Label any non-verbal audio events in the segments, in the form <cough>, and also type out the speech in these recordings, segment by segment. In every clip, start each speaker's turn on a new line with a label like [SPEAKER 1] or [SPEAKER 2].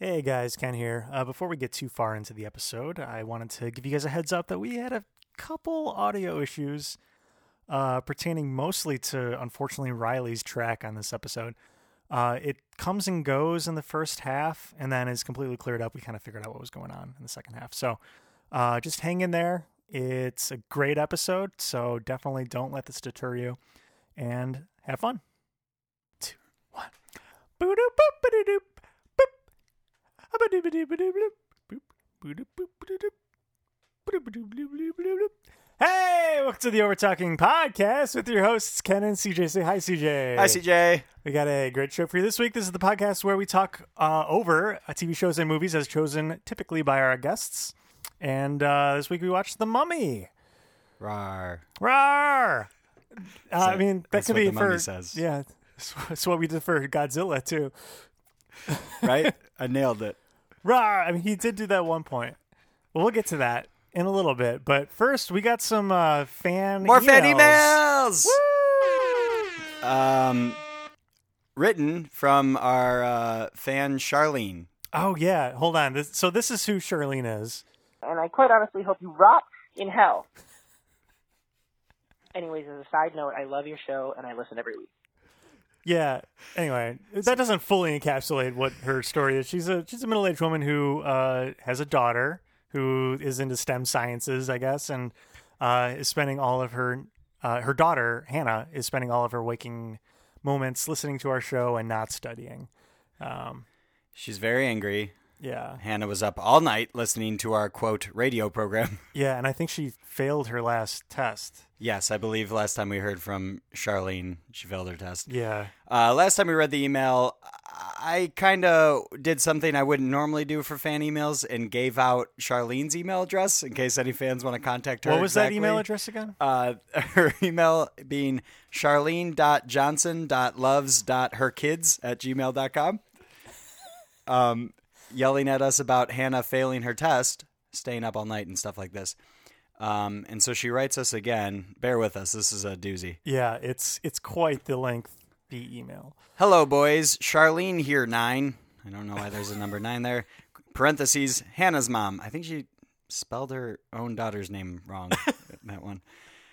[SPEAKER 1] Hey guys, Ken here. Uh, before we get too far into the episode, I wanted to give you guys a heads up that we had a couple audio issues uh, pertaining mostly to, unfortunately, Riley's track on this episode. Uh, it comes and goes in the first half and then is completely cleared up. We kind of figured out what was going on in the second half. So uh, just hang in there. It's a great episode, so definitely don't let this deter you and have fun. Two, one. Boo doop boop ba doop boop. Hey, welcome to the Over Talking Podcast with your hosts, Ken and CJ. Say hi, CJ.
[SPEAKER 2] Hi, CJ.
[SPEAKER 1] We got a great show for you this week. This is the podcast where we talk uh, over uh, TV shows and movies as chosen typically by our guests. And uh, this week we watched The Mummy.
[SPEAKER 2] Rawr.
[SPEAKER 1] Rawr! Uh, I
[SPEAKER 2] So
[SPEAKER 1] mean, that
[SPEAKER 2] that's
[SPEAKER 1] could
[SPEAKER 2] what
[SPEAKER 1] be
[SPEAKER 2] The Mummy
[SPEAKER 1] for
[SPEAKER 2] says.
[SPEAKER 1] yeah. It's, it's what we did for Godzilla too.
[SPEAKER 2] Right? <laughs> I nailed it.
[SPEAKER 1] Rawr! I mean, he did do that at one point. Well, we'll get to that in a little bit. But first, we got some uh, fan
[SPEAKER 2] More fan
[SPEAKER 1] emails.
[SPEAKER 2] emails. Um, written from our uh, fan Charlene.
[SPEAKER 1] Oh yeah, hold on. This, so this is who Charlene is.
[SPEAKER 3] and I quite honestly hope you rot in hell. Anyways, as a side note, I love your show and I listen every week.
[SPEAKER 1] Yeah. Anyway, that doesn't fully encapsulate what her story is. She's a she's a middle aged woman who uh, has a daughter who is into STEM sciences, I guess, and uh, is spending all of her uh, her daughter Hannah is spending all of her waking moments listening to our show and not studying. Um,
[SPEAKER 2] She's very angry.
[SPEAKER 1] yeah,
[SPEAKER 2] Hannah was up all night listening to our quote radio program. <laughs>
[SPEAKER 1] yeah, and I think she failed her last test.
[SPEAKER 2] yes, I believe last time we heard from Charlene, she failed her test.
[SPEAKER 1] Yeah,
[SPEAKER 2] Uh, last time we read the email, I kind of did something I wouldn't normally do for fan emails and gave out Charlene's email address in case any fans want to contact her.
[SPEAKER 1] what was that email
[SPEAKER 2] exactly.
[SPEAKER 1] address again?
[SPEAKER 2] Uh, <laughs> her email being charlene.johnson.loves.herkids at gmail.com. Um, yelling at us about Hannah failing her test, staying up all night, and stuff like this. Um, and so she writes us again. Bear with us. This is a doozy.
[SPEAKER 1] Yeah, it's it's quite the length the email.
[SPEAKER 2] Hello, boys. Charlene here, nine. I don't know why there's a number nine there. Parentheses, Hannah's mom. I think she spelled her own daughter's name wrong.
[SPEAKER 1] <laughs>
[SPEAKER 2] that one.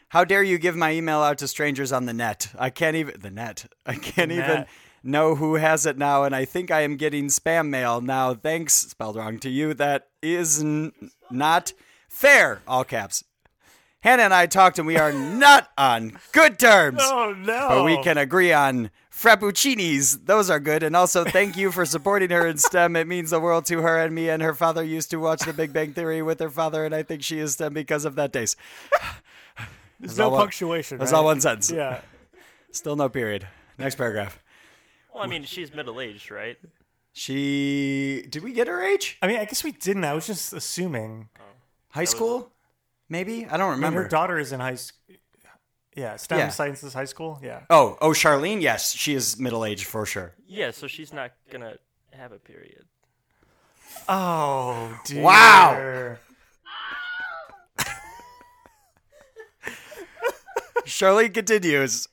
[SPEAKER 2] How dare you give my email out to strangers on the net? I can't even. The net. I can't
[SPEAKER 1] The
[SPEAKER 2] even
[SPEAKER 1] net.
[SPEAKER 2] know who has it now, and I think I am getting spam mail now. Thanks, spelled wrong to you. That is n- not fair. All caps. Hannah and I talked, and we are not on good terms.
[SPEAKER 1] <laughs> Oh no!
[SPEAKER 2] But we can agree on frappuccinis. Those are good. And also, thank you for supporting her in STEM. It means the world to her and me. And her father used to watch The Big Bang Theory with her father, and I think she is STEM because of that
[SPEAKER 1] <laughs>
[SPEAKER 2] days.
[SPEAKER 1] There's
[SPEAKER 2] That's
[SPEAKER 1] no
[SPEAKER 2] all one-
[SPEAKER 1] punctuation.
[SPEAKER 2] That's
[SPEAKER 1] right?
[SPEAKER 2] all one sentence.
[SPEAKER 1] Yeah.
[SPEAKER 2] Still no period. Next paragraph.
[SPEAKER 4] Well, I mean, she's middle aged, right?
[SPEAKER 2] She. Did we get her age?
[SPEAKER 1] I mean, I guess we didn't. I was just assuming.
[SPEAKER 2] High school? Maybe? I
[SPEAKER 1] And
[SPEAKER 2] don't
[SPEAKER 1] her
[SPEAKER 2] remember.
[SPEAKER 1] daughter is in high school. Yeah, STEM
[SPEAKER 2] Yeah.
[SPEAKER 1] Sciences High School. Yeah.
[SPEAKER 2] Oh, oh, Charlene, yes, she is middle aged for sure.
[SPEAKER 4] Yeah, so she's not gonna have a period.
[SPEAKER 1] Oh, dear.
[SPEAKER 2] Wow. Charlene continues.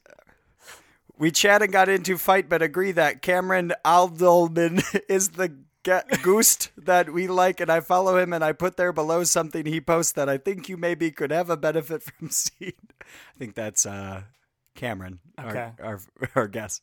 [SPEAKER 2] We chat and got into fight, but agree that Cameron Aldelman <laughs> is the ge- goose that we like, and I follow him, and I put there below something he posts that I think you maybe could have a benefit <laughs> from seeing. I think that's uh, Cameron,
[SPEAKER 1] Okay.
[SPEAKER 2] our, our our guest.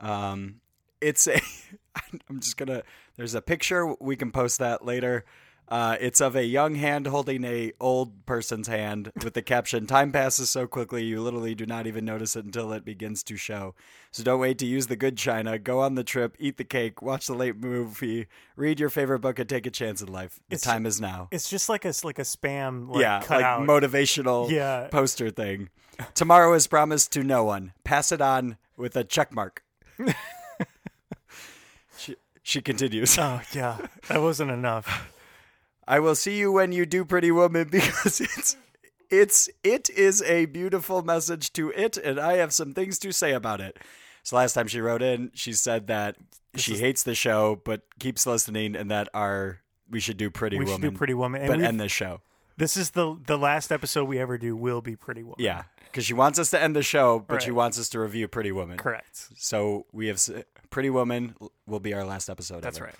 [SPEAKER 2] Um, it's a. <laughs> I'm just gonna. There's a picture we can post that later. Uh, it's of a young hand holding a old person's hand with the caption "Time passes so quickly you literally do not even notice it until it begins to show." So don't wait to use the good china. Go on the trip, eat the cake, watch the late movie, read your favorite book, and take a chance in life. The
[SPEAKER 1] It's-
[SPEAKER 2] time is now.
[SPEAKER 1] It's just like a s- like a spam like
[SPEAKER 2] yeah,
[SPEAKER 1] cut
[SPEAKER 2] like
[SPEAKER 1] out.
[SPEAKER 2] motivational
[SPEAKER 1] Yeah.
[SPEAKER 2] poster thing. Tomorrow is promised to no one. Pass it on with a check
[SPEAKER 1] <laughs>
[SPEAKER 2] mark. she, she continues.
[SPEAKER 1] oh yeah, that wasn't enough.
[SPEAKER 2] I will see you when you do, pretty woman, <laughs> because it's it's it is a beautiful message to it, and I have some things to say about it. So last time she wrote in, she said that she hates the show but keeps listening, and that our we should do <laughs> Pretty
[SPEAKER 1] we
[SPEAKER 2] Woman,
[SPEAKER 1] should do Pretty Woman, and
[SPEAKER 2] but
[SPEAKER 1] we've-
[SPEAKER 2] end the show.
[SPEAKER 1] this is the the last episode we ever do will be Pretty Woman.
[SPEAKER 2] Yeah, because she wants us to end the show, but she
[SPEAKER 1] Right.
[SPEAKER 2] wants us to review Pretty Woman.
[SPEAKER 1] correct.
[SPEAKER 2] So we have s- Pretty Woman will be our last episode.
[SPEAKER 1] That's
[SPEAKER 2] ever.
[SPEAKER 1] right.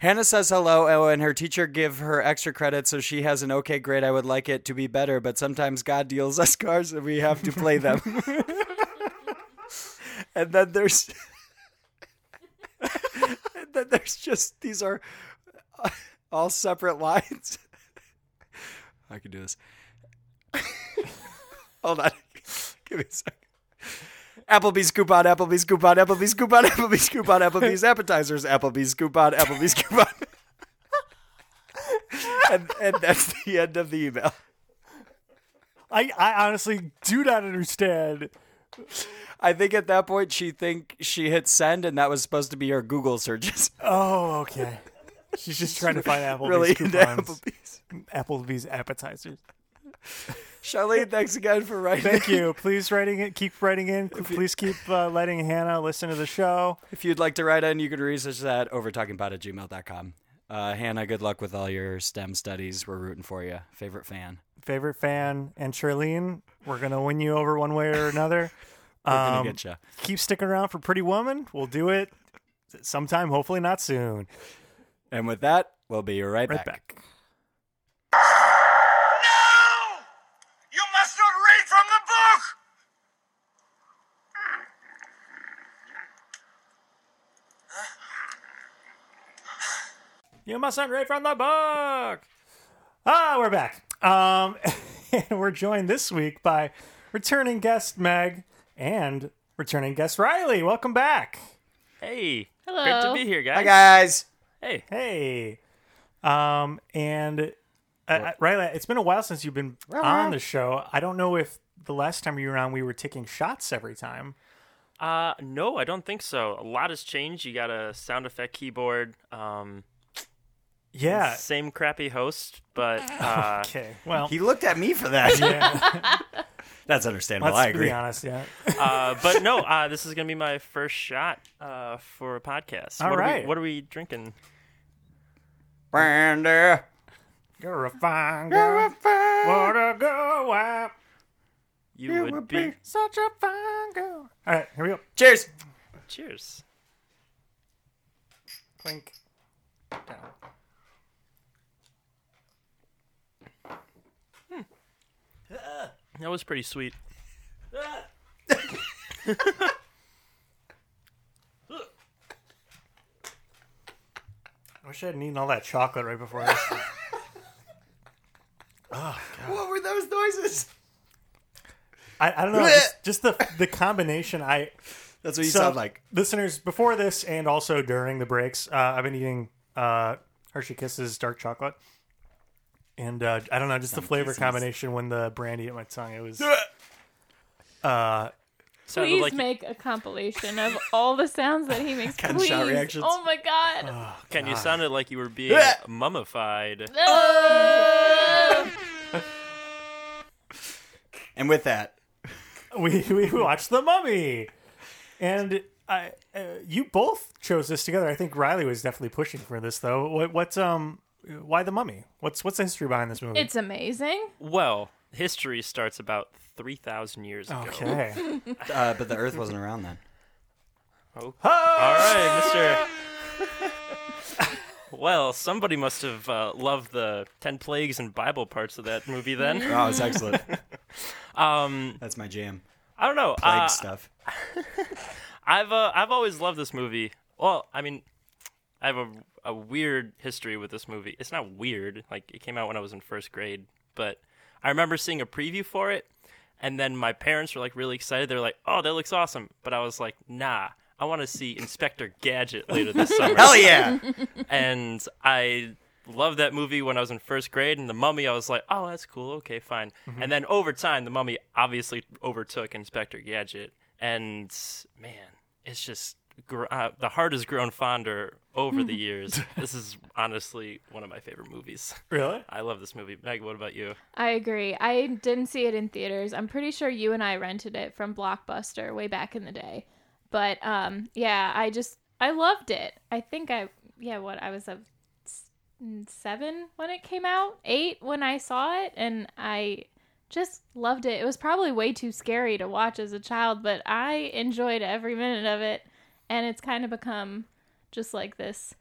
[SPEAKER 2] Hannah says hello, oh, and her teacher give her extra credit, so she has an okay grade. I would like it to be better, but sometimes God deals us cards, and we have to play them. <laughs> and then there's, <laughs> and then there's just these are all separate lines. <laughs> I can do this. <laughs> Hold on, <laughs> give me a second. Applebee's coupon, Applebee's coupon, Applebee's coupon, <laughs> Applebee's coupon, Applebee's appetizers, Applebee's coupon, Applebee's coupon. <laughs> and, and that's the end of the email.
[SPEAKER 1] I, I honestly do not understand.
[SPEAKER 2] I think at that point she think she hit send, and that was supposed to be her Google searches. <laughs>
[SPEAKER 1] Oh, okay. She's just trying to find Applebee's
[SPEAKER 2] really into
[SPEAKER 1] coupons,
[SPEAKER 2] Applebee's.
[SPEAKER 1] Applebee's appetizers.
[SPEAKER 2] Charlene, thanks again for writing. <laughs>
[SPEAKER 1] Thank you. Please writing it. Keep writing in. Please keep uh, letting Hannah listen to the show.
[SPEAKER 2] If you'd like to write in, you can research that over talkingpod at gmail.com. Uh, Hannah, good luck with all your STEM studies. We're rooting for you. Favorite fan.
[SPEAKER 1] Favorite fan and Charlene, we're gonna win you over one way or another.
[SPEAKER 2] <laughs> We're gonna
[SPEAKER 1] Um,
[SPEAKER 2] get you.
[SPEAKER 1] Keep sticking around for Pretty Woman. We'll do it sometime. Hopefully not soon.
[SPEAKER 2] And with that, we'll be right,
[SPEAKER 1] Right
[SPEAKER 2] back.
[SPEAKER 1] back.
[SPEAKER 5] No! You must not read from the book!
[SPEAKER 1] You mustn't read from the book. Ah, we're back. Um, <laughs> and we're joined this week by returning guest Meg and returning guest Riley. Welcome back.
[SPEAKER 4] Hey, great to
[SPEAKER 6] Hello.
[SPEAKER 4] be here, guys.
[SPEAKER 2] Hi, guys.
[SPEAKER 4] Hey,
[SPEAKER 1] Hey. Um, and uh, uh, Riley, it's been a while since you've been on the show. I don't know if the last time you were on, we were taking shots every time.
[SPEAKER 4] uh, no, I don't think so. A lot has changed. You got a sound effect keyboard. Um,
[SPEAKER 1] Yeah.
[SPEAKER 4] same crappy host,
[SPEAKER 6] <laughs>
[SPEAKER 4] but uh,
[SPEAKER 1] Okay. Well,
[SPEAKER 2] He looked at me for that.
[SPEAKER 1] yeah.
[SPEAKER 2] <laughs> That's understandable.
[SPEAKER 1] Let's
[SPEAKER 2] I agree.
[SPEAKER 1] be honest. Yeah.
[SPEAKER 4] uh, but no, uh, this is gonna be my first shot uh, for a podcast.
[SPEAKER 1] All
[SPEAKER 4] what Are
[SPEAKER 1] right.
[SPEAKER 4] we, what are we drinking?
[SPEAKER 2] Brandy.
[SPEAKER 1] <laughs> You're a fine girl. What a girl. Wow.
[SPEAKER 4] You, would, be.
[SPEAKER 1] Such a fine girl. All right, here we go.
[SPEAKER 2] Cheers.
[SPEAKER 4] Cheers.
[SPEAKER 1] Clink. Down.
[SPEAKER 4] That was pretty sweet.
[SPEAKER 1] I wish I hadn't eaten all that chocolate right before <laughs> this.
[SPEAKER 2] What were those noises?
[SPEAKER 1] I, I don't know. <laughs> just, just the the combination. I
[SPEAKER 2] That's what you
[SPEAKER 1] so,
[SPEAKER 2] sound like.
[SPEAKER 1] listeners before this and also during the breaks. Uh, I've been eating uh, Hershey Kisses dark chocolate, and uh, I don't know, just the flavor
[SPEAKER 2] Kisses.
[SPEAKER 1] combination when the brandy hit my tongue. It
[SPEAKER 2] <laughs>
[SPEAKER 1] was
[SPEAKER 4] Sounded
[SPEAKER 6] Please
[SPEAKER 4] like
[SPEAKER 6] make a compilation of all the sounds that he
[SPEAKER 2] <laughs>
[SPEAKER 6] makes.
[SPEAKER 2] Gunshot
[SPEAKER 6] Please.
[SPEAKER 2] reactions. Ah.
[SPEAKER 6] Oh my god.
[SPEAKER 4] Ken, you sounded like you were <laughs> being mummified.
[SPEAKER 6] Oh.
[SPEAKER 2] And with that,
[SPEAKER 1] we we watched the Mummy, and I uh, you both chose this together. I think Riley was definitely pushing for this though. What what um why the Mummy? What's what's the history behind this movie?
[SPEAKER 6] It's amazing.
[SPEAKER 4] Well, history starts about 3,000 years ago.
[SPEAKER 2] <laughs>
[SPEAKER 1] okay.
[SPEAKER 2] uh, but the Earth wasn't around then.
[SPEAKER 4] All right, Mr. <laughs> well, somebody must have uh, loved the 10 plagues and Bible parts of that
[SPEAKER 2] <laughs>
[SPEAKER 4] movie then.
[SPEAKER 2] Oh,
[SPEAKER 1] <laughs>
[SPEAKER 2] it's excellent.
[SPEAKER 4] Um,
[SPEAKER 2] That's my jam.
[SPEAKER 4] I don't know.
[SPEAKER 2] Plague
[SPEAKER 4] Uh,
[SPEAKER 2] stuff.
[SPEAKER 4] I've uh, I've always loved this movie. Well, I mean, I have a, a weird history with this movie. It's not weird. Like it came out when I was in first grade, but I remember seeing a preview for it, and then my parents were like really excited. They were like, "Oh, that looks awesome!" But I was like, "Nah." I want to see Inspector Gadget
[SPEAKER 2] <laughs>
[SPEAKER 4] later this summer.
[SPEAKER 2] Hell yeah.
[SPEAKER 4] and I loved that movie when I was in first grade. And The Mummy, I was like, oh, that's cool. Okay, fine. And then over time, The Mummy obviously overtook Inspector Gadget. And man, it's just gr- uh, the heart has grown fonder over the years. This is honestly one of my favorite movies.
[SPEAKER 1] Really?
[SPEAKER 4] I love this movie. Meg, what about you?
[SPEAKER 6] I agree. I didn't see it in theaters. I'm pretty sure you and I rented it from Blockbuster way back in the day. But um yeah, I just I loved it. I think I yeah, what I was a s- 7 when it came out, 8 when I saw it and I just loved it. It was probably way too scary to watch as a child, but I enjoyed every minute of it and it's kind of become just like this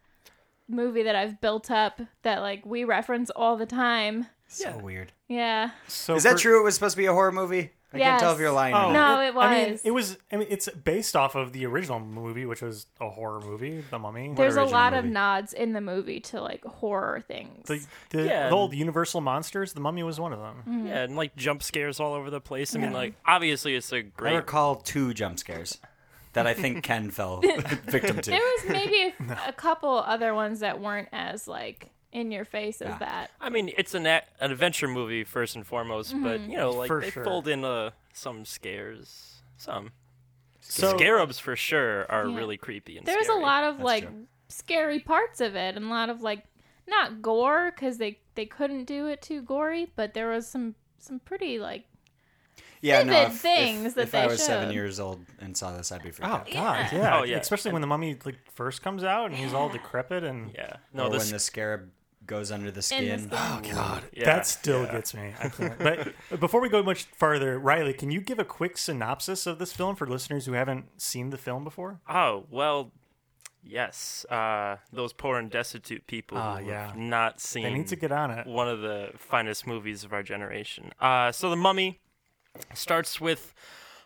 [SPEAKER 6] movie that I've built up that like we reference all the time.
[SPEAKER 2] So weird.
[SPEAKER 6] Yeah.
[SPEAKER 1] So
[SPEAKER 2] Is that
[SPEAKER 1] for-
[SPEAKER 2] true? It was supposed to be a horror movie. I can't tell if you're
[SPEAKER 6] Yes.
[SPEAKER 2] lying.
[SPEAKER 1] Oh,
[SPEAKER 2] or not.
[SPEAKER 6] No, it
[SPEAKER 1] I mean,
[SPEAKER 6] was.
[SPEAKER 1] it was. I mean, it's based off of the original movie, which was a horror movie, The Mummy.
[SPEAKER 6] There's a
[SPEAKER 2] original
[SPEAKER 6] lot of
[SPEAKER 2] movie.
[SPEAKER 6] nods in the movie to like horror things.
[SPEAKER 1] the, the,
[SPEAKER 4] Yeah.
[SPEAKER 1] the old Universal monsters. The Mummy was one of them.
[SPEAKER 6] Mm.
[SPEAKER 4] Yeah, and like jump scares all over the place. I mean, like obviously it's a
[SPEAKER 2] I
[SPEAKER 4] great.
[SPEAKER 2] recall two jump scares that I think Ken
[SPEAKER 6] <laughs>
[SPEAKER 2] fell <laughs> victim to.
[SPEAKER 6] there was maybe a, f- a couple other ones that weren't as like in your face as that.
[SPEAKER 4] I mean, it's an a- an adventure movie first and foremost, but
[SPEAKER 6] Mm-hmm.
[SPEAKER 4] you know, like
[SPEAKER 1] For
[SPEAKER 4] they
[SPEAKER 1] sure.
[SPEAKER 4] fold in uh, some scares, some
[SPEAKER 1] So
[SPEAKER 4] scarabs for sure are
[SPEAKER 6] Yeah.
[SPEAKER 4] really creepy. And
[SPEAKER 6] There was a
[SPEAKER 4] scary.
[SPEAKER 6] lot of
[SPEAKER 2] That's
[SPEAKER 6] like
[SPEAKER 2] true.
[SPEAKER 6] scary parts of it and a lot of like not gore cuz they they couldn't do it too gory, but there was some some pretty like
[SPEAKER 2] yeah, no,
[SPEAKER 6] vivid
[SPEAKER 2] if,
[SPEAKER 6] things
[SPEAKER 2] if,
[SPEAKER 6] that
[SPEAKER 2] if
[SPEAKER 6] they
[SPEAKER 2] I was seven
[SPEAKER 6] showed.
[SPEAKER 2] years old and saw this, I'd be freaked
[SPEAKER 1] Oh
[SPEAKER 2] out.
[SPEAKER 1] God, yeah.
[SPEAKER 4] Oh, yeah.
[SPEAKER 1] Especially when the mummy like first comes out and he's all decrepit and
[SPEAKER 4] Yeah.
[SPEAKER 2] or
[SPEAKER 1] Oh,
[SPEAKER 4] No, this
[SPEAKER 2] when the scarab goes under the
[SPEAKER 6] in
[SPEAKER 2] skin. Oh,
[SPEAKER 6] the skin.
[SPEAKER 1] God,
[SPEAKER 4] yeah,
[SPEAKER 1] that still gets me. I can't. But before we go much farther, Riley, can you give a quick synopsis of this film for listeners who haven't seen the film before?
[SPEAKER 4] Oh well, yes. Uh, those poor and destitute people
[SPEAKER 1] Ah,
[SPEAKER 4] who
[SPEAKER 1] yeah.
[SPEAKER 4] have not seen
[SPEAKER 1] They need to get on <laughs> it.
[SPEAKER 4] one of the finest movies of our generation. Uh, so the Mummy starts with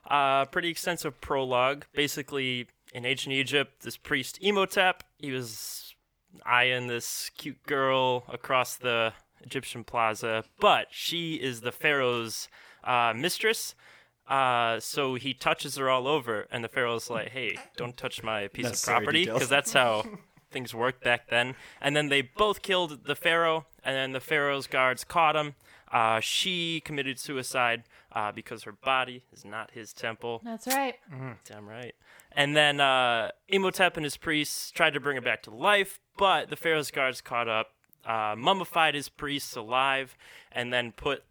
[SPEAKER 4] a pretty extensive prologue. Basically, in ancient Egypt, this priest Imhotep, he was eyeing this cute girl across the Egyptian plaza, but she is the pharaoh's uh, mistress. Uh, so he touches her all over, and the pharaoh's like, "Hey, don't touch my piece of
[SPEAKER 2] Necessary
[SPEAKER 4] property,"
[SPEAKER 2] details.
[SPEAKER 4] because that's how things worked back then. And then they both killed the pharaoh, and then the pharaoh's guards caught him. Uh, she committed suicide uh, because her body is not his temple.
[SPEAKER 6] That's right.
[SPEAKER 4] Damn right. And then uh, Imhotep and his priests tried to bring him back to life, but the Pharaoh's guards caught up, uh, mummified his priests alive, and then put.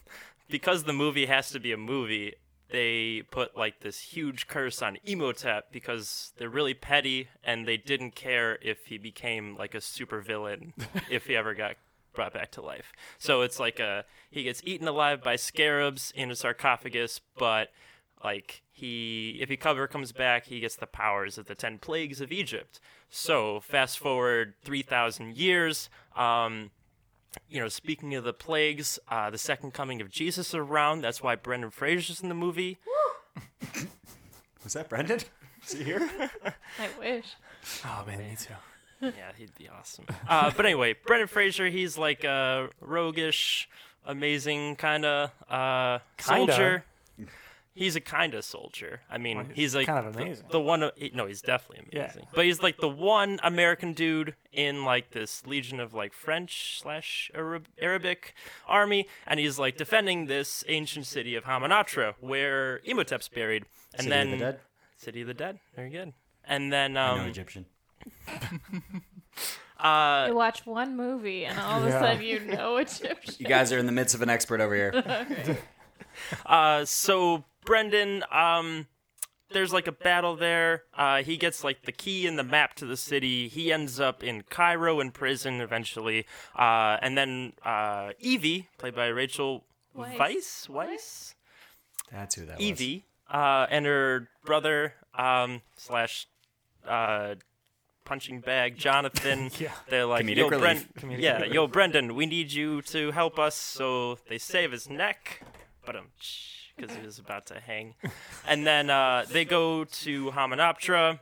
[SPEAKER 4] <laughs> because the movie has to be a movie, they put like this huge curse on Imhotep because they're really petty and they didn't care if he became like a supervillain if he ever got brought back to life. So it's like a he gets eaten alive by scarabs in a sarcophagus, but like he if he cover comes back he gets the powers of the 10 plagues of egypt so fast forward 3000 years um you know speaking of the plagues uh the second coming of jesus is around that's why brendan fraser's in the movie
[SPEAKER 2] Was that <laughs> Brendan? Is he here?
[SPEAKER 6] I wish.
[SPEAKER 1] Oh man, me too.
[SPEAKER 4] yeah he'd be awesome <laughs> uh but anyway brendan fraser he's like a roguish amazing kind of uh
[SPEAKER 1] Kinda?
[SPEAKER 4] soldier he's a kind of soldier i mean
[SPEAKER 1] he's
[SPEAKER 4] he's, like
[SPEAKER 1] kind of
[SPEAKER 4] the-
[SPEAKER 1] amazing.
[SPEAKER 4] the one he- no he's definitely
[SPEAKER 1] Yeah.
[SPEAKER 4] amazing but he's like the one american dude in like this legion of like french slash Arab- arabic army and he's like defending this ancient city of hamanatra where imhotep's buried and
[SPEAKER 2] City
[SPEAKER 4] then
[SPEAKER 2] of the Dead?
[SPEAKER 4] city of the dead very good and then
[SPEAKER 2] No,
[SPEAKER 4] um
[SPEAKER 2] Egyptian.
[SPEAKER 6] I watch one movie and all of
[SPEAKER 1] Yeah.
[SPEAKER 6] a sudden you know Egyptian.
[SPEAKER 2] You guys are in the midst of an expert over here.
[SPEAKER 4] Uh, so Brendan, um, there's like a battle there. Uh, he gets like the key and the map to the city. He ends up in Cairo in prison eventually. Uh, and then uh, Evie, played by Rachel
[SPEAKER 6] Weisz.
[SPEAKER 4] Weiss, Weiss,
[SPEAKER 2] <laughs> That's who that was.
[SPEAKER 4] Evie, uh, and her brother um, slash uh, punching bag Jonathan.
[SPEAKER 1] Yeah.
[SPEAKER 4] They're like,
[SPEAKER 2] Comedic
[SPEAKER 4] yo,
[SPEAKER 2] relief.
[SPEAKER 4] Bren- yeah, yo, Brendan, we need you to help us. So they save his neck, but um, because he was about to hang, and then uh, they go to Hominoptera,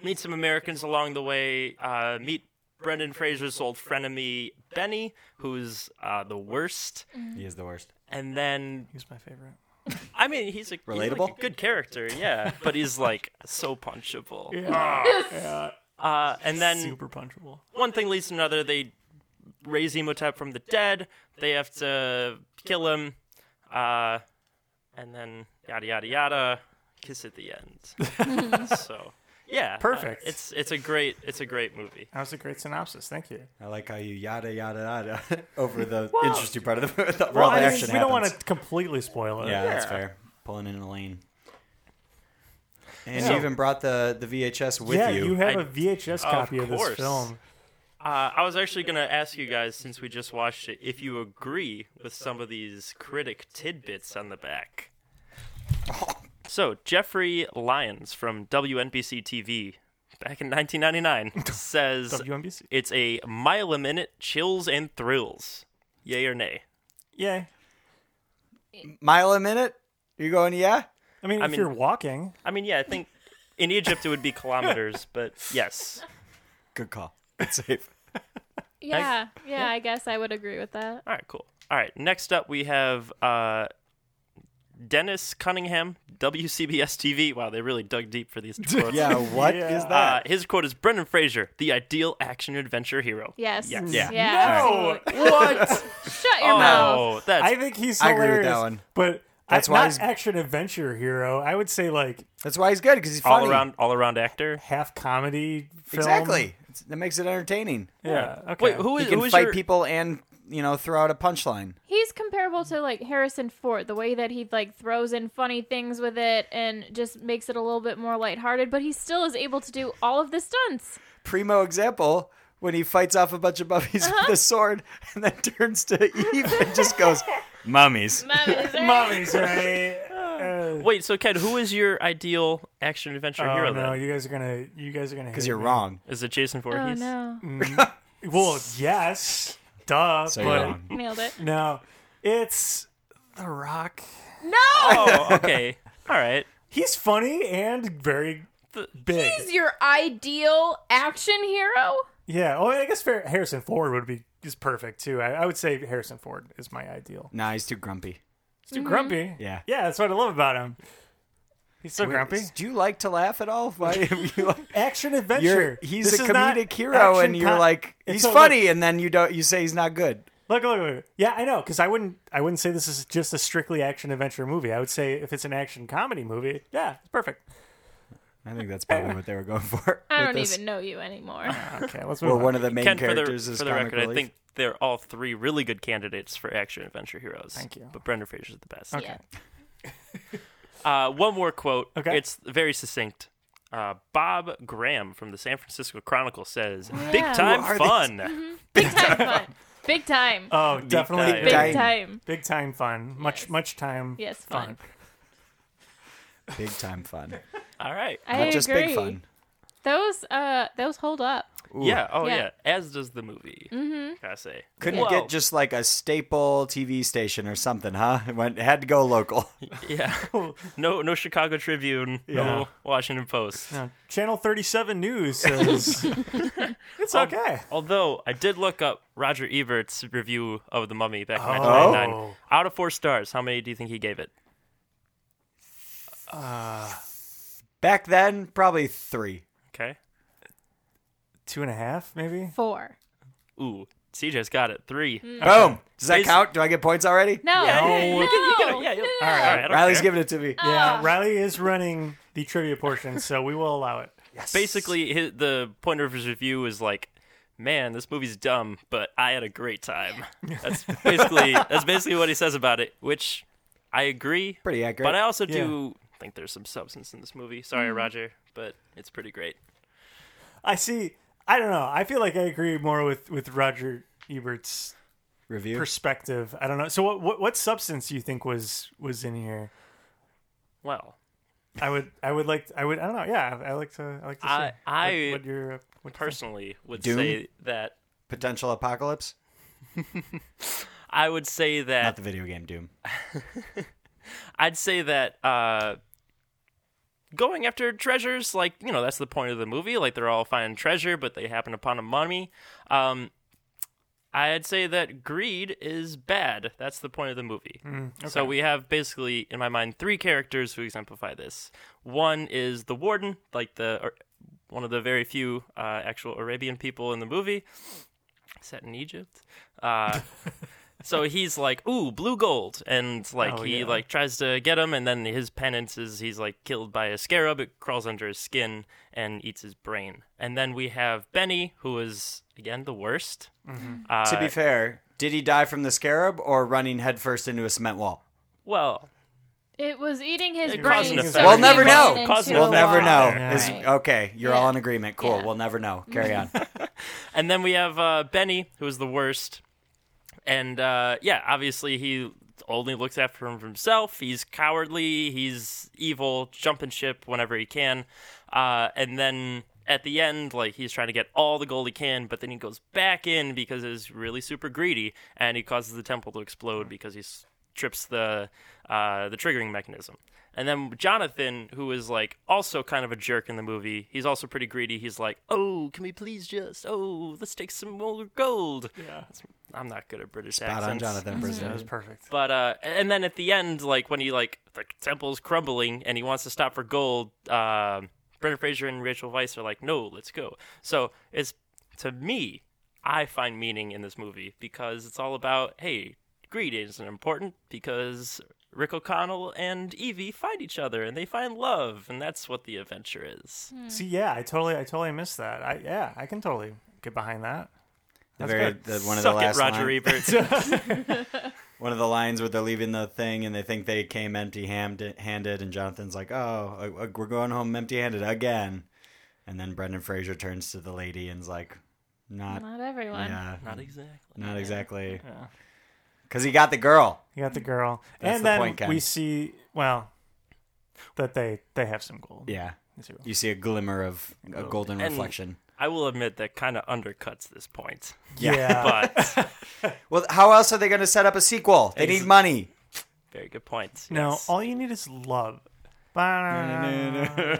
[SPEAKER 4] meet some Americans along the way, uh, meet. Brendan Fraser's old frenemy Benny, who's uh, the worst,
[SPEAKER 2] He is the worst.
[SPEAKER 4] and then
[SPEAKER 1] He's my favorite.
[SPEAKER 4] I mean, he's a he's like a
[SPEAKER 2] Relatable?
[SPEAKER 4] good character, yeah. But he's like so punchable.
[SPEAKER 1] Ah. Yeah,
[SPEAKER 4] Uh, and then
[SPEAKER 1] super punchable.
[SPEAKER 4] one thing leads to another. They raise Imhotep from the dead. They have to kill him, uh, and then yada yada yada. Kiss at the end. so yeah, uh,
[SPEAKER 1] Perfect.
[SPEAKER 4] it's it's a great it's a great movie.
[SPEAKER 1] That was a great synopsis. Thank you.
[SPEAKER 2] I like how you yada yada yada <laughs> over the interesting part of the, <laughs> the where all
[SPEAKER 1] Well,
[SPEAKER 2] the
[SPEAKER 1] I mean,
[SPEAKER 2] action
[SPEAKER 1] we don't want
[SPEAKER 2] happens.
[SPEAKER 1] to completely spoil it.
[SPEAKER 2] Yeah, that's fair. Pulling in a lane. And you even brought the, the VHS with
[SPEAKER 1] yeah,
[SPEAKER 2] you.
[SPEAKER 1] you have
[SPEAKER 4] I-
[SPEAKER 1] a VHS copy of, this
[SPEAKER 4] course.
[SPEAKER 1] film.
[SPEAKER 4] Uh, I was actually going to ask you guys since we just watched it if you agree with some of these critic tidbits on the back. So Jeffrey Lyons from WNBC TV back in 1999 says
[SPEAKER 1] WNBC.
[SPEAKER 4] it's a mile a minute chills and thrills. Yay or nay?
[SPEAKER 1] Yeah.
[SPEAKER 2] Mile a minute? You going, yeah?
[SPEAKER 1] I mean,
[SPEAKER 4] I
[SPEAKER 1] if
[SPEAKER 4] mean-
[SPEAKER 1] you're walking,
[SPEAKER 4] I mean, yeah, I think in Egypt it would be kilometers, but yes.
[SPEAKER 2] Good call. <laughs> It's safe.
[SPEAKER 6] Yeah, yeah, I guess I would agree with that.
[SPEAKER 4] All right, cool. All right, next up we have uh, Dennis Cunningham, WCBS TV. Wow, they really dug deep for these
[SPEAKER 2] <laughs>
[SPEAKER 4] quotes.
[SPEAKER 2] Yeah, What is
[SPEAKER 1] Yeah.
[SPEAKER 4] Uh,
[SPEAKER 2] that?
[SPEAKER 4] his quote is Brendan Fraser, the ideal action adventure hero.
[SPEAKER 6] Yes.
[SPEAKER 4] Yes.
[SPEAKER 2] Yeah.
[SPEAKER 6] <laughs>
[SPEAKER 1] No!
[SPEAKER 6] absolutely. What? Shut your mouth.
[SPEAKER 4] Oh,
[SPEAKER 1] <laughs>
[SPEAKER 4] that's
[SPEAKER 1] I think he's
[SPEAKER 2] I agree with that
[SPEAKER 1] hilarious.
[SPEAKER 2] one.
[SPEAKER 1] But
[SPEAKER 2] That's
[SPEAKER 1] I,
[SPEAKER 2] why
[SPEAKER 1] not
[SPEAKER 2] he's-
[SPEAKER 1] action adventure hero. I would say like
[SPEAKER 2] That's why he's good, because he's
[SPEAKER 4] all
[SPEAKER 2] funny.
[SPEAKER 4] around all around actor.
[SPEAKER 1] half comedy film.
[SPEAKER 2] Exactly. It's, that makes it entertaining.
[SPEAKER 1] Yeah. Okay. <laughs>
[SPEAKER 4] Wait, who
[SPEAKER 2] He
[SPEAKER 4] is
[SPEAKER 2] can
[SPEAKER 4] who is
[SPEAKER 2] fight
[SPEAKER 4] your
[SPEAKER 2] people and, you know, throw out a punchline.
[SPEAKER 6] He's comparable to like Harrison Ford, the way that he like throws in funny things with it and just makes it a little bit more lighthearted, but he still is able to do all of the stunts.
[SPEAKER 2] Primo example when he fights off a bunch of mummies
[SPEAKER 6] Uh-huh.
[SPEAKER 2] with a sword and then turns to Eve and just
[SPEAKER 6] <laughs>
[SPEAKER 2] goes, Mummies.
[SPEAKER 1] Mommy's <laughs> right. Uh,
[SPEAKER 4] Wait, so Ken, who is your ideal action adventure
[SPEAKER 1] oh
[SPEAKER 4] hero
[SPEAKER 1] no,
[SPEAKER 4] then?
[SPEAKER 1] you guys are gonna you guys are gonna
[SPEAKER 2] Because
[SPEAKER 1] hate
[SPEAKER 2] you're
[SPEAKER 1] me.
[SPEAKER 2] wrong.
[SPEAKER 4] Is it Jason
[SPEAKER 6] Oh
[SPEAKER 4] Voorhees?
[SPEAKER 6] no.
[SPEAKER 1] Well, yes, duh.
[SPEAKER 2] So
[SPEAKER 1] but
[SPEAKER 2] you're wrong.
[SPEAKER 6] Nailed it.
[SPEAKER 1] no, it's The Rock.
[SPEAKER 6] No!
[SPEAKER 4] Oh,
[SPEAKER 2] <laughs>
[SPEAKER 4] okay. All right.
[SPEAKER 1] He's funny and very
[SPEAKER 4] The-
[SPEAKER 1] big.
[SPEAKER 6] He's your ideal action hero?
[SPEAKER 1] Yeah. Oh, I guess Fer- Harrison Ford would be is perfect too. I, I would say Harrison Ford is my ideal.
[SPEAKER 2] Nah, he's too grumpy.
[SPEAKER 1] He's
[SPEAKER 6] Mm-hmm.
[SPEAKER 1] too grumpy.
[SPEAKER 2] Yeah.
[SPEAKER 1] Yeah, that's what I love about him. He's so grumpy.
[SPEAKER 2] Do you like to laugh at all? Why you like-
[SPEAKER 1] Action adventure.
[SPEAKER 2] You're, he's
[SPEAKER 1] This
[SPEAKER 2] a
[SPEAKER 1] is not
[SPEAKER 2] comedic hero,
[SPEAKER 1] action
[SPEAKER 2] and you're
[SPEAKER 1] con-
[SPEAKER 2] like,
[SPEAKER 1] It's
[SPEAKER 2] he's
[SPEAKER 1] so-
[SPEAKER 2] funny, and then you don't. You say he's not good.
[SPEAKER 1] Look, look, look, look. Yeah, I know, because I wouldn't, I wouldn't say this is just a strictly action adventure movie. I would say if it's an action comedy movie, yeah, it's perfect.
[SPEAKER 2] I think that's probably what they were going for.
[SPEAKER 6] I
[SPEAKER 2] with
[SPEAKER 6] don't
[SPEAKER 2] this.
[SPEAKER 6] even know you anymore.
[SPEAKER 1] Okay, let's move
[SPEAKER 2] Well,
[SPEAKER 1] on.
[SPEAKER 2] one of the main
[SPEAKER 4] Ken, for the,
[SPEAKER 2] characters is
[SPEAKER 4] for the
[SPEAKER 2] comic
[SPEAKER 4] record, I
[SPEAKER 2] relief.
[SPEAKER 4] think they're all three really good candidates for action adventure heroes.
[SPEAKER 1] Thank you.
[SPEAKER 4] But Brendan Fraser's the best.
[SPEAKER 6] Yeah.
[SPEAKER 4] Uh, one more quote.
[SPEAKER 1] Okay.
[SPEAKER 4] It's very succinct. Uh, Bob Graham from the San Francisco Chronicle says,
[SPEAKER 6] Yeah.
[SPEAKER 4] "Big time
[SPEAKER 2] Who are
[SPEAKER 4] fun."
[SPEAKER 6] Big time fun. Big time.
[SPEAKER 1] Oh, definitely
[SPEAKER 4] time.
[SPEAKER 6] Big
[SPEAKER 2] time.
[SPEAKER 6] time.
[SPEAKER 1] big time fun. Much,
[SPEAKER 6] Yes.
[SPEAKER 1] much time.
[SPEAKER 6] Yes, fun.
[SPEAKER 2] big time fun,
[SPEAKER 4] All right.
[SPEAKER 6] <laughs> I
[SPEAKER 2] not
[SPEAKER 6] agree.
[SPEAKER 2] just big fun.
[SPEAKER 6] Those uh those hold up.
[SPEAKER 4] Yeah. Oh yeah.
[SPEAKER 6] Yeah.
[SPEAKER 4] As does the movie. Mm-hmm. Gotta say.
[SPEAKER 2] Couldn't
[SPEAKER 4] Whoa.
[SPEAKER 2] get just like a staple TV station or something, huh? It went had to go local.
[SPEAKER 4] <laughs> Yeah. no. No Chicago Tribune.
[SPEAKER 1] Yeah.
[SPEAKER 4] No Washington Post.
[SPEAKER 1] Uh, Channel thirty-seven news
[SPEAKER 6] <laughs>
[SPEAKER 1] says it's okay.
[SPEAKER 4] Although I did look up Roger Ebert's review of The Mummy back in
[SPEAKER 1] Oh.
[SPEAKER 4] 1999. Out of four stars, how many do you think he gave it?
[SPEAKER 2] Back then, probably three.
[SPEAKER 4] Okay.
[SPEAKER 1] Two and a half, maybe.
[SPEAKER 6] Four.
[SPEAKER 4] Ooh, CJ's got it. Three.
[SPEAKER 2] Boom. Does that
[SPEAKER 4] Is-
[SPEAKER 2] count? Do I get points already?
[SPEAKER 6] No. <laughs>
[SPEAKER 4] Yeah,
[SPEAKER 6] no.
[SPEAKER 4] yeah, you can- you can- yeah, you- all right, all right, I don't
[SPEAKER 2] Riley's
[SPEAKER 4] care.
[SPEAKER 2] giving it to me.
[SPEAKER 4] Uh,
[SPEAKER 1] Yeah, Riley is running the trivia portion, so we will allow it.
[SPEAKER 4] Basically, hi the point of his review is like, "Man, this movie's dumb, but I had a great time." That's
[SPEAKER 2] <laughs>
[SPEAKER 4] basically that's basically what he says about it, which I agree.
[SPEAKER 2] Pretty accurate. Mm-hmm.
[SPEAKER 4] But I also do think there's some substance in this movie. Sorry, Roger, but it's pretty great.
[SPEAKER 1] I see. I don't know. I feel like I agree more with with Roger Ebert's
[SPEAKER 2] Review.
[SPEAKER 1] perspective. I don't know. So what what, what substance do you think was was in here?
[SPEAKER 4] Well,
[SPEAKER 1] I would I would like I would I don't know. Yeah, I like to I like to see
[SPEAKER 4] I- I-
[SPEAKER 1] what, what your uh, what you think.
[SPEAKER 4] personally, would
[SPEAKER 2] Doom?
[SPEAKER 4] say that
[SPEAKER 2] Potential apocalypse.
[SPEAKER 4] I would say
[SPEAKER 2] Not
[SPEAKER 4] that
[SPEAKER 2] the video game Doom.
[SPEAKER 4] I'd say that uh, going after treasures, like you know, that's the point of the movie. Like they're all finding treasure, but they happen upon a mummy. Um, I'd say that greed is bad. That's the point of the movie. So we have basically, in my mind, three characters who exemplify this. One is the warden, like the or, one of the very few uh, actual Arabian people in the movie, set in Egypt. Uh, so he's like, "Ooh, blue gold," and like
[SPEAKER 1] Oh,
[SPEAKER 4] he
[SPEAKER 1] yeah.
[SPEAKER 4] like tries to get him, and then his penance is he's like killed by a scarab. It crawls under his skin and eats his brain. And then we have Benny, who is again the worst. Uh,
[SPEAKER 2] to be fair, did he die from the scarab or running headfirst into a cement wall?
[SPEAKER 4] well,
[SPEAKER 6] It was eating his
[SPEAKER 4] It caused an
[SPEAKER 6] brain.
[SPEAKER 4] effect.
[SPEAKER 6] So
[SPEAKER 2] We'll
[SPEAKER 6] he
[SPEAKER 2] never
[SPEAKER 6] ran
[SPEAKER 2] know.
[SPEAKER 6] into
[SPEAKER 4] Caused an
[SPEAKER 6] a
[SPEAKER 2] We'll
[SPEAKER 4] effect.
[SPEAKER 2] never know.
[SPEAKER 6] wall.
[SPEAKER 1] Yeah.
[SPEAKER 2] Is-
[SPEAKER 6] Right.
[SPEAKER 2] okay, you're all in agreement. Cool.
[SPEAKER 6] Yeah.
[SPEAKER 2] We'll never know.
[SPEAKER 4] <laughs>
[SPEAKER 2] Carry on.
[SPEAKER 4] And then we have uh, Benny, who is the worst. And uh, yeah, obviously he only looks after him for himself. He's cowardly. He's evil, jumping ship whenever he can. Uh, and then at the end, like he's trying to get all the gold he can, but then he goes back in because he's really super greedy, and he causes the temple to explode because he s- trips the uh, the triggering mechanism. And then Jonathan, who is like also kind of a jerk in the movie, he's also pretty greedy. He's like, "Oh, can we please just oh, let's take some more gold." Yeah, I'm not good at British
[SPEAKER 2] Out on
[SPEAKER 4] accents.
[SPEAKER 2] Jonathan Brisbane.
[SPEAKER 1] That was perfect.
[SPEAKER 4] But uh, and then at the end, like when he like the temple's crumbling and he wants to stop for gold, uh, Brendan Fraser and Rachel Weisz are like, "No, let's go." So it's to me, I find meaning in this movie because it's all about hey, greed isn't important because Rick O'Connell and Evie find each other and they find love, and that's what the adventure is.
[SPEAKER 1] See, yeah, I totally, I totally missed that. I yeah, I can totally get behind that. <laughs>
[SPEAKER 2] The
[SPEAKER 1] That's
[SPEAKER 2] very,
[SPEAKER 1] good.
[SPEAKER 2] the, one of the
[SPEAKER 4] Suck
[SPEAKER 2] last
[SPEAKER 4] it, Roger
[SPEAKER 2] line- <laughs>
[SPEAKER 4] Ebert.
[SPEAKER 2] one of the lines where they're leaving the thing and they think they came empty-handed, and Jonathan's like, "Oh, uh, uh, we're going home empty-handed again." And then Brendan Fraser turns to the lady and's like, "Not,
[SPEAKER 6] Not everyone.
[SPEAKER 2] yeah,
[SPEAKER 4] Not exactly.
[SPEAKER 2] not exactly," because he got the girl.
[SPEAKER 1] You got the girl,
[SPEAKER 2] That's
[SPEAKER 1] and
[SPEAKER 2] the
[SPEAKER 1] then
[SPEAKER 2] point, Ken.
[SPEAKER 1] we see well that they they have some gold.
[SPEAKER 2] Yeah,
[SPEAKER 1] Yes, you will.
[SPEAKER 2] you see a glimmer of a golden
[SPEAKER 4] And-
[SPEAKER 2] reflection.
[SPEAKER 4] I will admit that kind of undercuts
[SPEAKER 2] <laughs>
[SPEAKER 4] this point,
[SPEAKER 1] Yeah,
[SPEAKER 4] <laughs> but
[SPEAKER 2] Well, how else are they going to set up a sequel? They need money.
[SPEAKER 4] very good point.
[SPEAKER 1] no,
[SPEAKER 4] yes.
[SPEAKER 1] all you need is love.
[SPEAKER 4] Oh,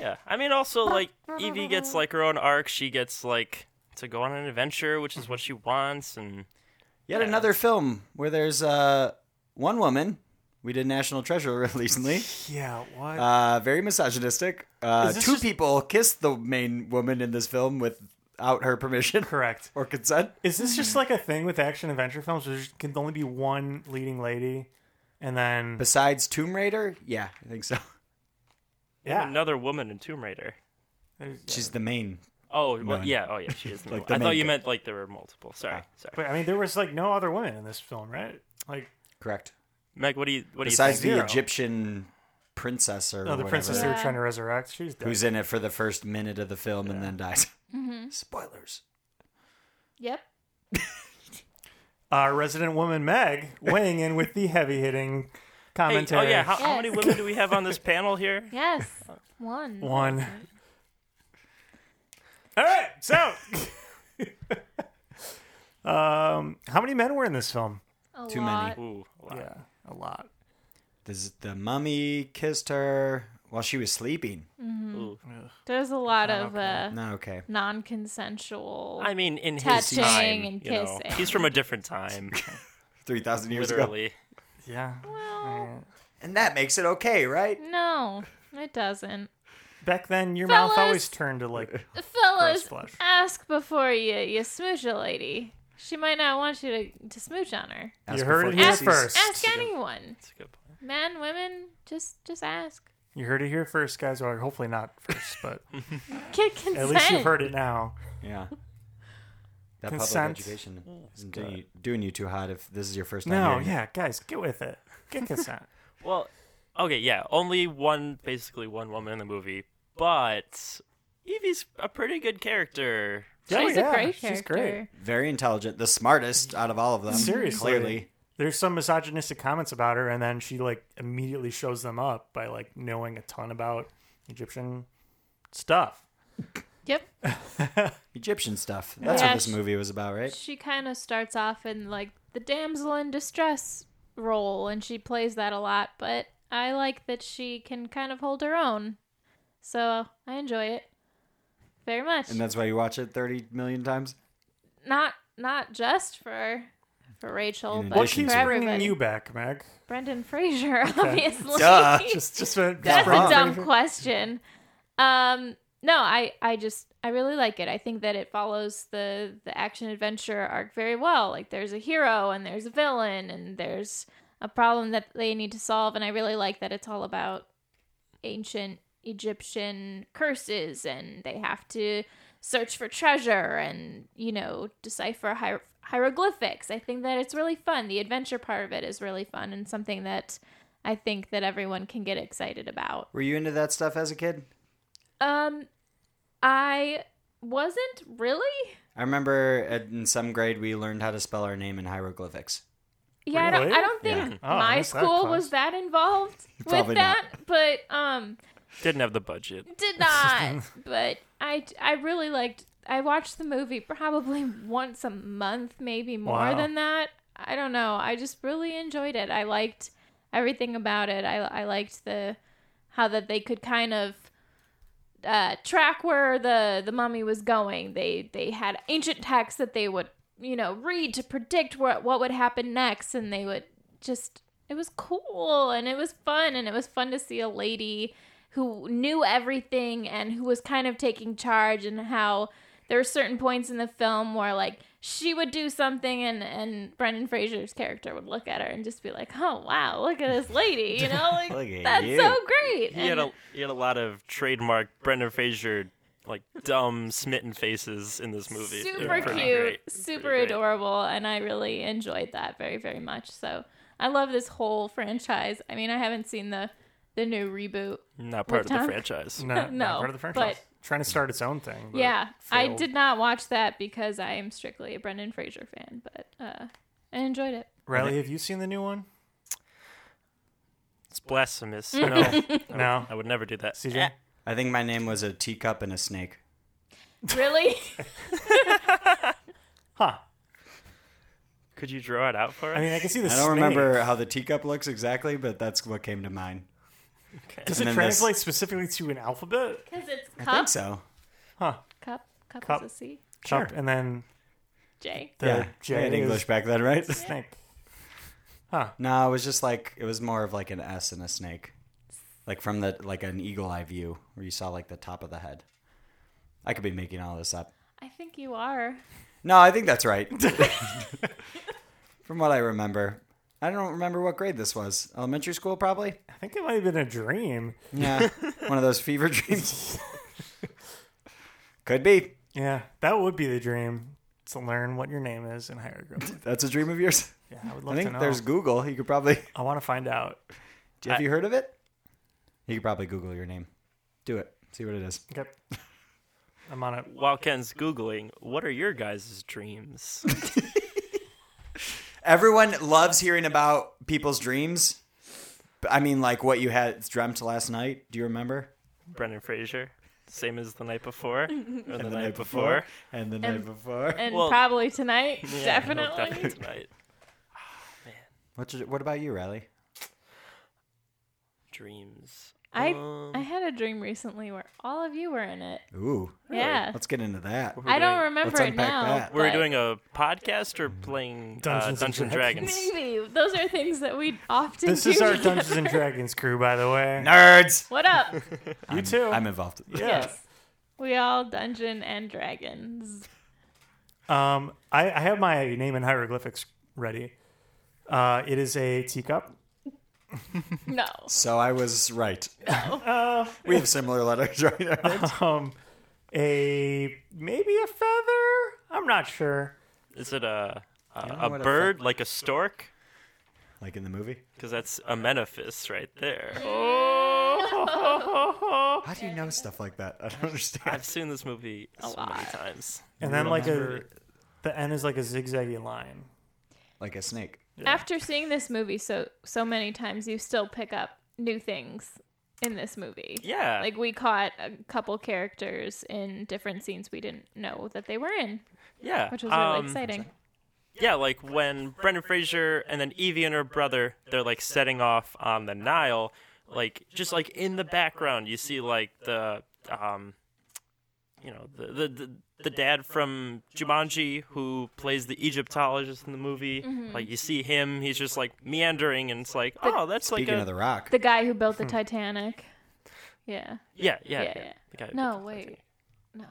[SPEAKER 4] Yeah, I mean, also like Evie gets like her own arc. She gets like to go on an adventure, which is what she wants, and
[SPEAKER 2] Yet another film where there's uh, one woman. We did National Treasure <laughs> recently.
[SPEAKER 1] Yeah, what?
[SPEAKER 2] Uh, very misogynistic. Uh,
[SPEAKER 1] Is
[SPEAKER 2] two
[SPEAKER 1] this just-
[SPEAKER 2] people kissed the main woman in this film without her <laughs> permission
[SPEAKER 1] Correct.
[SPEAKER 2] or consent.
[SPEAKER 1] Is this just like a thing with action adventure films? Where there can only be one leading lady, and then
[SPEAKER 2] Besides Tomb Raider, yeah, I
[SPEAKER 1] <laughs>
[SPEAKER 2] think so.
[SPEAKER 1] yeah,
[SPEAKER 4] another woman in Tomb Raider.
[SPEAKER 1] there's-
[SPEAKER 2] She's the main.
[SPEAKER 4] Oh, well,
[SPEAKER 2] Woman.
[SPEAKER 4] yeah, oh yeah, she
[SPEAKER 2] <laughs>
[SPEAKER 4] is. the
[SPEAKER 2] Like
[SPEAKER 4] one.
[SPEAKER 2] the
[SPEAKER 4] I
[SPEAKER 2] main
[SPEAKER 4] thought you
[SPEAKER 2] guy. Ah.
[SPEAKER 4] meant like there were multiple. Sorry, sorry.
[SPEAKER 1] But I mean, there was like no other women in this film, right? Like
[SPEAKER 2] Correct.
[SPEAKER 4] Meg, what do you what do you
[SPEAKER 2] Besides
[SPEAKER 4] think?
[SPEAKER 2] the
[SPEAKER 1] Zero.
[SPEAKER 2] Egyptian princess or
[SPEAKER 1] no, the
[SPEAKER 2] whatever,
[SPEAKER 1] princess they were
[SPEAKER 6] Yeah.
[SPEAKER 1] trying to resurrect. She's dead.
[SPEAKER 2] who's in it for the first minute of the film and then dies. <laughs> Spoilers.
[SPEAKER 6] Yep.
[SPEAKER 1] Our Uh, resident woman Meg weighing in with the heavy hitting
[SPEAKER 4] Hey,
[SPEAKER 1] commentary.
[SPEAKER 4] oh yeah, how, how
[SPEAKER 6] Yes.
[SPEAKER 4] many <laughs> women do we have on this panel here?
[SPEAKER 6] Yes.
[SPEAKER 1] <laughs>
[SPEAKER 6] One.
[SPEAKER 1] One. All right, so. <laughs> um, how many men were in this film?
[SPEAKER 6] A
[SPEAKER 2] Too many.
[SPEAKER 6] lot.
[SPEAKER 4] Ooh, wow.
[SPEAKER 1] Yeah, a lot.
[SPEAKER 2] This, the mummy kissed her while she was sleeping.
[SPEAKER 4] Ooh.
[SPEAKER 2] Mm.
[SPEAKER 6] There's a lot
[SPEAKER 1] Oh,
[SPEAKER 6] of uh,
[SPEAKER 2] No, okay.
[SPEAKER 6] non-consensual.
[SPEAKER 4] I mean, in his
[SPEAKER 6] Touching
[SPEAKER 4] time,
[SPEAKER 6] and
[SPEAKER 4] you know,
[SPEAKER 6] kissing.
[SPEAKER 4] he's from a different time,
[SPEAKER 2] 3,000 <laughs> years ago.
[SPEAKER 4] literally.
[SPEAKER 1] Yeah.
[SPEAKER 6] Well,
[SPEAKER 2] And that makes it okay, right?
[SPEAKER 6] no, it doesn't.
[SPEAKER 1] Back then, your mouth
[SPEAKER 6] Fellas!
[SPEAKER 1] always turned to like.
[SPEAKER 6] Fellas,
[SPEAKER 1] blush.
[SPEAKER 6] ask before you you smooch a lady. She might not want you to, to smooch on her.
[SPEAKER 1] You
[SPEAKER 2] Ask
[SPEAKER 1] heard it
[SPEAKER 2] before
[SPEAKER 1] here
[SPEAKER 6] Ask,
[SPEAKER 2] kisses.
[SPEAKER 1] first.
[SPEAKER 6] ask anyone,
[SPEAKER 4] That's a good point.
[SPEAKER 6] men, women, just just ask.
[SPEAKER 1] You heard it here first, guys, or hopefully not first,
[SPEAKER 6] <laughs>
[SPEAKER 1] but
[SPEAKER 6] Get consent.
[SPEAKER 1] at least you've heard it now. <laughs>
[SPEAKER 2] Yeah. That
[SPEAKER 1] Consent.
[SPEAKER 2] public education isn't doing you, doing you too hot if this is your first time.
[SPEAKER 1] No,
[SPEAKER 2] hearing it.
[SPEAKER 1] yeah, guys, get with it. Get consent.
[SPEAKER 4] Well, okay, yeah, only one, basically one woman in the movie, but Evie's a pretty good character.
[SPEAKER 6] She's
[SPEAKER 1] Oh, yeah,
[SPEAKER 6] a great character.
[SPEAKER 1] she's great.
[SPEAKER 2] Very intelligent, the smartest out of all of them.
[SPEAKER 1] Seriously.
[SPEAKER 2] clearly.
[SPEAKER 1] There's some misogynistic comments about her, and then she like immediately shows them up by like knowing a ton about Egyptian stuff.
[SPEAKER 6] Yep.
[SPEAKER 2] Egyptian stuff. That's
[SPEAKER 6] Yeah,
[SPEAKER 2] what this
[SPEAKER 6] she-
[SPEAKER 2] movie was about, right?
[SPEAKER 6] She kind of starts off in like the damsel in distress role, and she plays that a lot. But I like that she can kind of hold her own, so I enjoy it very much.
[SPEAKER 2] And that's why you watch it 30 million times?
[SPEAKER 6] not not just for for Rachel,
[SPEAKER 2] In
[SPEAKER 6] but
[SPEAKER 1] What
[SPEAKER 2] addition
[SPEAKER 6] for
[SPEAKER 1] keeps
[SPEAKER 2] to-
[SPEAKER 1] bringing
[SPEAKER 6] everybody.
[SPEAKER 1] you back,
[SPEAKER 6] <laughs>
[SPEAKER 1] Meg?
[SPEAKER 6] Brendan Fraser, <laughs> obviously. <laughs>
[SPEAKER 2] Duh.
[SPEAKER 1] Just, just a,
[SPEAKER 6] That's
[SPEAKER 2] Wrong.
[SPEAKER 6] a dumb question. Um, no, I, I just I really like it. I think that it follows the the action adventure arc very well. Like there's a hero and there's a villain and there's a problem that they need to solve, and I really like that it's all about ancient Egyptian curses and they have to search for treasure and you know decipher hier- hieroglyphics. I think that it's really fun. The adventure part of it is really fun and something that I think that everyone can get excited about.
[SPEAKER 2] Were you into that stuff as a kid?
[SPEAKER 6] Um, I wasn't really.
[SPEAKER 2] I remember at- in some grade we learned how to spell our name in hieroglyphics.
[SPEAKER 6] Yeah, I don't. I
[SPEAKER 1] Really?
[SPEAKER 6] don't think
[SPEAKER 1] Yeah. Oh, I
[SPEAKER 6] my
[SPEAKER 1] missed that <laughs>
[SPEAKER 6] school
[SPEAKER 1] class.
[SPEAKER 6] was that involved with
[SPEAKER 2] Probably
[SPEAKER 6] that. But um,
[SPEAKER 4] Didn't have the
[SPEAKER 1] <laughs>
[SPEAKER 4] budget.
[SPEAKER 6] Did not. but I, I really liked. I watched the movie probably <laughs> once a month, maybe more
[SPEAKER 1] Wow.
[SPEAKER 6] than that. I don't know. I just really enjoyed it. I liked everything about it. I, I liked the how that they could kind of uh, track where the the mummy was going. They they had ancient texts that they would you know read to predict what what would happen next, and they would just it was cool and it was fun and it was fun to see a lady who knew everything and who was kind of taking charge and how there were certain points in the film where like she would do something and and Brendan Fraser's character would look at her and just be like, "Oh wow, look at this lady,"
[SPEAKER 2] <laughs>
[SPEAKER 6] you know, like
[SPEAKER 2] Look at
[SPEAKER 6] that's
[SPEAKER 2] you.
[SPEAKER 6] so great.
[SPEAKER 4] He had
[SPEAKER 6] And-
[SPEAKER 4] a he had a lot of trademark Brendan Fraser like dumb smitten faces in this movie. They
[SPEAKER 6] Super
[SPEAKER 4] were
[SPEAKER 6] cute,
[SPEAKER 4] pretty great.
[SPEAKER 6] super
[SPEAKER 4] Pretty great.
[SPEAKER 6] adorable, and I really enjoyed that very, very much. So I love this whole franchise. I mean, I haven't seen the the new reboot.
[SPEAKER 4] Not part of the
[SPEAKER 6] Tom-
[SPEAKER 4] franchise.
[SPEAKER 1] No, not
[SPEAKER 6] No,
[SPEAKER 1] part of the
[SPEAKER 6] but-
[SPEAKER 1] franchise. Trying to start its own thing. but
[SPEAKER 6] yeah, I
[SPEAKER 1] failed.
[SPEAKER 6] did not watch that because I am strictly a Brendan Fraser fan, but uh, I enjoyed it.
[SPEAKER 1] Riley, have you seen the new one?
[SPEAKER 4] It's
[SPEAKER 6] <laughs>
[SPEAKER 4] blasphemous. No,
[SPEAKER 1] No.
[SPEAKER 4] I would never do that.
[SPEAKER 6] Eh.
[SPEAKER 1] CJ?
[SPEAKER 2] I think my name was a teacup and a snake.
[SPEAKER 4] <laughs>
[SPEAKER 6] Really?
[SPEAKER 1] Huh.
[SPEAKER 4] Could you draw it out for us?
[SPEAKER 1] I mean, I can see the
[SPEAKER 2] I don't
[SPEAKER 1] snake.
[SPEAKER 2] remember how the teacup looks exactly, but that's what came to mind.
[SPEAKER 1] Does
[SPEAKER 2] and
[SPEAKER 1] it
[SPEAKER 2] then
[SPEAKER 1] translate
[SPEAKER 2] this-
[SPEAKER 1] specifically to an alphabet?
[SPEAKER 6] Because it's cup,
[SPEAKER 2] I think so.
[SPEAKER 6] cup, cup,
[SPEAKER 1] Cup.
[SPEAKER 6] is a C,
[SPEAKER 1] Sure. And then
[SPEAKER 6] J.
[SPEAKER 1] the
[SPEAKER 2] yeah,
[SPEAKER 1] J
[SPEAKER 2] I had
[SPEAKER 1] is
[SPEAKER 2] English back then, right?
[SPEAKER 1] snake.
[SPEAKER 2] no, it was just like it was more of like an S and a snake, like from the like an eagle eye view where you saw like the top of the head. I could be making all this up.
[SPEAKER 6] I think
[SPEAKER 4] <laughs>
[SPEAKER 6] you are.
[SPEAKER 2] No, I think that's right. <laughs> from what I remember, I don't remember what grade this was. Elementary school, probably.
[SPEAKER 1] I think it might have been a dream.
[SPEAKER 2] Yeah, <laughs> one of those fever dreams. <laughs> Could be.
[SPEAKER 1] Yeah, that would be the dream to learn what your name is in
[SPEAKER 2] <laughs>
[SPEAKER 1] hieroglyphics.
[SPEAKER 2] That's a dream of yours.
[SPEAKER 1] Yeah, I would
[SPEAKER 2] I
[SPEAKER 1] love to
[SPEAKER 2] think
[SPEAKER 1] know.
[SPEAKER 2] there's Google. You could probably.
[SPEAKER 1] I want to find out.
[SPEAKER 2] Have you heard of it? You could probably Google your name. Do it. See what it is.
[SPEAKER 1] Okay.
[SPEAKER 2] <laughs>
[SPEAKER 1] I'm on it.
[SPEAKER 4] While Ken's googling, what are your guys' dreams? <laughs>
[SPEAKER 2] Everyone loves hearing about people's dreams. But, I mean, like what you had dreamt last night. Do you remember?
[SPEAKER 4] Brendan Fraser, same as the night
[SPEAKER 6] <laughs>
[SPEAKER 4] before, or the, night,
[SPEAKER 2] night
[SPEAKER 4] before.
[SPEAKER 2] before. And the night before.
[SPEAKER 6] And
[SPEAKER 4] Well-
[SPEAKER 6] probably tonight,
[SPEAKER 4] <laughs> Yeah, he'll
[SPEAKER 6] definitely.
[SPEAKER 4] definitely tonight.
[SPEAKER 2] What's your, what about you, Riley?
[SPEAKER 4] Dreams.
[SPEAKER 6] <laughs> I
[SPEAKER 4] Um,
[SPEAKER 6] I had a dream recently where all of you were in it.
[SPEAKER 2] Ooh.
[SPEAKER 6] Yeah.
[SPEAKER 2] Let's get into that.
[SPEAKER 4] we're
[SPEAKER 6] I don't
[SPEAKER 4] doing-
[SPEAKER 6] remember
[SPEAKER 2] Let's
[SPEAKER 6] it
[SPEAKER 2] unpack
[SPEAKER 6] now.
[SPEAKER 2] that.
[SPEAKER 4] Were we
[SPEAKER 6] but
[SPEAKER 4] doing a podcast or playing
[SPEAKER 1] Dungeons and
[SPEAKER 4] Dungeons, uh, Dungeons and
[SPEAKER 1] Dragons. <laughs>
[SPEAKER 4] Dragons?
[SPEAKER 6] maybe those are things that we often
[SPEAKER 1] This
[SPEAKER 6] do.
[SPEAKER 1] is our
[SPEAKER 6] together.
[SPEAKER 1] Dungeons and Dragons crew, by the way.
[SPEAKER 2] Nerds.
[SPEAKER 6] What
[SPEAKER 4] <laughs>
[SPEAKER 6] up?
[SPEAKER 1] You too.
[SPEAKER 2] I'm involved.
[SPEAKER 1] yeah.
[SPEAKER 6] Yes. We all dungeon and dragons.
[SPEAKER 1] Um, I, I have my name in hieroglyphics ready. Uh, it is a teacup.
[SPEAKER 6] No.
[SPEAKER 2] So I was right. we have similar letters right now.
[SPEAKER 1] Um, a maybe a feather. I'm not sure.
[SPEAKER 4] Is it a
[SPEAKER 2] don't know
[SPEAKER 4] a, a
[SPEAKER 2] what a
[SPEAKER 4] bird like a stork?
[SPEAKER 2] like in the movie.
[SPEAKER 4] Because that's a Menophis right there.
[SPEAKER 6] Oh.
[SPEAKER 2] How do you know stuff like that? I don't understand.
[SPEAKER 4] <laughs> I've seen this movie so many
[SPEAKER 6] lot.
[SPEAKER 4] times.
[SPEAKER 1] And then like a the N is like a zigzaggy line.
[SPEAKER 2] Like a snake.
[SPEAKER 6] After seeing this movie so so many times, you still pick up new things in this movie.
[SPEAKER 4] Yeah.
[SPEAKER 6] Like we caught a couple characters in different scenes we didn't know that they were in,
[SPEAKER 4] yeah.
[SPEAKER 6] which was really
[SPEAKER 4] um,
[SPEAKER 6] exciting.
[SPEAKER 4] Yeah, like when Brendan Fraser and then Evie and her brother, they're like setting off on the Nile, like just like in the background, you see like the um you know, the the the, the dad from Jumanji who plays the Egyptologist in the movie.
[SPEAKER 6] Mm-hmm.
[SPEAKER 4] Like you see him, he's just like meandering and it's like, "Oh, that's like
[SPEAKER 2] Speaking
[SPEAKER 4] a
[SPEAKER 2] of the rock.
[SPEAKER 6] The guy who
[SPEAKER 4] Hmm.
[SPEAKER 6] built the Titanic. Yeah.
[SPEAKER 4] yeah, yeah,
[SPEAKER 6] yeah,
[SPEAKER 4] yeah,
[SPEAKER 6] yeah.
[SPEAKER 4] The guy who
[SPEAKER 6] No,
[SPEAKER 4] built
[SPEAKER 6] wait.
[SPEAKER 4] Titanic.
[SPEAKER 6] No.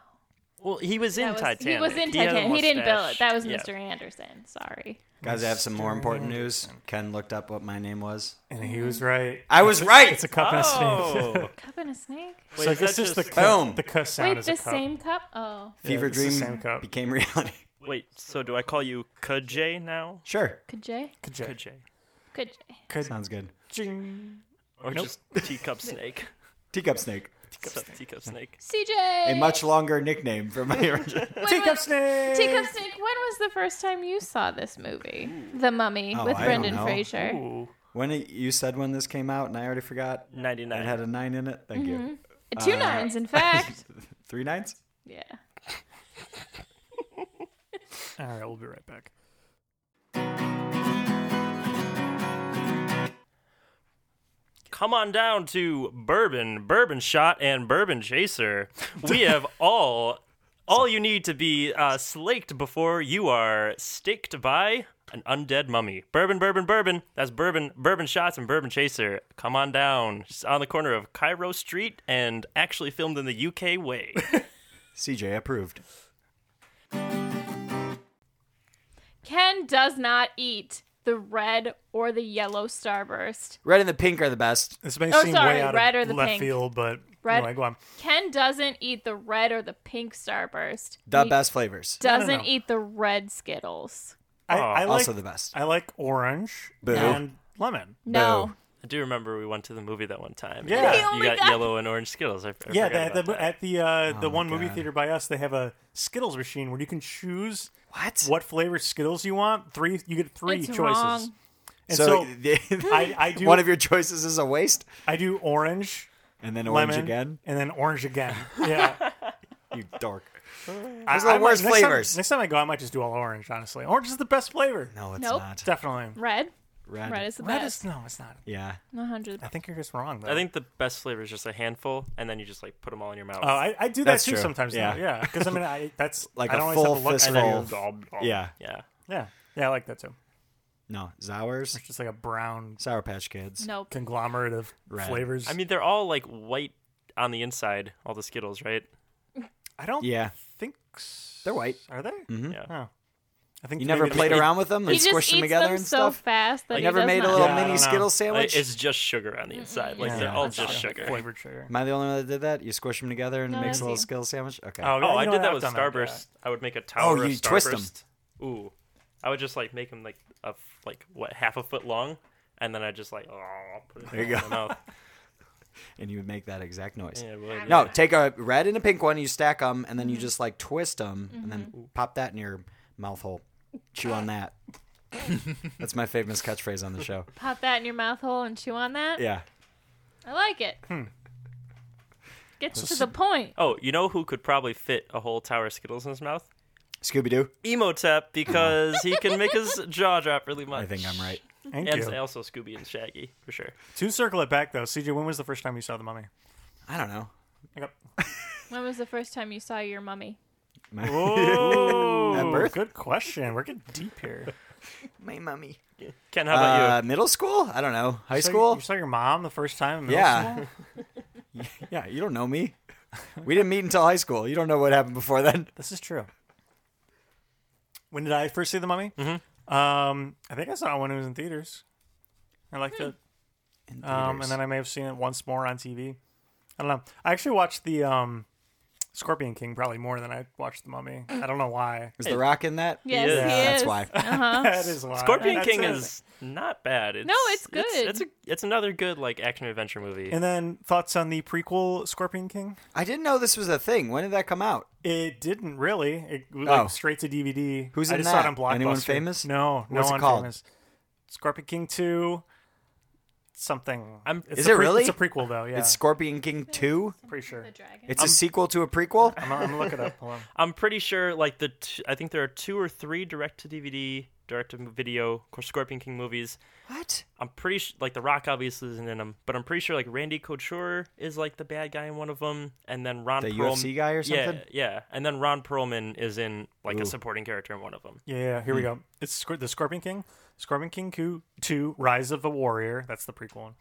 [SPEAKER 4] Well, he was in
[SPEAKER 6] That was,
[SPEAKER 4] Titanic.
[SPEAKER 6] he was in
[SPEAKER 4] had a
[SPEAKER 6] Titanic. He didn't build it.
[SPEAKER 4] mustache.
[SPEAKER 6] That was
[SPEAKER 4] Yeah.
[SPEAKER 6] Mr. Anderson. Sorry.
[SPEAKER 2] Guys, I have some more important news. Ken looked up what my name was.
[SPEAKER 1] And he was right.
[SPEAKER 2] I was right.
[SPEAKER 1] It's a cup and a <laughs> snake.
[SPEAKER 4] Mm. Oh.
[SPEAKER 6] Cup and a snake?
[SPEAKER 4] Wait,
[SPEAKER 1] so I
[SPEAKER 4] is
[SPEAKER 1] guess
[SPEAKER 4] that
[SPEAKER 1] just the
[SPEAKER 4] just-
[SPEAKER 1] cu-
[SPEAKER 2] Boom.
[SPEAKER 1] the cuss sound
[SPEAKER 6] Wait,
[SPEAKER 1] is a
[SPEAKER 6] the
[SPEAKER 1] cup.
[SPEAKER 6] same cup? Oh.
[SPEAKER 2] Fever
[SPEAKER 1] it's the
[SPEAKER 2] dream
[SPEAKER 1] same cup.
[SPEAKER 2] became <laughs> reality.
[SPEAKER 4] Wait, so do I call you Kajay now?
[SPEAKER 2] Sure.
[SPEAKER 6] Could Jay?
[SPEAKER 1] Could you-
[SPEAKER 4] Kajay.
[SPEAKER 6] Could Jay?
[SPEAKER 1] could-
[SPEAKER 2] Sounds good.
[SPEAKER 1] ching.
[SPEAKER 4] Or <laughs> just teacup snake.
[SPEAKER 2] Teacup snake.
[SPEAKER 4] So, <laughs> teacup snake.
[SPEAKER 6] CJ!
[SPEAKER 2] A much longer nickname for
[SPEAKER 6] <laughs>
[SPEAKER 2] my origin.
[SPEAKER 6] When
[SPEAKER 1] Teacup
[SPEAKER 6] was-
[SPEAKER 1] snake.
[SPEAKER 6] Teacup Snake, when was the first time you saw this movie? The Mummy
[SPEAKER 2] Oh,
[SPEAKER 6] with
[SPEAKER 2] I don't
[SPEAKER 6] Brendan
[SPEAKER 2] know.
[SPEAKER 6] Fraser.
[SPEAKER 1] Ooh.
[SPEAKER 2] When it, you said when this came out, and I already forgot.
[SPEAKER 4] Ninety
[SPEAKER 2] It
[SPEAKER 4] nine.
[SPEAKER 2] had a nine in it. Thank
[SPEAKER 6] Mm-hmm.
[SPEAKER 2] you.
[SPEAKER 6] Uh, Two nines, in fact.
[SPEAKER 2] Three nines.
[SPEAKER 6] yeah.
[SPEAKER 1] All right, we'll be right back.
[SPEAKER 4] Come on down to Bourbon, Bourbon Shot, and Bourbon Chaser. <laughs> We have all all you need to be uh, slaked before you are staked by an undead mummy. Bourbon, bourbon, bourbon. That's bourbon, bourbon shots, and bourbon chaser. Come on down. It's on the corner of Cairo Street and actually filmed in the UK <laughs> way.
[SPEAKER 2] CJ approved.
[SPEAKER 6] Ken does not eat the red or the yellow starburst.
[SPEAKER 2] Red and the pink are the best.
[SPEAKER 1] This may
[SPEAKER 6] Oh,
[SPEAKER 1] seem
[SPEAKER 6] sorry,
[SPEAKER 1] way out
[SPEAKER 6] red or
[SPEAKER 1] of
[SPEAKER 6] the
[SPEAKER 1] left
[SPEAKER 6] pink?
[SPEAKER 1] field, but
[SPEAKER 6] Red-
[SPEAKER 1] anyway, go on.
[SPEAKER 6] Ken doesn't eat the red or the pink starburst.
[SPEAKER 2] The
[SPEAKER 6] He
[SPEAKER 2] best flavors.
[SPEAKER 6] Doesn't
[SPEAKER 1] no.
[SPEAKER 6] eat the red Skittles.
[SPEAKER 1] I,
[SPEAKER 4] Oh.
[SPEAKER 1] I like,
[SPEAKER 2] also the best.
[SPEAKER 1] I like orange
[SPEAKER 2] Boo.
[SPEAKER 1] and lemon.
[SPEAKER 6] No.
[SPEAKER 2] Boo.
[SPEAKER 4] I do remember we went to the movie that one time.
[SPEAKER 1] Yeah.
[SPEAKER 4] you
[SPEAKER 6] Oh my
[SPEAKER 4] got
[SPEAKER 6] God.
[SPEAKER 4] yellow and orange Skittles. I, I
[SPEAKER 1] Yeah,
[SPEAKER 4] forgot
[SPEAKER 1] the,
[SPEAKER 4] about
[SPEAKER 1] the,
[SPEAKER 4] that.
[SPEAKER 1] at the uh, the one movie
[SPEAKER 2] Oh God.
[SPEAKER 1] theater by us, they have a Skittles machine where you can choose
[SPEAKER 2] What?
[SPEAKER 1] what flavor Skittles you want. Three, you get three
[SPEAKER 6] It's
[SPEAKER 1] choices.
[SPEAKER 6] wrong.
[SPEAKER 1] And
[SPEAKER 2] So, <laughs>
[SPEAKER 1] so, I,
[SPEAKER 2] I,
[SPEAKER 1] I do
[SPEAKER 2] one of your choices is a waste,
[SPEAKER 1] I do orange,
[SPEAKER 2] and then orange
[SPEAKER 1] lemon,
[SPEAKER 2] again.
[SPEAKER 1] and then orange
[SPEAKER 2] <laughs>
[SPEAKER 1] again. Yeah,
[SPEAKER 2] You dork.
[SPEAKER 1] I-
[SPEAKER 2] Those are the
[SPEAKER 1] I might-
[SPEAKER 2] worst
[SPEAKER 1] next time-
[SPEAKER 2] flavors.
[SPEAKER 1] next time I go, I might just do all orange. Honestly, orange is the best flavor.
[SPEAKER 2] No, it's
[SPEAKER 6] Nope.
[SPEAKER 2] not.
[SPEAKER 1] Definitely.
[SPEAKER 6] Red?
[SPEAKER 2] Red.
[SPEAKER 6] Red is the
[SPEAKER 1] Red
[SPEAKER 6] best.
[SPEAKER 1] is no, it's not.
[SPEAKER 2] yeah.
[SPEAKER 6] One hundred.
[SPEAKER 1] I think you're just wrong. Though.
[SPEAKER 4] I think the best flavor is just a handful, and then you just like put them all in your mouth.
[SPEAKER 1] Oh, I, I do that
[SPEAKER 2] That's
[SPEAKER 1] too
[SPEAKER 2] true.
[SPEAKER 1] sometimes.
[SPEAKER 2] Yeah.
[SPEAKER 1] Yeah, yeah. Because I mean, I
[SPEAKER 2] <laughs>
[SPEAKER 1] that's
[SPEAKER 2] Like
[SPEAKER 1] I
[SPEAKER 2] a
[SPEAKER 1] don't always
[SPEAKER 2] full
[SPEAKER 1] have to look
[SPEAKER 2] fistful.
[SPEAKER 1] and then
[SPEAKER 2] of-
[SPEAKER 1] go gob, gob.
[SPEAKER 2] Yeah.
[SPEAKER 4] yeah.
[SPEAKER 1] yeah, yeah. I like that too.
[SPEAKER 2] No. Zowers.
[SPEAKER 1] It's just like a brown
[SPEAKER 2] Sour Patch Kids.
[SPEAKER 6] Nope.
[SPEAKER 1] conglomerate of
[SPEAKER 2] Red.
[SPEAKER 1] flavors.
[SPEAKER 4] I mean, they're all like white on the inside, all the Skittles, right?
[SPEAKER 1] I don't
[SPEAKER 2] Yeah.
[SPEAKER 1] think s-
[SPEAKER 2] They're white.
[SPEAKER 1] Are they?
[SPEAKER 2] Mhm.
[SPEAKER 4] Yeah.
[SPEAKER 1] Oh. I think
[SPEAKER 2] You
[SPEAKER 1] maybe
[SPEAKER 2] never
[SPEAKER 1] they-
[SPEAKER 2] played around with them
[SPEAKER 6] He
[SPEAKER 2] and
[SPEAKER 6] just
[SPEAKER 2] squished
[SPEAKER 6] eats
[SPEAKER 2] them together
[SPEAKER 6] them
[SPEAKER 2] and
[SPEAKER 6] so
[SPEAKER 2] stuff.
[SPEAKER 6] fast that
[SPEAKER 4] Like,
[SPEAKER 6] he
[SPEAKER 2] Never
[SPEAKER 6] does
[SPEAKER 2] made a
[SPEAKER 6] not.
[SPEAKER 2] little
[SPEAKER 1] Yeah, I
[SPEAKER 2] mini
[SPEAKER 1] don't know.
[SPEAKER 2] Skittle
[SPEAKER 4] Like,
[SPEAKER 2] sandwich.
[SPEAKER 4] it's just sugar on the inside. Like
[SPEAKER 1] Yeah.
[SPEAKER 4] they're all
[SPEAKER 1] That's
[SPEAKER 4] just
[SPEAKER 1] not
[SPEAKER 4] sugar.
[SPEAKER 1] Flavored
[SPEAKER 2] <laughs>
[SPEAKER 1] sugar.
[SPEAKER 2] Am I the only one that did that? You squish them together and
[SPEAKER 6] No,
[SPEAKER 2] it makes
[SPEAKER 6] that's
[SPEAKER 2] a little
[SPEAKER 6] you.
[SPEAKER 2] Skittle sandwich. Okay.
[SPEAKER 1] yeah,
[SPEAKER 4] Oh, I
[SPEAKER 1] you know
[SPEAKER 4] did that
[SPEAKER 1] I've
[SPEAKER 4] with
[SPEAKER 1] done that,
[SPEAKER 4] Starburst.
[SPEAKER 1] yeah.
[SPEAKER 4] I would make a tower.
[SPEAKER 2] Oh, you
[SPEAKER 4] of
[SPEAKER 2] twist 'em.
[SPEAKER 4] Starburst. Ooh, I would just like make them like a f- like what half a foot long, and then I just like oh, I'll put it
[SPEAKER 2] There you
[SPEAKER 4] in
[SPEAKER 2] go.
[SPEAKER 4] my
[SPEAKER 1] <laughs>
[SPEAKER 4] mouth.
[SPEAKER 2] And you would make that exact noise.
[SPEAKER 4] Yeah, well,
[SPEAKER 2] No, take a red and a pink one, you stack them, and then
[SPEAKER 6] Mm-hmm.
[SPEAKER 2] you just like twist them, and then pop that in your mouth hole. Chew on
[SPEAKER 1] <laughs>
[SPEAKER 2] that. That's my famous catchphrase on the show.
[SPEAKER 6] Pop that in your mouth hole and chew on that.
[SPEAKER 2] Yeah.
[SPEAKER 6] I like it.
[SPEAKER 1] Hmm.
[SPEAKER 6] Gets to the point.
[SPEAKER 4] Oh, you know who could probably fit a whole tower of Skittles in his mouth?
[SPEAKER 2] Scooby Doo.
[SPEAKER 4] Emotep, because he can make his <laughs> jaw drop really much.
[SPEAKER 2] I think I'm right.
[SPEAKER 1] Thank
[SPEAKER 4] And
[SPEAKER 1] you.
[SPEAKER 4] also Scooby and Shaggy for sure.
[SPEAKER 1] To circle it back though, CJ, when was the first time you saw the mummy?
[SPEAKER 2] I don't know.
[SPEAKER 1] Yep.
[SPEAKER 6] When was the first time you saw your mummy?
[SPEAKER 1] Oh,
[SPEAKER 2] At birth?
[SPEAKER 1] good question. We're getting deep here.
[SPEAKER 2] <laughs> My mummy.
[SPEAKER 4] Ken, how about you?
[SPEAKER 2] uh, Middle school? I don't know. High
[SPEAKER 1] So you-
[SPEAKER 2] school?
[SPEAKER 1] You saw your mom the first time. In middle
[SPEAKER 2] Yeah.
[SPEAKER 1] school?
[SPEAKER 2] <laughs> yeah, you don't know me. We didn't meet until high school. You don't know what happened before then.
[SPEAKER 1] this is true. When did I first see the mummy? Mm-hmm. Um, I think I saw it when it was in theaters. I liked it. Um,
[SPEAKER 2] In Hmm. theaters.
[SPEAKER 1] and then I may have seen it once more on TV. I don't know. I actually watched the um, Scorpion King probably more than I watched the Mummy. I don't know why.
[SPEAKER 2] Is The Rock in that?
[SPEAKER 6] Yes,
[SPEAKER 4] is.
[SPEAKER 6] he
[SPEAKER 4] Yeah,
[SPEAKER 6] is.
[SPEAKER 2] Uh, That's why.
[SPEAKER 1] Uh-huh. <laughs> that is why.
[SPEAKER 4] Scorpion
[SPEAKER 1] That's
[SPEAKER 4] King
[SPEAKER 1] it.
[SPEAKER 4] is not bad. It's,
[SPEAKER 6] Uh, No, it's good.
[SPEAKER 4] It's, it's, a, it's another good like action adventure movie.
[SPEAKER 1] And then thoughts on the prequel Scorpion King?
[SPEAKER 2] I didn't know this was a thing. When did that come out?
[SPEAKER 1] It didn't really. It was like
[SPEAKER 2] Oh.
[SPEAKER 1] straight to DVD.
[SPEAKER 2] Who's
[SPEAKER 1] I
[SPEAKER 2] in
[SPEAKER 1] just saw it
[SPEAKER 2] that?
[SPEAKER 1] on Blockbuster.
[SPEAKER 2] Anyone famous?
[SPEAKER 1] No, no
[SPEAKER 2] What's it
[SPEAKER 1] one
[SPEAKER 2] called?
[SPEAKER 1] famous. Scorpion King two, something.
[SPEAKER 4] I'm-
[SPEAKER 1] It's
[SPEAKER 2] Is
[SPEAKER 1] a
[SPEAKER 2] it really?
[SPEAKER 1] It's a prequel though. Yeah,
[SPEAKER 2] It's Scorpion King 2?
[SPEAKER 1] pretty sure.
[SPEAKER 6] The dragon.
[SPEAKER 2] It's a sequel to a prequel?
[SPEAKER 1] I'm, I'm gonna look it up. Hold on.
[SPEAKER 2] <laughs>
[SPEAKER 4] I'm pretty sure like the t- I think there are two or three direct to DVD, direct to video Scorpion King movies.
[SPEAKER 2] What?
[SPEAKER 4] I'm pretty sh- like The Rock obviously isn't in them, but I'm pretty sure like Randy Couture is like the bad guy in one of them, and then Ron
[SPEAKER 2] The
[SPEAKER 4] Perlman,
[SPEAKER 2] UFC guy or
[SPEAKER 4] yeah,
[SPEAKER 2] something?
[SPEAKER 4] yeah, and then Ron Perlman is in like a supporting character in one of them.
[SPEAKER 1] Yeah, yeah,
[SPEAKER 2] Hmm.
[SPEAKER 1] here we go. It's Scor- the Scorpion King, Scorpion King Coo- 2, Rise of the Warrior. That's the prequel one.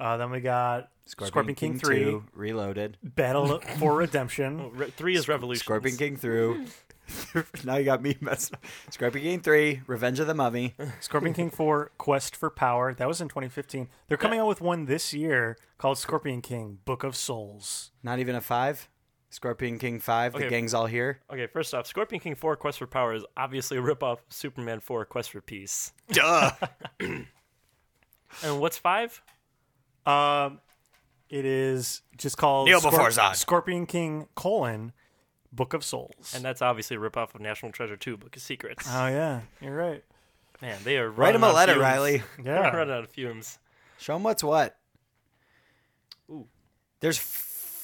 [SPEAKER 1] Uh, then we got Scorpion, King, 3,
[SPEAKER 2] 2, Reloaded.
[SPEAKER 1] Battle for Redemption.
[SPEAKER 4] Re- three is Revolution.
[SPEAKER 2] Scorpion King through. <laughs> now you got me messed up. Scorpion King 3, Revenge of the Mummy.
[SPEAKER 1] Scorpion King 4, Quest for Power. That was in 2015. They're coming out with one this year called Scorpion King, Book of Souls.
[SPEAKER 2] Not even a 5. Scorpion King 5,
[SPEAKER 4] Okay.
[SPEAKER 2] the gang's all here.
[SPEAKER 4] Okay, first off, Scorpion King 4 Quest for Power is obviously a ripoff of Superman 4 Quest for Peace. Duh. and what's 5?
[SPEAKER 1] Um, it is just called
[SPEAKER 2] Kneel before Zod.
[SPEAKER 1] Scorpion King, colon, Book of Souls. Uh,
[SPEAKER 4] And that's obviously a ripoff of National Treasure 2 Book of Secrets.
[SPEAKER 1] oh, yeah. You're right.
[SPEAKER 4] Man, they are
[SPEAKER 2] Write him
[SPEAKER 4] running
[SPEAKER 2] a
[SPEAKER 4] on
[SPEAKER 2] letter,
[SPEAKER 4] fumes. <laughs>
[SPEAKER 2] Riley.
[SPEAKER 1] Yeah.
[SPEAKER 4] running out of fumes.
[SPEAKER 2] Show him what's what.
[SPEAKER 4] Ooh.
[SPEAKER 2] There's f-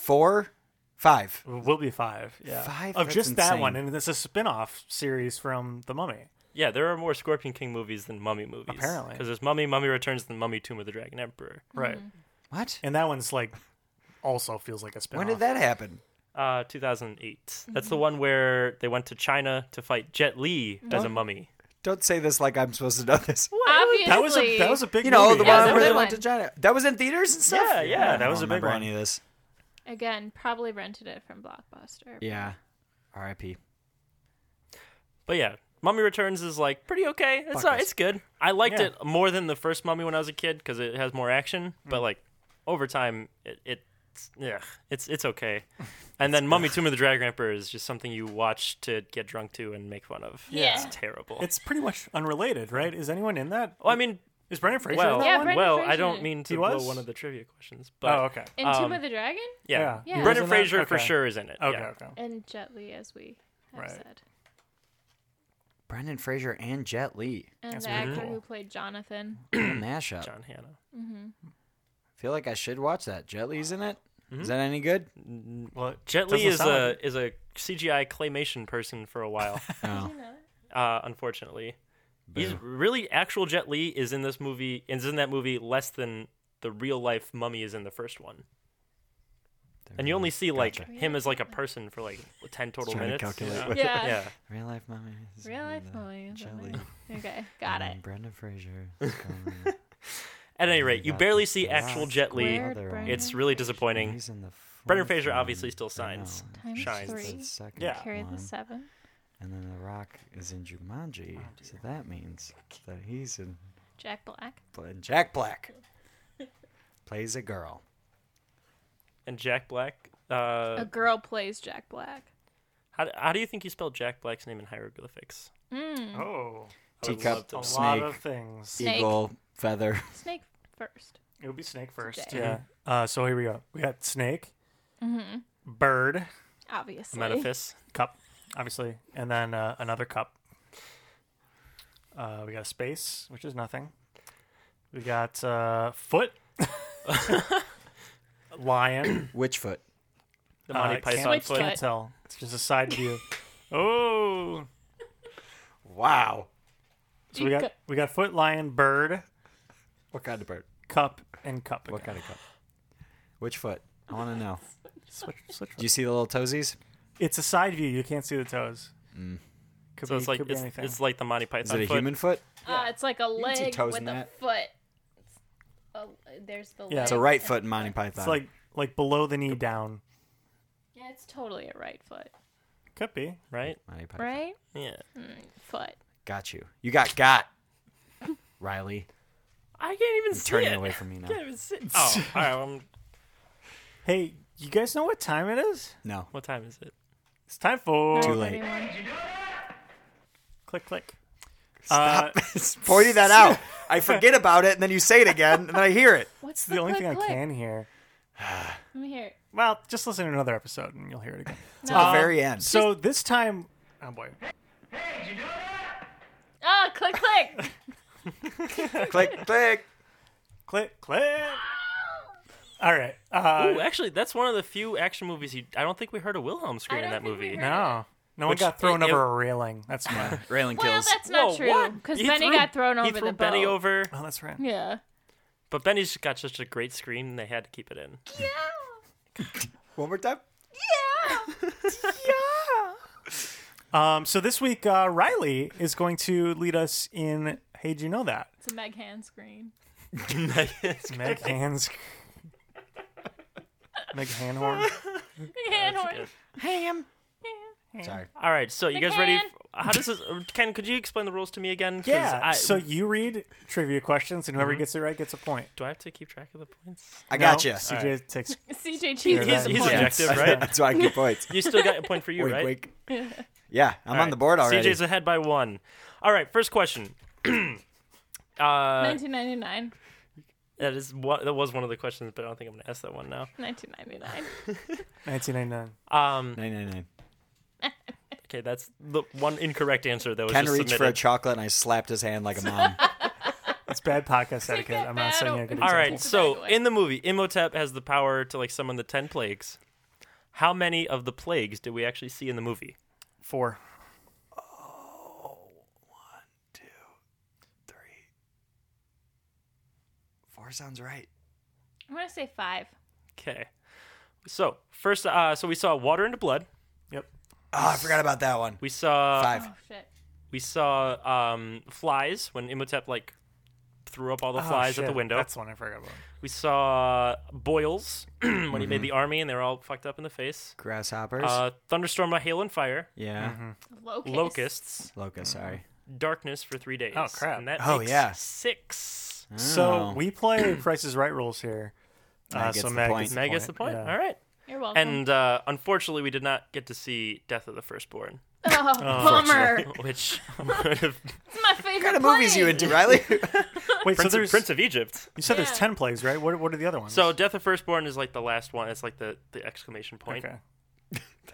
[SPEAKER 2] four, five.
[SPEAKER 1] Will be five. Yeah.
[SPEAKER 2] Five?
[SPEAKER 1] Of
[SPEAKER 2] That's
[SPEAKER 1] just that
[SPEAKER 2] insane.
[SPEAKER 1] one. And it's a spin off series from The Mummy.
[SPEAKER 4] Yeah, there are more Scorpion King movies than Mummy movies.
[SPEAKER 1] Apparently.
[SPEAKER 4] because there's Mummy, Mummy Returns, than Mummy Tomb of the Dragon Emperor.
[SPEAKER 1] Right.
[SPEAKER 2] What?
[SPEAKER 1] Mm-hmm. And that one's like also feels like a spin
[SPEAKER 2] When did that happen?
[SPEAKER 4] Uh, 2008. That's
[SPEAKER 2] Mm-hmm.
[SPEAKER 4] the one where they went to China to fight Jet Li
[SPEAKER 2] Mm-hmm.
[SPEAKER 4] as a mummy.
[SPEAKER 2] Don't say this like I'm supposed to know this.
[SPEAKER 6] Obviously,
[SPEAKER 1] That was a that was a big
[SPEAKER 2] You know,
[SPEAKER 1] movie.
[SPEAKER 2] the
[SPEAKER 6] Yeah,
[SPEAKER 2] one
[SPEAKER 6] that
[SPEAKER 2] where
[SPEAKER 6] was
[SPEAKER 2] they
[SPEAKER 6] a
[SPEAKER 2] went to
[SPEAKER 6] good
[SPEAKER 2] China. That was in theaters and stuff?
[SPEAKER 4] Yeah, yeah, that
[SPEAKER 1] was a
[SPEAKER 2] I don't
[SPEAKER 1] big
[SPEAKER 2] remember
[SPEAKER 1] one.
[SPEAKER 2] any of this.
[SPEAKER 6] again probably rented it from Blockbuster.
[SPEAKER 2] Yeah. R.I.P.
[SPEAKER 4] But yeah, Mummy Returns is like pretty okay. It's
[SPEAKER 2] Fuck
[SPEAKER 4] uh,
[SPEAKER 2] us.
[SPEAKER 4] it's good. I liked
[SPEAKER 1] Yeah.
[SPEAKER 4] it more than the first Mummy when I was a kid because it has more action.
[SPEAKER 1] Mm.
[SPEAKER 4] But like over time, it, it yeah, it's
[SPEAKER 1] <laughs>
[SPEAKER 4] it's okay. And then Mummy Tomb of the Dragon Emperor is just something you watch to get drunk to and make fun of.
[SPEAKER 6] Yeah.
[SPEAKER 4] it's terrible.
[SPEAKER 1] It's pretty much unrelated, right? Is anyone in that?
[SPEAKER 4] well, I mean,
[SPEAKER 1] Is Brendan Fraser in
[SPEAKER 4] well,
[SPEAKER 1] that
[SPEAKER 6] Yeah,
[SPEAKER 1] one?
[SPEAKER 6] Brendan
[SPEAKER 4] well,
[SPEAKER 6] Fraser.
[SPEAKER 4] I don't mean to
[SPEAKER 1] He
[SPEAKER 4] blow
[SPEAKER 1] was?
[SPEAKER 4] one of the trivia questions, but
[SPEAKER 1] oh, okay.
[SPEAKER 6] And
[SPEAKER 4] Um,
[SPEAKER 6] Tomb of the Dragon
[SPEAKER 4] yeah,
[SPEAKER 1] Yeah. He was
[SPEAKER 4] Brendan
[SPEAKER 1] in that?
[SPEAKER 4] Fraser for
[SPEAKER 1] Okay.
[SPEAKER 4] sure is in it.
[SPEAKER 1] Okay,
[SPEAKER 4] yeah.
[SPEAKER 1] okay.
[SPEAKER 6] and Jet Li, as we have
[SPEAKER 1] Right.
[SPEAKER 6] said,
[SPEAKER 2] Brendan Fraser and Jet Li.
[SPEAKER 6] and
[SPEAKER 1] That's
[SPEAKER 6] the
[SPEAKER 1] pretty
[SPEAKER 6] actor
[SPEAKER 1] cool.
[SPEAKER 6] who
[SPEAKER 2] <laughs>
[SPEAKER 6] played Jonathan.
[SPEAKER 2] What a
[SPEAKER 4] <clears throat>
[SPEAKER 2] mashup.
[SPEAKER 4] John Hannah.
[SPEAKER 2] feel like I should watch that. Jet Li's in it.
[SPEAKER 4] Mm-hmm.
[SPEAKER 2] Is that any
[SPEAKER 6] <laughs>
[SPEAKER 2] good?
[SPEAKER 1] Well,
[SPEAKER 4] Jet Li
[SPEAKER 1] doesn't
[SPEAKER 4] is
[SPEAKER 1] sound
[SPEAKER 4] a
[SPEAKER 1] like
[SPEAKER 4] is a CGI claymation person for a
[SPEAKER 1] <laughs>
[SPEAKER 4] while.
[SPEAKER 2] No.
[SPEAKER 4] uh, unfortunately. He's really actual Jet Li is in this movie is in that movie less than the real life mummy is in the first one. And you only see like
[SPEAKER 2] Mm, Gotcha.
[SPEAKER 4] him as like a person for like ten total
[SPEAKER 2] Trying to
[SPEAKER 4] minutes.
[SPEAKER 2] calculate
[SPEAKER 4] yeah.
[SPEAKER 2] what-
[SPEAKER 4] <laughs>
[SPEAKER 6] Yeah.
[SPEAKER 4] Yeah.
[SPEAKER 2] Real life mummies.
[SPEAKER 6] Real life
[SPEAKER 2] and, uh,
[SPEAKER 6] Molly. is
[SPEAKER 2] Jet
[SPEAKER 6] in
[SPEAKER 2] Li.
[SPEAKER 6] there. Okay, got it.
[SPEAKER 2] and Brendan Fraser.
[SPEAKER 4] <laughs> At any rate, you
[SPEAKER 2] got
[SPEAKER 4] barely
[SPEAKER 2] the
[SPEAKER 4] see
[SPEAKER 2] last
[SPEAKER 4] actual Jet Li.
[SPEAKER 6] Squared Brendan
[SPEAKER 4] It's really disappointing.
[SPEAKER 2] He's in the
[SPEAKER 4] Brendan
[SPEAKER 2] fourth
[SPEAKER 4] Fraser
[SPEAKER 2] one.
[SPEAKER 4] obviously still
[SPEAKER 2] I
[SPEAKER 4] signs,
[SPEAKER 2] know.
[SPEAKER 6] Times
[SPEAKER 4] shines.
[SPEAKER 2] It's
[SPEAKER 6] three.
[SPEAKER 2] the second
[SPEAKER 1] Yeah.
[SPEAKER 6] Carry the
[SPEAKER 2] one.
[SPEAKER 6] seven.
[SPEAKER 2] And then The Rock is in Jumanji, so that means that he's in.
[SPEAKER 6] Jack Black.
[SPEAKER 2] And
[SPEAKER 1] <laughs>
[SPEAKER 2] Jack Black plays a girl.
[SPEAKER 4] And Jack Black. Uh,
[SPEAKER 6] A girl plays Jack Black.
[SPEAKER 4] how, how do you think you spelled Jack Black's name in hieroglyphics?
[SPEAKER 1] Oh,
[SPEAKER 2] Teacup,
[SPEAKER 1] a lot
[SPEAKER 2] snake,
[SPEAKER 1] of things.
[SPEAKER 6] Snake.
[SPEAKER 2] eagle, feather. <laughs>
[SPEAKER 6] Snake first.
[SPEAKER 1] It would be snake first.
[SPEAKER 6] Jay.
[SPEAKER 1] Yeah. Uh, so here we go. We got snake, bird,
[SPEAKER 6] Obviously.
[SPEAKER 4] Metaphys.
[SPEAKER 1] cup, obviously, and then uh, another cup. Uh, we got a space, which is nothing. We got uh,
[SPEAKER 4] <laughs>
[SPEAKER 1] foot, lion.
[SPEAKER 2] Which foot?
[SPEAKER 4] The Monty
[SPEAKER 1] Uh,
[SPEAKER 4] Python
[SPEAKER 1] can't,
[SPEAKER 6] Switch
[SPEAKER 4] foot.
[SPEAKER 6] foot.
[SPEAKER 1] can't tell. It's just a side
[SPEAKER 4] <laughs>
[SPEAKER 1] view. oh,
[SPEAKER 2] Wow.
[SPEAKER 6] <laughs>
[SPEAKER 1] so we got
[SPEAKER 6] Teacup.
[SPEAKER 1] we got foot, lion, bird,
[SPEAKER 2] What kind of bird?
[SPEAKER 1] cup, and cup.
[SPEAKER 2] What
[SPEAKER 1] again.
[SPEAKER 2] kind of
[SPEAKER 1] <sighs>
[SPEAKER 2] cup? Which foot? I want to
[SPEAKER 1] <laughs>
[SPEAKER 2] know.
[SPEAKER 1] Switch, switch.
[SPEAKER 2] Do you see the little toesies?
[SPEAKER 1] It's a side view. You can't see the toes. Could
[SPEAKER 4] So
[SPEAKER 1] be,
[SPEAKER 4] it's like
[SPEAKER 1] could be
[SPEAKER 4] it's,
[SPEAKER 1] anything.
[SPEAKER 4] it's like the Monty
[SPEAKER 2] Is
[SPEAKER 4] Python
[SPEAKER 2] it a
[SPEAKER 4] foot.
[SPEAKER 2] human foot?
[SPEAKER 6] Uh, it's like a
[SPEAKER 2] can see
[SPEAKER 6] leg
[SPEAKER 2] toes
[SPEAKER 6] with
[SPEAKER 2] in
[SPEAKER 6] a
[SPEAKER 2] that.
[SPEAKER 6] foot. It's a, there's the
[SPEAKER 1] Yeah.
[SPEAKER 6] leg.
[SPEAKER 1] It's
[SPEAKER 2] It's a right
[SPEAKER 6] and-
[SPEAKER 2] foot in Monty Python.
[SPEAKER 1] it's like like below the knee down.
[SPEAKER 6] Yeah, it's totally a right foot.
[SPEAKER 1] Could be.
[SPEAKER 4] right?
[SPEAKER 2] Monty Python.
[SPEAKER 6] Right
[SPEAKER 4] Yeah.
[SPEAKER 6] foot.
[SPEAKER 2] Got you. You got
[SPEAKER 6] <laughs>
[SPEAKER 2] got. Riley,
[SPEAKER 4] I can't even
[SPEAKER 2] I'm
[SPEAKER 4] see
[SPEAKER 2] turning
[SPEAKER 4] it.
[SPEAKER 2] away from me now.
[SPEAKER 4] can't even see.
[SPEAKER 2] <laughs>
[SPEAKER 4] Oh, all right. Well,
[SPEAKER 1] Hey, you guys know what time it is?
[SPEAKER 2] No.
[SPEAKER 4] what time is it?
[SPEAKER 1] It's time for
[SPEAKER 2] Too late.
[SPEAKER 1] click click. Uh,
[SPEAKER 2] Stop <laughs> pointing
[SPEAKER 1] <laughs>
[SPEAKER 2] that out. I forget about it, and then you say it again, and then I hear it.
[SPEAKER 6] What's
[SPEAKER 1] It's the only thing I can hear.
[SPEAKER 6] Let me hear. it.
[SPEAKER 1] Well, just listen to another episode and you'll hear it
[SPEAKER 4] <laughs>
[SPEAKER 1] again.
[SPEAKER 6] No.
[SPEAKER 4] Uh,
[SPEAKER 2] At the very end.
[SPEAKER 1] So this time, oh boy,
[SPEAKER 6] Ah, click, click.
[SPEAKER 2] click, click.
[SPEAKER 1] click click. All right. Uh,
[SPEAKER 4] Ooh, actually, that's one of the few action movies you. I don't think we heard a Wilhelm scream in
[SPEAKER 6] I don't
[SPEAKER 4] that
[SPEAKER 6] think we
[SPEAKER 4] movie.
[SPEAKER 6] heard-
[SPEAKER 1] no, no one
[SPEAKER 4] Which-
[SPEAKER 1] got thrown
[SPEAKER 4] it-
[SPEAKER 1] over a railing. That's my.
[SPEAKER 2] Railing
[SPEAKER 6] well,
[SPEAKER 2] kills.
[SPEAKER 6] that's not
[SPEAKER 4] Whoa,
[SPEAKER 6] true.
[SPEAKER 4] what?
[SPEAKER 6] Because
[SPEAKER 4] He
[SPEAKER 6] Benny
[SPEAKER 4] threw-
[SPEAKER 6] got thrown over
[SPEAKER 4] he threw
[SPEAKER 6] the
[SPEAKER 4] Benny
[SPEAKER 6] boat.
[SPEAKER 4] over,
[SPEAKER 1] oh, that's right.
[SPEAKER 6] Yeah.
[SPEAKER 4] but Benny's got such a great scream they had to keep it in.
[SPEAKER 6] Yeah.
[SPEAKER 2] One more time.
[SPEAKER 6] Yeah.
[SPEAKER 1] Um, so this week, uh, Riley is going to lead us in. Hey, do you know that?
[SPEAKER 6] It's a Meg
[SPEAKER 2] <laughs>
[SPEAKER 6] hand screen.
[SPEAKER 1] Meg hands. Meg Hanhorn.
[SPEAKER 6] Hand horn.
[SPEAKER 2] Ham. Sorry.
[SPEAKER 4] All right, so you
[SPEAKER 6] The
[SPEAKER 4] guys ready?
[SPEAKER 6] can.
[SPEAKER 4] How does this? uh, Ken, could you explain the rules to me again? 'Cause
[SPEAKER 1] Yeah.
[SPEAKER 4] I,
[SPEAKER 1] uh, so you read trivia questions, and whoever gets it right gets a point.
[SPEAKER 4] do I have to keep track of the points?
[SPEAKER 2] I got
[SPEAKER 1] No,
[SPEAKER 2] you. <laughs>
[SPEAKER 1] CJ takes.
[SPEAKER 6] CJ cheated.
[SPEAKER 4] He's, he's
[SPEAKER 1] Yeah.
[SPEAKER 4] objective, right?
[SPEAKER 2] That's why I get points.
[SPEAKER 4] You still got a point for <laughs> you,
[SPEAKER 2] Wink,
[SPEAKER 4] right?
[SPEAKER 6] <laughs>
[SPEAKER 2] wink. Yeah, I'm
[SPEAKER 4] All
[SPEAKER 2] on the
[SPEAKER 4] right,
[SPEAKER 2] board already.
[SPEAKER 4] CJ's ahead by one. All right, first question. <clears throat> uh,
[SPEAKER 6] 1999.
[SPEAKER 4] that is one, that was one of the questions, but I don't think I'm going to ask that one now.
[SPEAKER 6] 1999.
[SPEAKER 1] 1999.
[SPEAKER 4] Um,
[SPEAKER 2] 999.
[SPEAKER 4] Okay, that's the one incorrect answer that was
[SPEAKER 2] Ken
[SPEAKER 4] just
[SPEAKER 2] reached
[SPEAKER 4] submitted.
[SPEAKER 2] for a chocolate and I slapped his hand like a
[SPEAKER 4] <laughs>
[SPEAKER 2] mom.
[SPEAKER 1] It's bad podcast etiquette.
[SPEAKER 6] that
[SPEAKER 1] I'm not saying
[SPEAKER 6] bad
[SPEAKER 1] you're good.
[SPEAKER 6] open.
[SPEAKER 1] example.
[SPEAKER 4] All right,
[SPEAKER 6] Example.
[SPEAKER 4] so
[SPEAKER 6] Exactly.
[SPEAKER 4] in the movie, Imhotep has the power to like summon the ten plagues. How many of the plagues did we actually see in the movie?
[SPEAKER 1] Four.
[SPEAKER 2] Three. Four sounds right.
[SPEAKER 6] I'm gonna say five.
[SPEAKER 4] Okay, so first, uh, so we saw water into blood.
[SPEAKER 1] Yep.
[SPEAKER 2] Oh, I forgot about that one.
[SPEAKER 4] We saw
[SPEAKER 2] Five.
[SPEAKER 6] Oh shit.
[SPEAKER 4] we saw um, flies when Imhotep like threw up all the
[SPEAKER 1] Oh,
[SPEAKER 4] flies at the
[SPEAKER 1] shit.
[SPEAKER 4] window.
[SPEAKER 1] That's the one I forgot about.
[SPEAKER 4] We saw boils <clears throat> when he
[SPEAKER 1] Mm-hmm.
[SPEAKER 4] made the army, and they were all fucked up in the face.
[SPEAKER 2] Grasshoppers.
[SPEAKER 4] Uh, mm-hmm. thunderstorm of hail and fire,
[SPEAKER 2] yeah.
[SPEAKER 6] Locust.
[SPEAKER 4] locusts,
[SPEAKER 2] Locust, sorry.
[SPEAKER 4] darkness for three days.
[SPEAKER 1] Oh, crap.
[SPEAKER 4] And that
[SPEAKER 2] Oh,
[SPEAKER 4] makes
[SPEAKER 2] yeah.
[SPEAKER 4] six.
[SPEAKER 1] So
[SPEAKER 2] Oh.
[SPEAKER 1] we play <clears throat> Price is Right rules here.
[SPEAKER 2] Meg
[SPEAKER 1] Uh,
[SPEAKER 2] gets
[SPEAKER 1] so
[SPEAKER 2] the
[SPEAKER 1] Meg
[SPEAKER 2] point.
[SPEAKER 1] gets-
[SPEAKER 4] Meg gets the point.
[SPEAKER 1] yeah.
[SPEAKER 4] All right.
[SPEAKER 6] You're welcome.
[SPEAKER 4] And uh, unfortunately, we did not get to see Death of the Firstborn,
[SPEAKER 6] <laughs> oh, bummer.
[SPEAKER 2] <laughs>
[SPEAKER 4] <laughs>
[SPEAKER 6] It's
[SPEAKER 4] which would have
[SPEAKER 6] my favorite.
[SPEAKER 2] What kind of movies you
[SPEAKER 6] play.
[SPEAKER 2] into, Riley? <laughs>
[SPEAKER 1] Wait,
[SPEAKER 4] Prince,
[SPEAKER 1] so
[SPEAKER 4] of,
[SPEAKER 1] there's
[SPEAKER 4] Prince of Egypt.
[SPEAKER 1] you said
[SPEAKER 6] Yeah.
[SPEAKER 1] there's ten plays, right? What what are the other ones?
[SPEAKER 4] So Death of Firstborn is like the last one. It's like the, the exclamation point.
[SPEAKER 1] okay.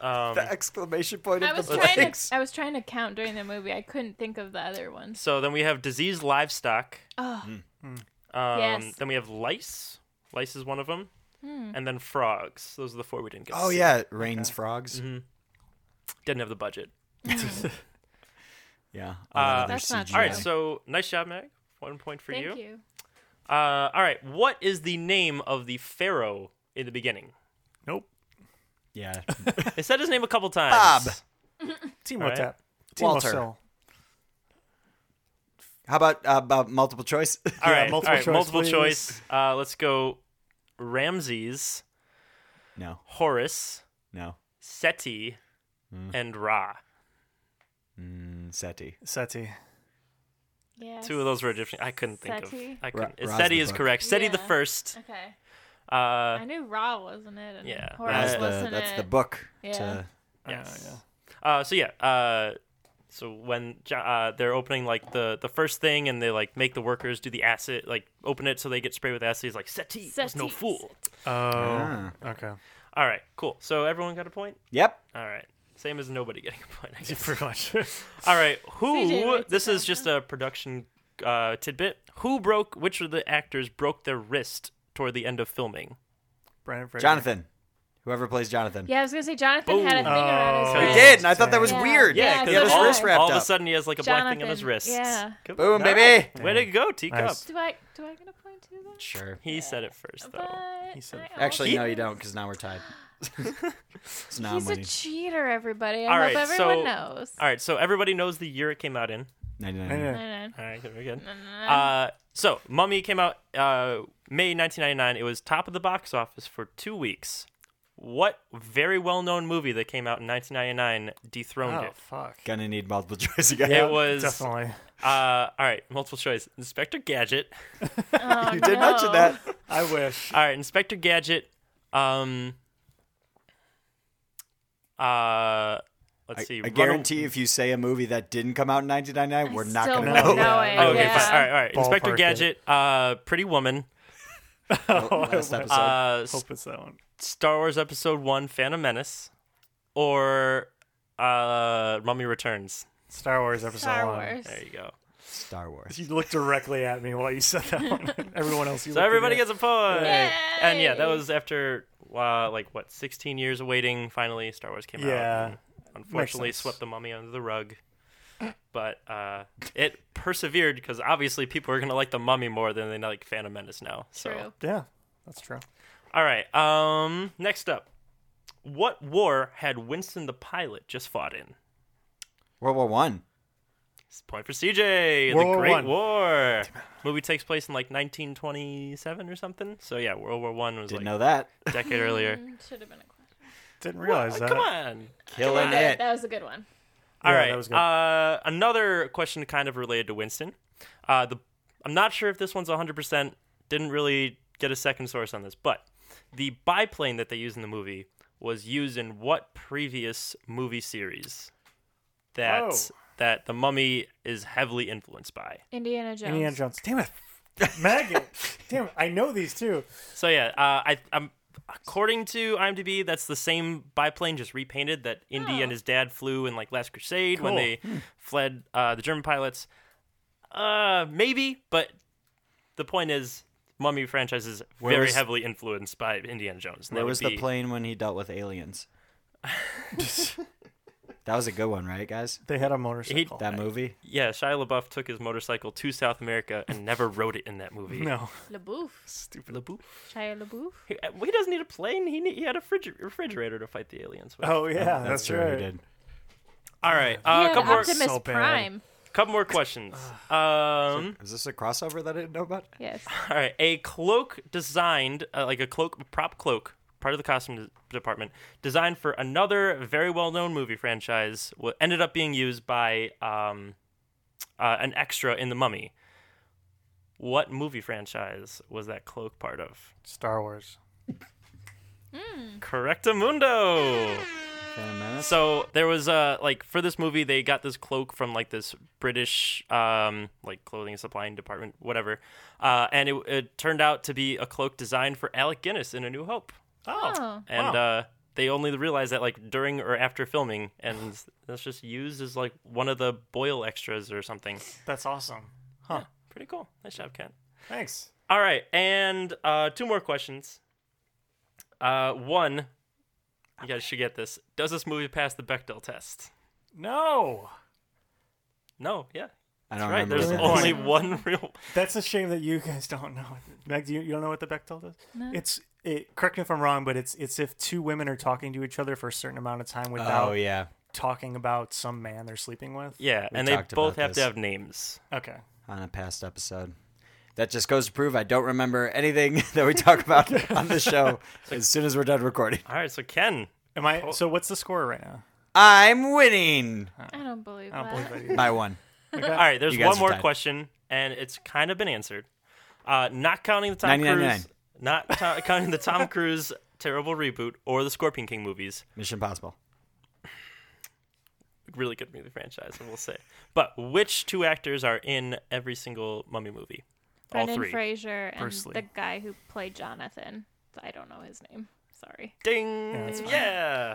[SPEAKER 4] Um,
[SPEAKER 2] the exclamation point
[SPEAKER 6] I
[SPEAKER 2] of
[SPEAKER 6] was
[SPEAKER 2] the
[SPEAKER 6] trying
[SPEAKER 2] legs.
[SPEAKER 4] <laughs>
[SPEAKER 6] to. I was trying to count during the movie. I couldn't think of the other ones.
[SPEAKER 4] so then we have diseased livestock.
[SPEAKER 6] Oh,
[SPEAKER 2] Hmm.
[SPEAKER 4] Um,
[SPEAKER 6] Yes.
[SPEAKER 4] Then we have lice. Lice is one of them. And then frogs. Those are the four we didn't get. to
[SPEAKER 2] Hmm. Oh
[SPEAKER 4] see.
[SPEAKER 2] yeah, rains frogs.
[SPEAKER 4] Mm-hmm. Didn't have the budget.
[SPEAKER 2] Hmm. Yeah.
[SPEAKER 4] Uh,
[SPEAKER 2] there's
[SPEAKER 6] That's not
[SPEAKER 2] CGI.
[SPEAKER 4] <laughs> All right. So nice job, Meg. One point for
[SPEAKER 6] thank
[SPEAKER 4] you.
[SPEAKER 6] you.
[SPEAKER 4] Uh, all right. What is the name of the pharaoh in the beginning?
[SPEAKER 1] Nope.
[SPEAKER 2] yeah.
[SPEAKER 4] They said his name a couple times.
[SPEAKER 2] Bob.
[SPEAKER 1] Team
[SPEAKER 4] All right.
[SPEAKER 1] Tap.
[SPEAKER 2] Walter. How about uh, about multiple choice? <laughs>
[SPEAKER 4] All
[SPEAKER 1] Yeah,
[SPEAKER 4] right,
[SPEAKER 1] multiple
[SPEAKER 4] all right,
[SPEAKER 1] choice,
[SPEAKER 4] multiple
[SPEAKER 1] please.
[SPEAKER 4] choice. Uh, let's go. Ramses,
[SPEAKER 2] no,
[SPEAKER 4] Horus,
[SPEAKER 2] no.
[SPEAKER 4] Seti,
[SPEAKER 2] Hmm.
[SPEAKER 4] and Ra.
[SPEAKER 2] Mm, Seti.
[SPEAKER 1] Seti.
[SPEAKER 6] Yes.
[SPEAKER 4] Two of those were Egyptian. I couldn't think
[SPEAKER 6] Seti?
[SPEAKER 4] of. I
[SPEAKER 2] Ra-
[SPEAKER 4] couldn't.
[SPEAKER 2] Ra's
[SPEAKER 4] Seti
[SPEAKER 2] the
[SPEAKER 4] is
[SPEAKER 2] book.
[SPEAKER 4] correct. Seti the
[SPEAKER 6] Yeah.
[SPEAKER 4] first.
[SPEAKER 6] Okay.
[SPEAKER 4] Uh,
[SPEAKER 6] I knew Ra wasn't it. And
[SPEAKER 4] yeah.
[SPEAKER 6] Horus
[SPEAKER 2] That's
[SPEAKER 4] That's
[SPEAKER 2] the
[SPEAKER 6] wasn't
[SPEAKER 2] that's
[SPEAKER 6] it.
[SPEAKER 2] the book.
[SPEAKER 6] Yeah.
[SPEAKER 2] To,
[SPEAKER 4] Yes.
[SPEAKER 1] yeah.
[SPEAKER 4] Uh, so yeah. Uh, so when Jo- uh, they're opening like the the first thing, and they like make the workers do the acid, like open it so they get sprayed with acid. He's like Seti, was no
[SPEAKER 6] Seti,
[SPEAKER 4] fool.
[SPEAKER 1] Oh.
[SPEAKER 2] Ah.
[SPEAKER 1] Okay.
[SPEAKER 4] All right, cool. So everyone got a point.
[SPEAKER 2] Yep.
[SPEAKER 4] All right, same as nobody getting a point.
[SPEAKER 1] <laughs>
[SPEAKER 4] I guess.
[SPEAKER 1] <laughs> Pretty much.
[SPEAKER 4] All right,
[SPEAKER 6] CJ
[SPEAKER 4] who?
[SPEAKER 6] writes
[SPEAKER 4] This
[SPEAKER 6] it
[SPEAKER 4] is
[SPEAKER 6] down.
[SPEAKER 4] just a production uh, tidbit. Who broke? Which of the actors broke their wrist toward the end of filming?
[SPEAKER 1] Brandon Fraser.
[SPEAKER 2] Jonathan. Whoever plays Jonathan.
[SPEAKER 6] Yeah, I was gonna say Jonathan had a
[SPEAKER 4] Boom.
[SPEAKER 6] thing around his
[SPEAKER 2] He
[SPEAKER 4] Oh. He
[SPEAKER 6] wrist.
[SPEAKER 2] did, and I thought that was
[SPEAKER 6] Yeah.
[SPEAKER 2] weird. he
[SPEAKER 6] Yeah, because
[SPEAKER 2] had his
[SPEAKER 4] all,
[SPEAKER 2] wrist wrapped
[SPEAKER 4] all of
[SPEAKER 2] up.
[SPEAKER 4] a sudden he has like a black thing on his
[SPEAKER 6] Jonathan,
[SPEAKER 4] wrist.
[SPEAKER 6] yeah.
[SPEAKER 4] Come
[SPEAKER 2] Boom,
[SPEAKER 4] on.
[SPEAKER 2] baby.
[SPEAKER 4] Way to go, teacup.
[SPEAKER 1] Nice.
[SPEAKER 6] Do I do I get a point too? Though?
[SPEAKER 2] Sure.
[SPEAKER 4] He said it first though.
[SPEAKER 6] But
[SPEAKER 1] He said-
[SPEAKER 6] I
[SPEAKER 2] Actually,
[SPEAKER 6] also-
[SPEAKER 2] no, you don't, because now we're
[SPEAKER 4] <laughs>
[SPEAKER 2] tied. it's not
[SPEAKER 6] He's a
[SPEAKER 2] money.
[SPEAKER 6] cheater, everybody. I
[SPEAKER 4] All
[SPEAKER 6] hope
[SPEAKER 4] right, so-
[SPEAKER 6] everyone knows.
[SPEAKER 4] All right, so everybody knows the year it came out in.
[SPEAKER 1] Yeah, yeah.
[SPEAKER 6] I know.
[SPEAKER 4] All right, very good.
[SPEAKER 6] Uh,
[SPEAKER 4] Uh, so Mummy came out uh, May 1999. It was top of the box office for two weeks. What very well-known movie that came out in 1999 dethroned
[SPEAKER 1] Oh
[SPEAKER 4] it?
[SPEAKER 1] fuck.
[SPEAKER 2] Gonna need multiple <laughs> choice again.
[SPEAKER 4] It was
[SPEAKER 1] Definitely.
[SPEAKER 4] Uh, all right, multiple choice. Inspector Gadget.
[SPEAKER 6] oh,
[SPEAKER 2] you did
[SPEAKER 6] no.
[SPEAKER 2] mention that.
[SPEAKER 4] <laughs>
[SPEAKER 1] I <laughs> wish.
[SPEAKER 4] All right, Inspector Gadget. Um. Uh, let's
[SPEAKER 2] I,
[SPEAKER 4] see.
[SPEAKER 2] I
[SPEAKER 4] Run-
[SPEAKER 2] guarantee if you say a movie that didn't come out in 1999, we're not
[SPEAKER 6] still
[SPEAKER 2] gonna
[SPEAKER 6] won't
[SPEAKER 2] know.
[SPEAKER 6] know it.
[SPEAKER 1] Yeah.
[SPEAKER 4] Oh, <laughs> okay,
[SPEAKER 6] yeah.
[SPEAKER 4] fine. All right, all right. Inspector
[SPEAKER 1] Ballpark it.
[SPEAKER 4] Gadget. Uh, Pretty Woman.
[SPEAKER 2] <laughs> Last episode.
[SPEAKER 4] Uh, S-
[SPEAKER 1] Oh, Hope it's that one.
[SPEAKER 4] Star Wars Episode One: Phantom Menace, or uh, Mummy Returns.
[SPEAKER 1] Star Wars episode
[SPEAKER 6] Star
[SPEAKER 1] one.
[SPEAKER 6] Wars.
[SPEAKER 4] There you go.
[SPEAKER 2] Star Wars.
[SPEAKER 1] You looked directly at me while you said that
[SPEAKER 6] <laughs>
[SPEAKER 1] one. Everyone else. You
[SPEAKER 4] So
[SPEAKER 1] looked
[SPEAKER 4] everybody
[SPEAKER 1] at.
[SPEAKER 4] gets a point.
[SPEAKER 6] Yay!
[SPEAKER 4] And yeah, that was after uh, like what 16 years of waiting. Finally, Star Wars came
[SPEAKER 1] Yeah.
[SPEAKER 4] out. and Unfortunately,
[SPEAKER 1] sense.
[SPEAKER 4] swept the mummy under the rug. <clears throat> But uh, it persevered because obviously people are gonna like the mummy more than they like Phantom Menace now. So
[SPEAKER 6] True.
[SPEAKER 1] Yeah, that's true.
[SPEAKER 4] all right. Um, next up, what war had Winston the pilot just fought in?
[SPEAKER 2] World War One.
[SPEAKER 4] It's a point for CJ.
[SPEAKER 1] World
[SPEAKER 4] the
[SPEAKER 1] War
[SPEAKER 4] Great
[SPEAKER 1] One.
[SPEAKER 4] War. Movie takes place in like 1927 or something. So yeah, World War One was
[SPEAKER 2] Didn't
[SPEAKER 4] like
[SPEAKER 2] know that.
[SPEAKER 4] a decade earlier.
[SPEAKER 6] Should have been a question.
[SPEAKER 1] Didn't realize that.
[SPEAKER 4] Come on.
[SPEAKER 2] Killing
[SPEAKER 6] That,
[SPEAKER 2] it.
[SPEAKER 6] that was a good one.
[SPEAKER 4] All
[SPEAKER 1] Yeah,
[SPEAKER 4] right.
[SPEAKER 1] that was good.
[SPEAKER 4] Uh, another question kind of related to Winston. Uh, the I'm not sure if this one's 100%. Didn't really get a second source on this, but the biplane that they use in the movie was used in what previous movie series that
[SPEAKER 1] Oh.
[SPEAKER 4] that the mummy is heavily influenced by?
[SPEAKER 6] Indiana Jones.
[SPEAKER 1] Indiana Jones. Damn it, Maggot. Damn it. I know these two.
[SPEAKER 4] So yeah, uh, I I'm according to IMDb, that's the same biplane just repainted that Indy
[SPEAKER 6] Oh.
[SPEAKER 4] and his dad flew in like Last Crusade when
[SPEAKER 1] Cool.
[SPEAKER 4] they fled uh, the German pilots. Uh, maybe, but the point is, Mummy franchise is
[SPEAKER 2] Where
[SPEAKER 4] very
[SPEAKER 2] was-
[SPEAKER 4] heavily influenced by Indiana Jones. and that
[SPEAKER 2] Where
[SPEAKER 4] would
[SPEAKER 2] was
[SPEAKER 4] be-
[SPEAKER 2] the plane when he dealt with aliens? that was a good one, right, guys?
[SPEAKER 1] They had a motorcycle.
[SPEAKER 2] That movie.
[SPEAKER 4] Yeah, Shia LaBeouf took his motorcycle to South America and never rode it in that
[SPEAKER 1] <laughs>
[SPEAKER 4] movie.
[SPEAKER 1] no.
[SPEAKER 6] LaBouf.
[SPEAKER 4] Stupid LaBeouf.
[SPEAKER 6] Shia LaBouf.
[SPEAKER 4] He, uh, he doesn't need a plane. He need, he had a fridge, refrigerator to fight the aliens with.
[SPEAKER 1] Oh yeah, that's,
[SPEAKER 2] true.
[SPEAKER 1] right.
[SPEAKER 2] He did.
[SPEAKER 4] All right.
[SPEAKER 6] Yeah,
[SPEAKER 4] Uh,
[SPEAKER 6] and
[SPEAKER 4] couple, more,
[SPEAKER 6] Optimus
[SPEAKER 1] So bad.
[SPEAKER 6] Prime.
[SPEAKER 4] couple more <sighs> questions. Um,
[SPEAKER 2] Is this a crossover that I didn't know about?
[SPEAKER 6] Yes.
[SPEAKER 4] all right. A cloak designed, uh, like a cloak, a prop cloak, part of the costume de- department, designed for another very well known movie franchise, wa- ended up being used by um, uh, an extra in The Mummy. What movie franchise was that cloak part of?
[SPEAKER 1] Star Wars.
[SPEAKER 4] Correctamundo.
[SPEAKER 2] Phantom Menace?
[SPEAKER 4] So there was uh like for this movie they got this cloak from like this British um like clothing supply and department whatever, uh and it, it turned out to be a cloak designed for Alec Guinness in A New Hope,
[SPEAKER 6] Oh.
[SPEAKER 4] and uh they only realized that like during or after filming, and that's just used as like one of the boil extras or something.
[SPEAKER 1] That's awesome. Huh.
[SPEAKER 4] Pretty cool. Nice job, Ken.
[SPEAKER 1] Thanks.
[SPEAKER 4] All right, and uh, two more questions. Uh, one, you guys should get this. Does this movie pass the Bechdel test?
[SPEAKER 1] No.
[SPEAKER 4] No, yeah,
[SPEAKER 2] I don't
[SPEAKER 4] right.
[SPEAKER 2] remember.
[SPEAKER 4] There's
[SPEAKER 1] that.
[SPEAKER 2] that.
[SPEAKER 4] only one real.
[SPEAKER 1] That's a shame that you guys don't know. it. Meg, do you, you don't know what the Bechdel does?
[SPEAKER 6] No.
[SPEAKER 1] It's it. Correct me if I'm wrong, but it's it's if two women are talking to each other for a certain amount of time without
[SPEAKER 2] Oh yeah.
[SPEAKER 1] talking about some man they're sleeping with.
[SPEAKER 4] Yeah,
[SPEAKER 2] We
[SPEAKER 4] and they
[SPEAKER 2] talked
[SPEAKER 4] both
[SPEAKER 2] about
[SPEAKER 4] have to
[SPEAKER 2] this.
[SPEAKER 4] have names.
[SPEAKER 1] Okay.
[SPEAKER 2] on a past episode. That just goes to prove I don't remember anything <laughs> that we talk about on the show as soon as we're done recording.
[SPEAKER 4] All right, so Ken,
[SPEAKER 1] Am I? So what's the score right now?
[SPEAKER 2] I'm winning
[SPEAKER 6] I don't believe
[SPEAKER 1] Oh. I don't
[SPEAKER 6] that.
[SPEAKER 1] believe
[SPEAKER 4] <laughs>
[SPEAKER 1] that. Either.
[SPEAKER 2] by one.
[SPEAKER 1] Uh,
[SPEAKER 4] all right. There's
[SPEAKER 2] You guys
[SPEAKER 4] one
[SPEAKER 2] are
[SPEAKER 4] more
[SPEAKER 2] tied.
[SPEAKER 4] question, and it's kind of been answered. Uh, not counting the Tom
[SPEAKER 2] 99.
[SPEAKER 4] Cruise, not to- <laughs> counting the Tom Cruise terrible reboot or the Scorpion King movies.
[SPEAKER 2] Mission Possible.
[SPEAKER 4] Really good movie franchise, I will say. But which two actors are in every single Mummy movie? All
[SPEAKER 6] Brendan
[SPEAKER 4] three.
[SPEAKER 6] Fraser and
[SPEAKER 1] Bruce Lee.
[SPEAKER 6] the guy who played Jonathan. I don't know his name. Sorry.
[SPEAKER 4] Ding!
[SPEAKER 1] Yeah, that's fine.
[SPEAKER 4] yeah.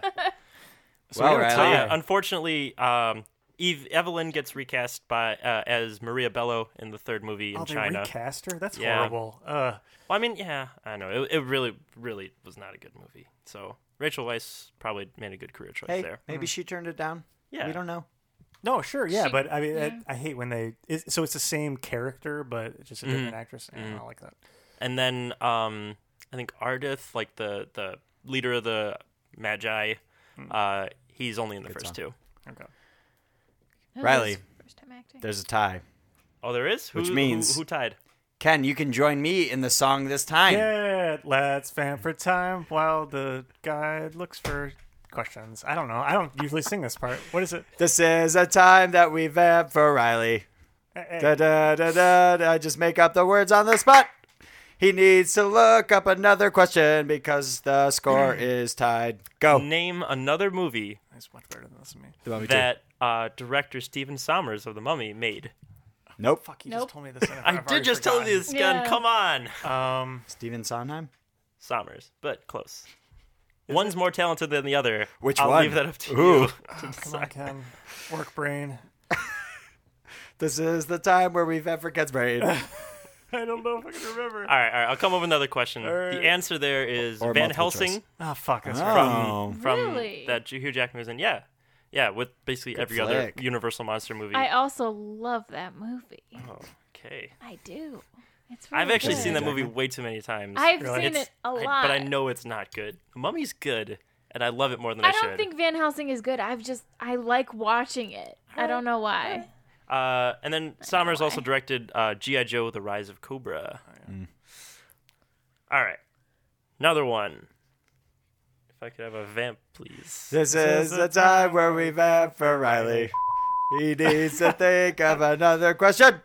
[SPEAKER 1] So
[SPEAKER 2] Well,
[SPEAKER 1] we have a
[SPEAKER 2] Riley,
[SPEAKER 4] So
[SPEAKER 1] tie.
[SPEAKER 4] yeah, unfortunately, um, Eve Evelyn gets recast by uh, as Maria Bello in the third movie in
[SPEAKER 1] oh, they
[SPEAKER 4] China.
[SPEAKER 1] recast her. That's
[SPEAKER 4] Yeah.
[SPEAKER 1] horrible. Uh,
[SPEAKER 4] Well, I mean, yeah, I know it, it really, really was not a good movie. So Rachel Weisz probably made a good career choice
[SPEAKER 2] Hey,
[SPEAKER 4] there.
[SPEAKER 2] maybe she turned it down.
[SPEAKER 4] Yeah.
[SPEAKER 2] We don't know.
[SPEAKER 1] no, sure, yeah,
[SPEAKER 6] She-
[SPEAKER 1] but I mean,
[SPEAKER 6] yeah.
[SPEAKER 1] I, I hate when they. It, so it's the same character, but just a
[SPEAKER 4] Mm-hmm.
[SPEAKER 1] different actress. Yeah, I don't like that.
[SPEAKER 4] And then um, I think Ardith, like the the leader of the Magi,
[SPEAKER 2] Hmm.
[SPEAKER 4] uh, he's only in the first two.
[SPEAKER 1] Okay.
[SPEAKER 6] That was
[SPEAKER 2] Riley.
[SPEAKER 6] his First time acting.
[SPEAKER 2] There's a tie.
[SPEAKER 4] Oh, there is. Who,
[SPEAKER 2] Which means-
[SPEAKER 4] who, who tied?
[SPEAKER 2] Ken, you can join me in the song this time.
[SPEAKER 1] Yeah, let's fan for time while the guy looks for questions. I don't know. I don't usually sing this part. What is it?
[SPEAKER 2] This is a time that we've had for Riley.
[SPEAKER 1] Eh, eh.
[SPEAKER 2] Da, da, da, da, da. I just make up the words on the spot. He needs to look up another question because the <clears throat> score is tied. Go.
[SPEAKER 4] Name another movie
[SPEAKER 1] It's much better than this to me.
[SPEAKER 2] The Mummy two.
[SPEAKER 4] that uh, director Stephen Sommers of The Mummy made.
[SPEAKER 2] Nope.
[SPEAKER 1] Fuck, you
[SPEAKER 6] Nope.
[SPEAKER 1] just told me this. and
[SPEAKER 4] I
[SPEAKER 1] I've
[SPEAKER 4] did
[SPEAKER 1] already
[SPEAKER 4] just tell you this, Gun.
[SPEAKER 6] Yeah.
[SPEAKER 4] Come on,
[SPEAKER 1] forgotten. <laughs> Um,
[SPEAKER 2] Steven Sondheim?
[SPEAKER 4] Sommers, but close. One's more talented than the other.
[SPEAKER 2] Which
[SPEAKER 4] I'll
[SPEAKER 2] one?
[SPEAKER 4] leave that up to
[SPEAKER 2] Ooh.
[SPEAKER 4] you.
[SPEAKER 1] come on, Ken. Work brain.
[SPEAKER 2] This is the time where we've ever gets <laughs>
[SPEAKER 1] <laughs>
[SPEAKER 2] married.
[SPEAKER 1] I don't know if I can remember.
[SPEAKER 4] All right, all right. I'll come up with another question. The answer there is
[SPEAKER 2] Or
[SPEAKER 4] Van
[SPEAKER 2] multiple
[SPEAKER 4] Helsing
[SPEAKER 1] Ah, fuck. That's right.
[SPEAKER 2] Oh.
[SPEAKER 4] from
[SPEAKER 6] Really?
[SPEAKER 4] that Hugh Jackman was in. Yeah, yeah, with basically every
[SPEAKER 2] flick.
[SPEAKER 4] other Universal monster movie.
[SPEAKER 6] I also love that movie.
[SPEAKER 4] okay,
[SPEAKER 6] I do. It's really
[SPEAKER 4] I've actually
[SPEAKER 6] good.
[SPEAKER 4] seen that
[SPEAKER 2] Jackman?
[SPEAKER 4] movie way too many times.
[SPEAKER 6] I've
[SPEAKER 1] Really?
[SPEAKER 6] seen
[SPEAKER 4] It's-
[SPEAKER 6] it a
[SPEAKER 4] I-
[SPEAKER 6] lot.
[SPEAKER 4] but I know it's not good. Mummy's good, and I love it more than I,
[SPEAKER 6] I don't
[SPEAKER 4] should.
[SPEAKER 6] think Van Helsing is good. I've just I like watching it. I don't know why.
[SPEAKER 4] Uh, and then Sommers also
[SPEAKER 6] why.
[SPEAKER 4] directed uh, G.I. Joe: The Rise of Cobra.
[SPEAKER 2] Mm.
[SPEAKER 4] All right, another one. If I could have a vamp, please.
[SPEAKER 2] This is the time where we've ever for Riley. He needs to think of another question.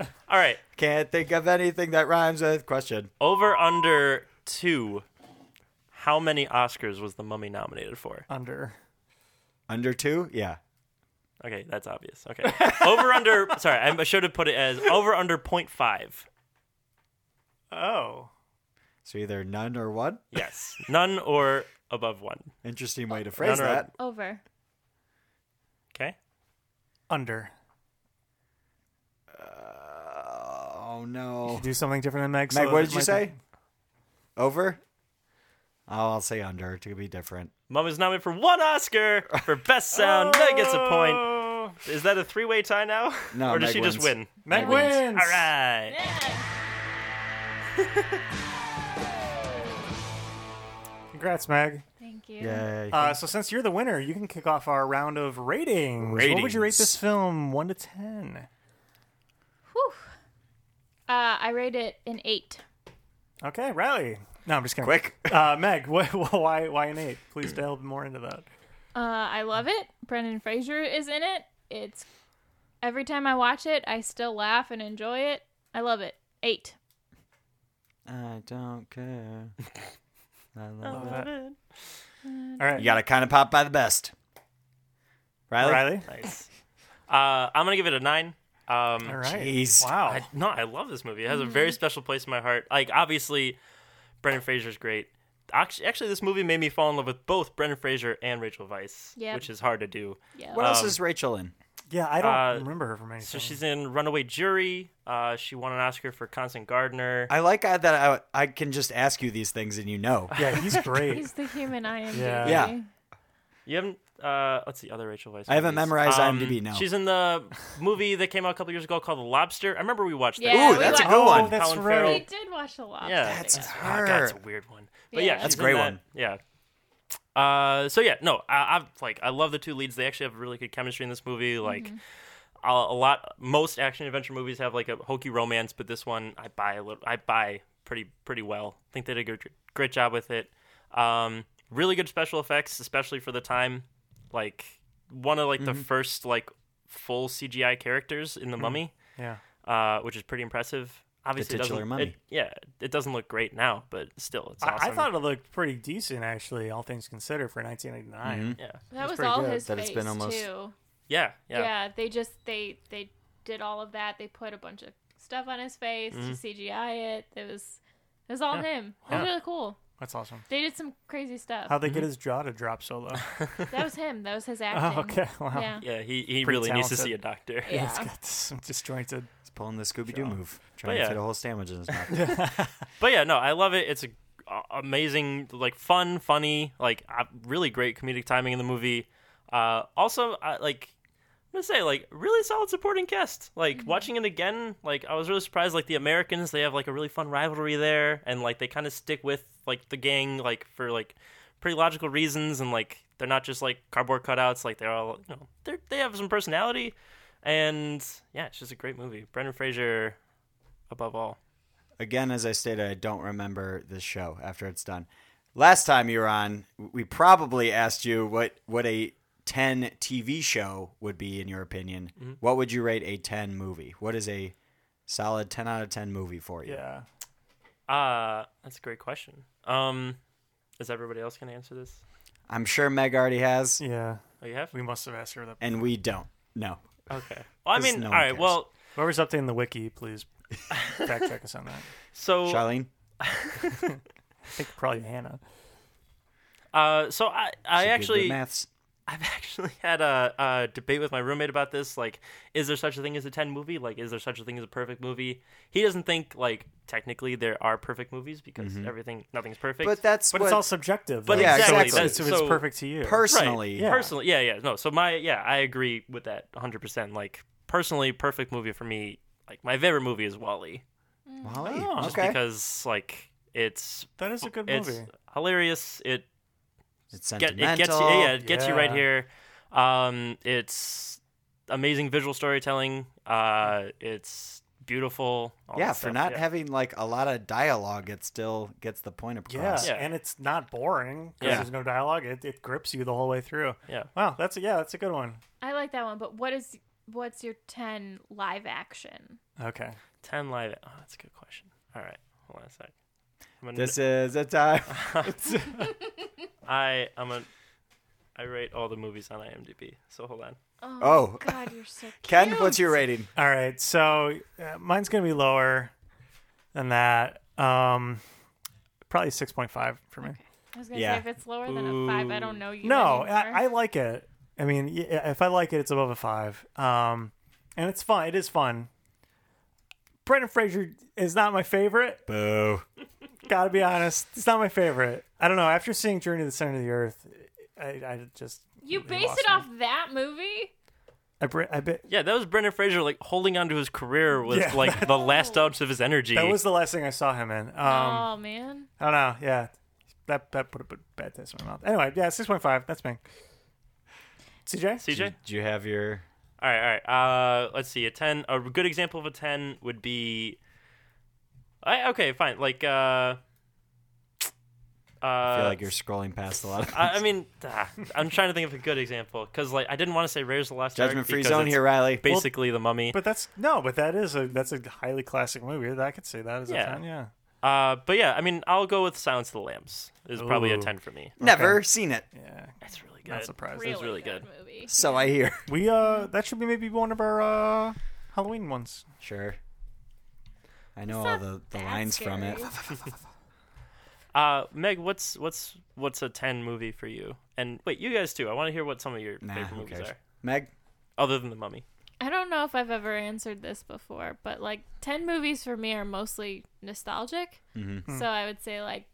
[SPEAKER 4] All right,
[SPEAKER 2] Can't think of anything that rhymes with question.
[SPEAKER 4] over under two. How many Oscars was The Mummy nominated for?
[SPEAKER 1] Under.
[SPEAKER 2] Under two? Yeah.
[SPEAKER 4] Okay, that's obvious. Okay. Over under sorry, I should have put it as over under 0.5.
[SPEAKER 1] Oh.
[SPEAKER 2] So either none or one.
[SPEAKER 4] Yes. None or above one.
[SPEAKER 2] Interesting way to phrase
[SPEAKER 4] None or-
[SPEAKER 2] <laughs> that.
[SPEAKER 6] Over.
[SPEAKER 4] Okay.
[SPEAKER 1] Under.
[SPEAKER 2] Oh no.
[SPEAKER 1] Do something different than Meg. so
[SPEAKER 2] Meg,
[SPEAKER 1] that
[SPEAKER 2] what
[SPEAKER 1] it
[SPEAKER 2] did you
[SPEAKER 1] might
[SPEAKER 2] say? Over? Oh, I'll say under to be different.
[SPEAKER 4] Mum is nominated for one Oscar for best sound. Meg gets a point. Is that a three-way tie now?
[SPEAKER 2] No,
[SPEAKER 4] or does
[SPEAKER 2] Meg
[SPEAKER 4] she just
[SPEAKER 2] wins.
[SPEAKER 4] win?
[SPEAKER 1] Be... Oh. Meg wins.
[SPEAKER 4] All right.
[SPEAKER 1] Congrats, Meg.
[SPEAKER 6] Thank you.
[SPEAKER 2] Yay.
[SPEAKER 1] Uh, so since you're the winner, you can kick off our round of ratings. What would you rate
[SPEAKER 2] Ratings.
[SPEAKER 1] this film? One to ten.
[SPEAKER 6] Whew. Uh, I rate it an eight.
[SPEAKER 1] Okay, Riley. No, I'm just kidding.
[SPEAKER 2] Quick.
[SPEAKER 1] <laughs> Uh, Meg, <laughs> what, why why an eight? Please delve more into that.
[SPEAKER 6] Uh, I love it. Brendan Fraser is in it. It's every time I watch it, I still laugh and enjoy it. I love it. Eight.
[SPEAKER 2] I don't <laughs> care. I love it.
[SPEAKER 1] All right,
[SPEAKER 2] Oh, You gotta kind of pop by the best. Riley.
[SPEAKER 1] Riley.
[SPEAKER 4] Nice. Uh, I'm gonna give it a nine. Um,
[SPEAKER 1] All right.
[SPEAKER 2] Jeez.
[SPEAKER 1] Wow.
[SPEAKER 4] I, no, I love this movie. It has a
[SPEAKER 6] Mm-hmm.
[SPEAKER 4] very special place in my heart. Like, obviously, Brendan Fraser's great. Actually, actually, this movie made me fall in love with both Brendan Fraser and Rachel Weisz,
[SPEAKER 6] Yep.
[SPEAKER 4] which is hard to do.
[SPEAKER 6] Yeah.
[SPEAKER 2] What else
[SPEAKER 4] Um,
[SPEAKER 2] is Rachel in?
[SPEAKER 1] yeah, I don't
[SPEAKER 4] uh,
[SPEAKER 1] remember her from anything.
[SPEAKER 4] So she's in Runaway Jury. Uh, she won an Oscar for Constant Gardener.
[SPEAKER 2] I like uh, that I, I can just ask you these things and you
[SPEAKER 4] <laughs>
[SPEAKER 2] know.
[SPEAKER 1] yeah, he's great.
[SPEAKER 6] He's the human IMDb.
[SPEAKER 1] Yeah.
[SPEAKER 2] Yeah.
[SPEAKER 4] You haven't. Uh, let's see, other Rachel Weisz.
[SPEAKER 2] I haven't
[SPEAKER 4] movies. Um,
[SPEAKER 2] memorized IMDb, no.
[SPEAKER 4] She's in the movie that came out a couple years ago called The Lobster. I remember we watched that.
[SPEAKER 6] Yeah,
[SPEAKER 2] Ooh,
[SPEAKER 6] we
[SPEAKER 2] that's a
[SPEAKER 6] like-
[SPEAKER 2] good
[SPEAKER 1] oh,
[SPEAKER 2] one.
[SPEAKER 1] that's
[SPEAKER 4] Colin
[SPEAKER 1] right.
[SPEAKER 4] Farrell.
[SPEAKER 6] We did watch a lot.
[SPEAKER 4] Yeah,
[SPEAKER 2] That's
[SPEAKER 4] yeah.
[SPEAKER 2] her.
[SPEAKER 4] Oh, God, it's a weird one. But yeah,
[SPEAKER 6] Yeah.
[SPEAKER 2] That's
[SPEAKER 4] she's
[SPEAKER 2] a great
[SPEAKER 4] in
[SPEAKER 2] one.
[SPEAKER 4] that- Yeah. Uh, so yeah, no, I, I like I love the two leads. They actually have really good chemistry in this movie.
[SPEAKER 2] Mm-hmm.
[SPEAKER 4] Like a, a lot, most action adventure movies have like a hokey romance, but this one I buy a little. I buy pretty pretty well. I think they did a good, great job with it. Um, really good special effects, especially for the time. Like one of like the
[SPEAKER 2] Mm-hmm.
[SPEAKER 4] first like full CGI characters in the Mummy
[SPEAKER 1] yeah.
[SPEAKER 4] uh, which is pretty impressive. Obviously, it
[SPEAKER 2] titular
[SPEAKER 4] doesn't,
[SPEAKER 2] mummy.
[SPEAKER 4] It, yeah, it doesn't look great now, but still, it's
[SPEAKER 1] I,
[SPEAKER 4] awesome.
[SPEAKER 1] I thought it looked pretty decent, actually, all things considered, for 1989.
[SPEAKER 4] yeah,
[SPEAKER 6] That was
[SPEAKER 2] pretty
[SPEAKER 6] all
[SPEAKER 2] good
[SPEAKER 6] his
[SPEAKER 2] that
[SPEAKER 6] face
[SPEAKER 2] it's been almost-
[SPEAKER 6] too.
[SPEAKER 4] yeah, yeah.
[SPEAKER 6] Yeah. They just they they did all of that. They put a bunch of stuff on his face to CGI it. It was it was all him. It was
[SPEAKER 1] Mm-hmm. Yeah.
[SPEAKER 6] really cool.
[SPEAKER 1] That's awesome.
[SPEAKER 6] They did some crazy stuff.
[SPEAKER 1] How'd they get his jaw to drop so low?
[SPEAKER 6] that was him. That was his acting.
[SPEAKER 1] <laughs> oh, okay. Wow. <laughs>
[SPEAKER 6] Yeah.
[SPEAKER 4] Yeah, he, he
[SPEAKER 1] Pretty
[SPEAKER 4] really needs
[SPEAKER 1] talented.
[SPEAKER 4] to see a doctor.
[SPEAKER 6] Yeah.
[SPEAKER 1] It's got <laughs> some disjointed.
[SPEAKER 2] He's pulling the Scooby Doo move, trying
[SPEAKER 4] yeah.
[SPEAKER 2] to fit a whole sandwich in his mouth.
[SPEAKER 4] But yeah, no, I love it. It's a, a- amazing, like fun, funny, like uh, really great comedic timing in the movie. Uh, also, I, like I'm gonna say, like really solid supporting cast. Like watching it again, like I was really surprised. Like the Americans, they have like a really fun rivalry there, and like they kind of stick with like the gang, like for like pretty logical reasons, and like they're not just like cardboard cutouts. Like they're all, you know, they they have some personality, and yeah, it's just a great movie. Brendan Fraser, above all.
[SPEAKER 2] Again, as I stated, I don't remember this show after it's done. Last time you were on, we probably asked you what what a 10 TV show would be in your opinion.
[SPEAKER 4] Mm-hmm.
[SPEAKER 2] What would you rate a 10 movie? What is a solid 10 out of 10 movie for you?
[SPEAKER 1] Yeah.
[SPEAKER 4] Uh, that's a great question. Um, is everybody else gonna answer this?
[SPEAKER 2] I'm sure Meg already has
[SPEAKER 1] Yeah.
[SPEAKER 4] Oh, you have?
[SPEAKER 1] We must have asked her that.
[SPEAKER 2] and we don't. No. <laughs>
[SPEAKER 4] Okay. Well, I
[SPEAKER 2] 'Cause
[SPEAKER 4] mean,
[SPEAKER 2] no
[SPEAKER 4] all
[SPEAKER 2] one
[SPEAKER 4] right.
[SPEAKER 2] cares.
[SPEAKER 4] Well,
[SPEAKER 1] Whoever's updating the wiki, please fact check us on that.
[SPEAKER 4] so
[SPEAKER 2] Charlene?
[SPEAKER 1] I think probably Hannah.
[SPEAKER 4] uh, so I
[SPEAKER 2] She
[SPEAKER 4] I
[SPEAKER 2] did the
[SPEAKER 4] actually
[SPEAKER 2] maths.
[SPEAKER 4] I've <laughs> actually had a, a debate with my roommate about this. Like, is there such a thing as a 10 movie? Like, is there such a thing as a perfect movie? He doesn't think, like, technically there are perfect movies because everything, nothing's perfect.
[SPEAKER 2] Mm-hmm. But that's
[SPEAKER 1] But
[SPEAKER 2] what
[SPEAKER 1] it's all subjective.
[SPEAKER 4] But
[SPEAKER 1] though, so
[SPEAKER 2] Yeah, exactly.
[SPEAKER 1] it's- it's,
[SPEAKER 2] That's-
[SPEAKER 1] it's
[SPEAKER 4] so-
[SPEAKER 1] perfect to you.
[SPEAKER 2] personally
[SPEAKER 1] Yeah.
[SPEAKER 4] Personally, yeah, yeah. No, so my, yeah, I agree with that 100%. Like, personally, perfect movie for me, like, my favorite movie is Wally.
[SPEAKER 6] Mm.
[SPEAKER 2] Molly.
[SPEAKER 1] Oh. Just
[SPEAKER 2] okay.
[SPEAKER 4] Because, like, it's
[SPEAKER 1] That is a good
[SPEAKER 4] it's
[SPEAKER 1] movie.
[SPEAKER 4] hilarious. It
[SPEAKER 2] it's
[SPEAKER 4] get
[SPEAKER 2] sentimental.
[SPEAKER 4] it gets you, yeah, it gets you right
[SPEAKER 1] Yeah.
[SPEAKER 4] here. Um, it's amazing visual storytelling. Uh, it's beautiful. all
[SPEAKER 2] Yeah,
[SPEAKER 4] that
[SPEAKER 2] for
[SPEAKER 4] stuff,
[SPEAKER 2] not
[SPEAKER 4] yeah.
[SPEAKER 2] having like a lot of dialogue, it still gets the point
[SPEAKER 1] Yeah.
[SPEAKER 2] across.
[SPEAKER 4] Yeah.
[SPEAKER 1] and it's not boring because
[SPEAKER 4] Yeah.
[SPEAKER 1] there's no dialogue. It, it grips you the whole way through.
[SPEAKER 4] Yeah.
[SPEAKER 1] Wow, that's a, yeah, that's a good one.
[SPEAKER 6] I like that one, but what is what's your 10 live action?
[SPEAKER 1] Okay,
[SPEAKER 4] ten live. Oh, that's a good question. All right, hold on a sec. I'm gonna,
[SPEAKER 2] This is a time.
[SPEAKER 4] <laughs> I I'm a I rate all the movies on IMDb. So hold on.
[SPEAKER 2] <laughs> Oh.
[SPEAKER 6] god, you're so cute.
[SPEAKER 2] Ken, what's your rating?
[SPEAKER 1] all right. So uh, mine's gonna be lower than that. Um, probably six point five for me.
[SPEAKER 6] I was gonna
[SPEAKER 2] Yeah.
[SPEAKER 6] say if it's lower than a five, I don't know you.
[SPEAKER 1] No,
[SPEAKER 6] anymore.
[SPEAKER 1] I, I like it. I mean, y- if I like it, it's above a five. Um, and it's fun. It is fun. Brendan Fraser is not my favorite.
[SPEAKER 2] Boo.
[SPEAKER 1] Gotta be honest, it's not my favorite. I don't know. After seeing Journey to the Center of the Earth, I, I just
[SPEAKER 6] you
[SPEAKER 1] he
[SPEAKER 6] base
[SPEAKER 1] lost
[SPEAKER 6] it
[SPEAKER 1] me.
[SPEAKER 6] off that movie.
[SPEAKER 1] I, br- I bit
[SPEAKER 4] Yeah, that was Brendan Fraser like holding onto his career with
[SPEAKER 1] Yeah.
[SPEAKER 2] <laughs>
[SPEAKER 4] like the last ounce of his energy.
[SPEAKER 1] that was the last thing I saw him in. Um,
[SPEAKER 6] oh man,
[SPEAKER 1] I don't know. Yeah, that that put a b- bad taste in my mouth. Anyway, yeah, six point five. That's me. CJ.
[SPEAKER 4] CJ.
[SPEAKER 2] Did you have your
[SPEAKER 4] All right, all right. Uh, let's see. A ten. A good example of a ten would be. I okay, fine. Like. Uh, uh,
[SPEAKER 2] I feel like you're scrolling past a lot of
[SPEAKER 4] I, I mean, ah, I'm trying to think of a good example because, like, I didn't want to say "Raiders of the Lost
[SPEAKER 2] <laughs>
[SPEAKER 4] Ark"
[SPEAKER 2] Judgment free
[SPEAKER 4] because
[SPEAKER 2] zone
[SPEAKER 4] it's
[SPEAKER 2] here, Riley.
[SPEAKER 4] Basically, the Mummy.
[SPEAKER 1] But that's no, but that is a that's a highly classic movie. I could say that as
[SPEAKER 4] Yeah.
[SPEAKER 1] a ten. Yeah.
[SPEAKER 4] Uh, but yeah, I mean, I'll go with "Silence of the Lambs." Is probably a
[SPEAKER 1] Ooh.
[SPEAKER 4] ten for me.
[SPEAKER 2] Never seen it.
[SPEAKER 1] Yeah.
[SPEAKER 4] That's really good.
[SPEAKER 1] Not surprised.
[SPEAKER 6] really,
[SPEAKER 4] really
[SPEAKER 6] good,
[SPEAKER 4] good.
[SPEAKER 6] movie.
[SPEAKER 2] So I hear.
[SPEAKER 1] We uh that should be maybe one of our uh Halloween ones.
[SPEAKER 2] <laughs> Sure. I know
[SPEAKER 6] It's
[SPEAKER 2] all
[SPEAKER 6] not
[SPEAKER 2] the, the
[SPEAKER 6] that
[SPEAKER 2] lines from it.
[SPEAKER 6] scary.
[SPEAKER 4] Uh, Meg, what's what's what's a ten movie for you? And wait, you guys too. I want to hear what some of your
[SPEAKER 2] Nah,
[SPEAKER 4] favorite
[SPEAKER 2] who
[SPEAKER 4] movies
[SPEAKER 2] cares?
[SPEAKER 4] are,
[SPEAKER 2] Meg,
[SPEAKER 4] other than the Mummy.
[SPEAKER 6] I don't know if I've ever answered this before, but like 10 movies for me are mostly nostalgic. So I would say like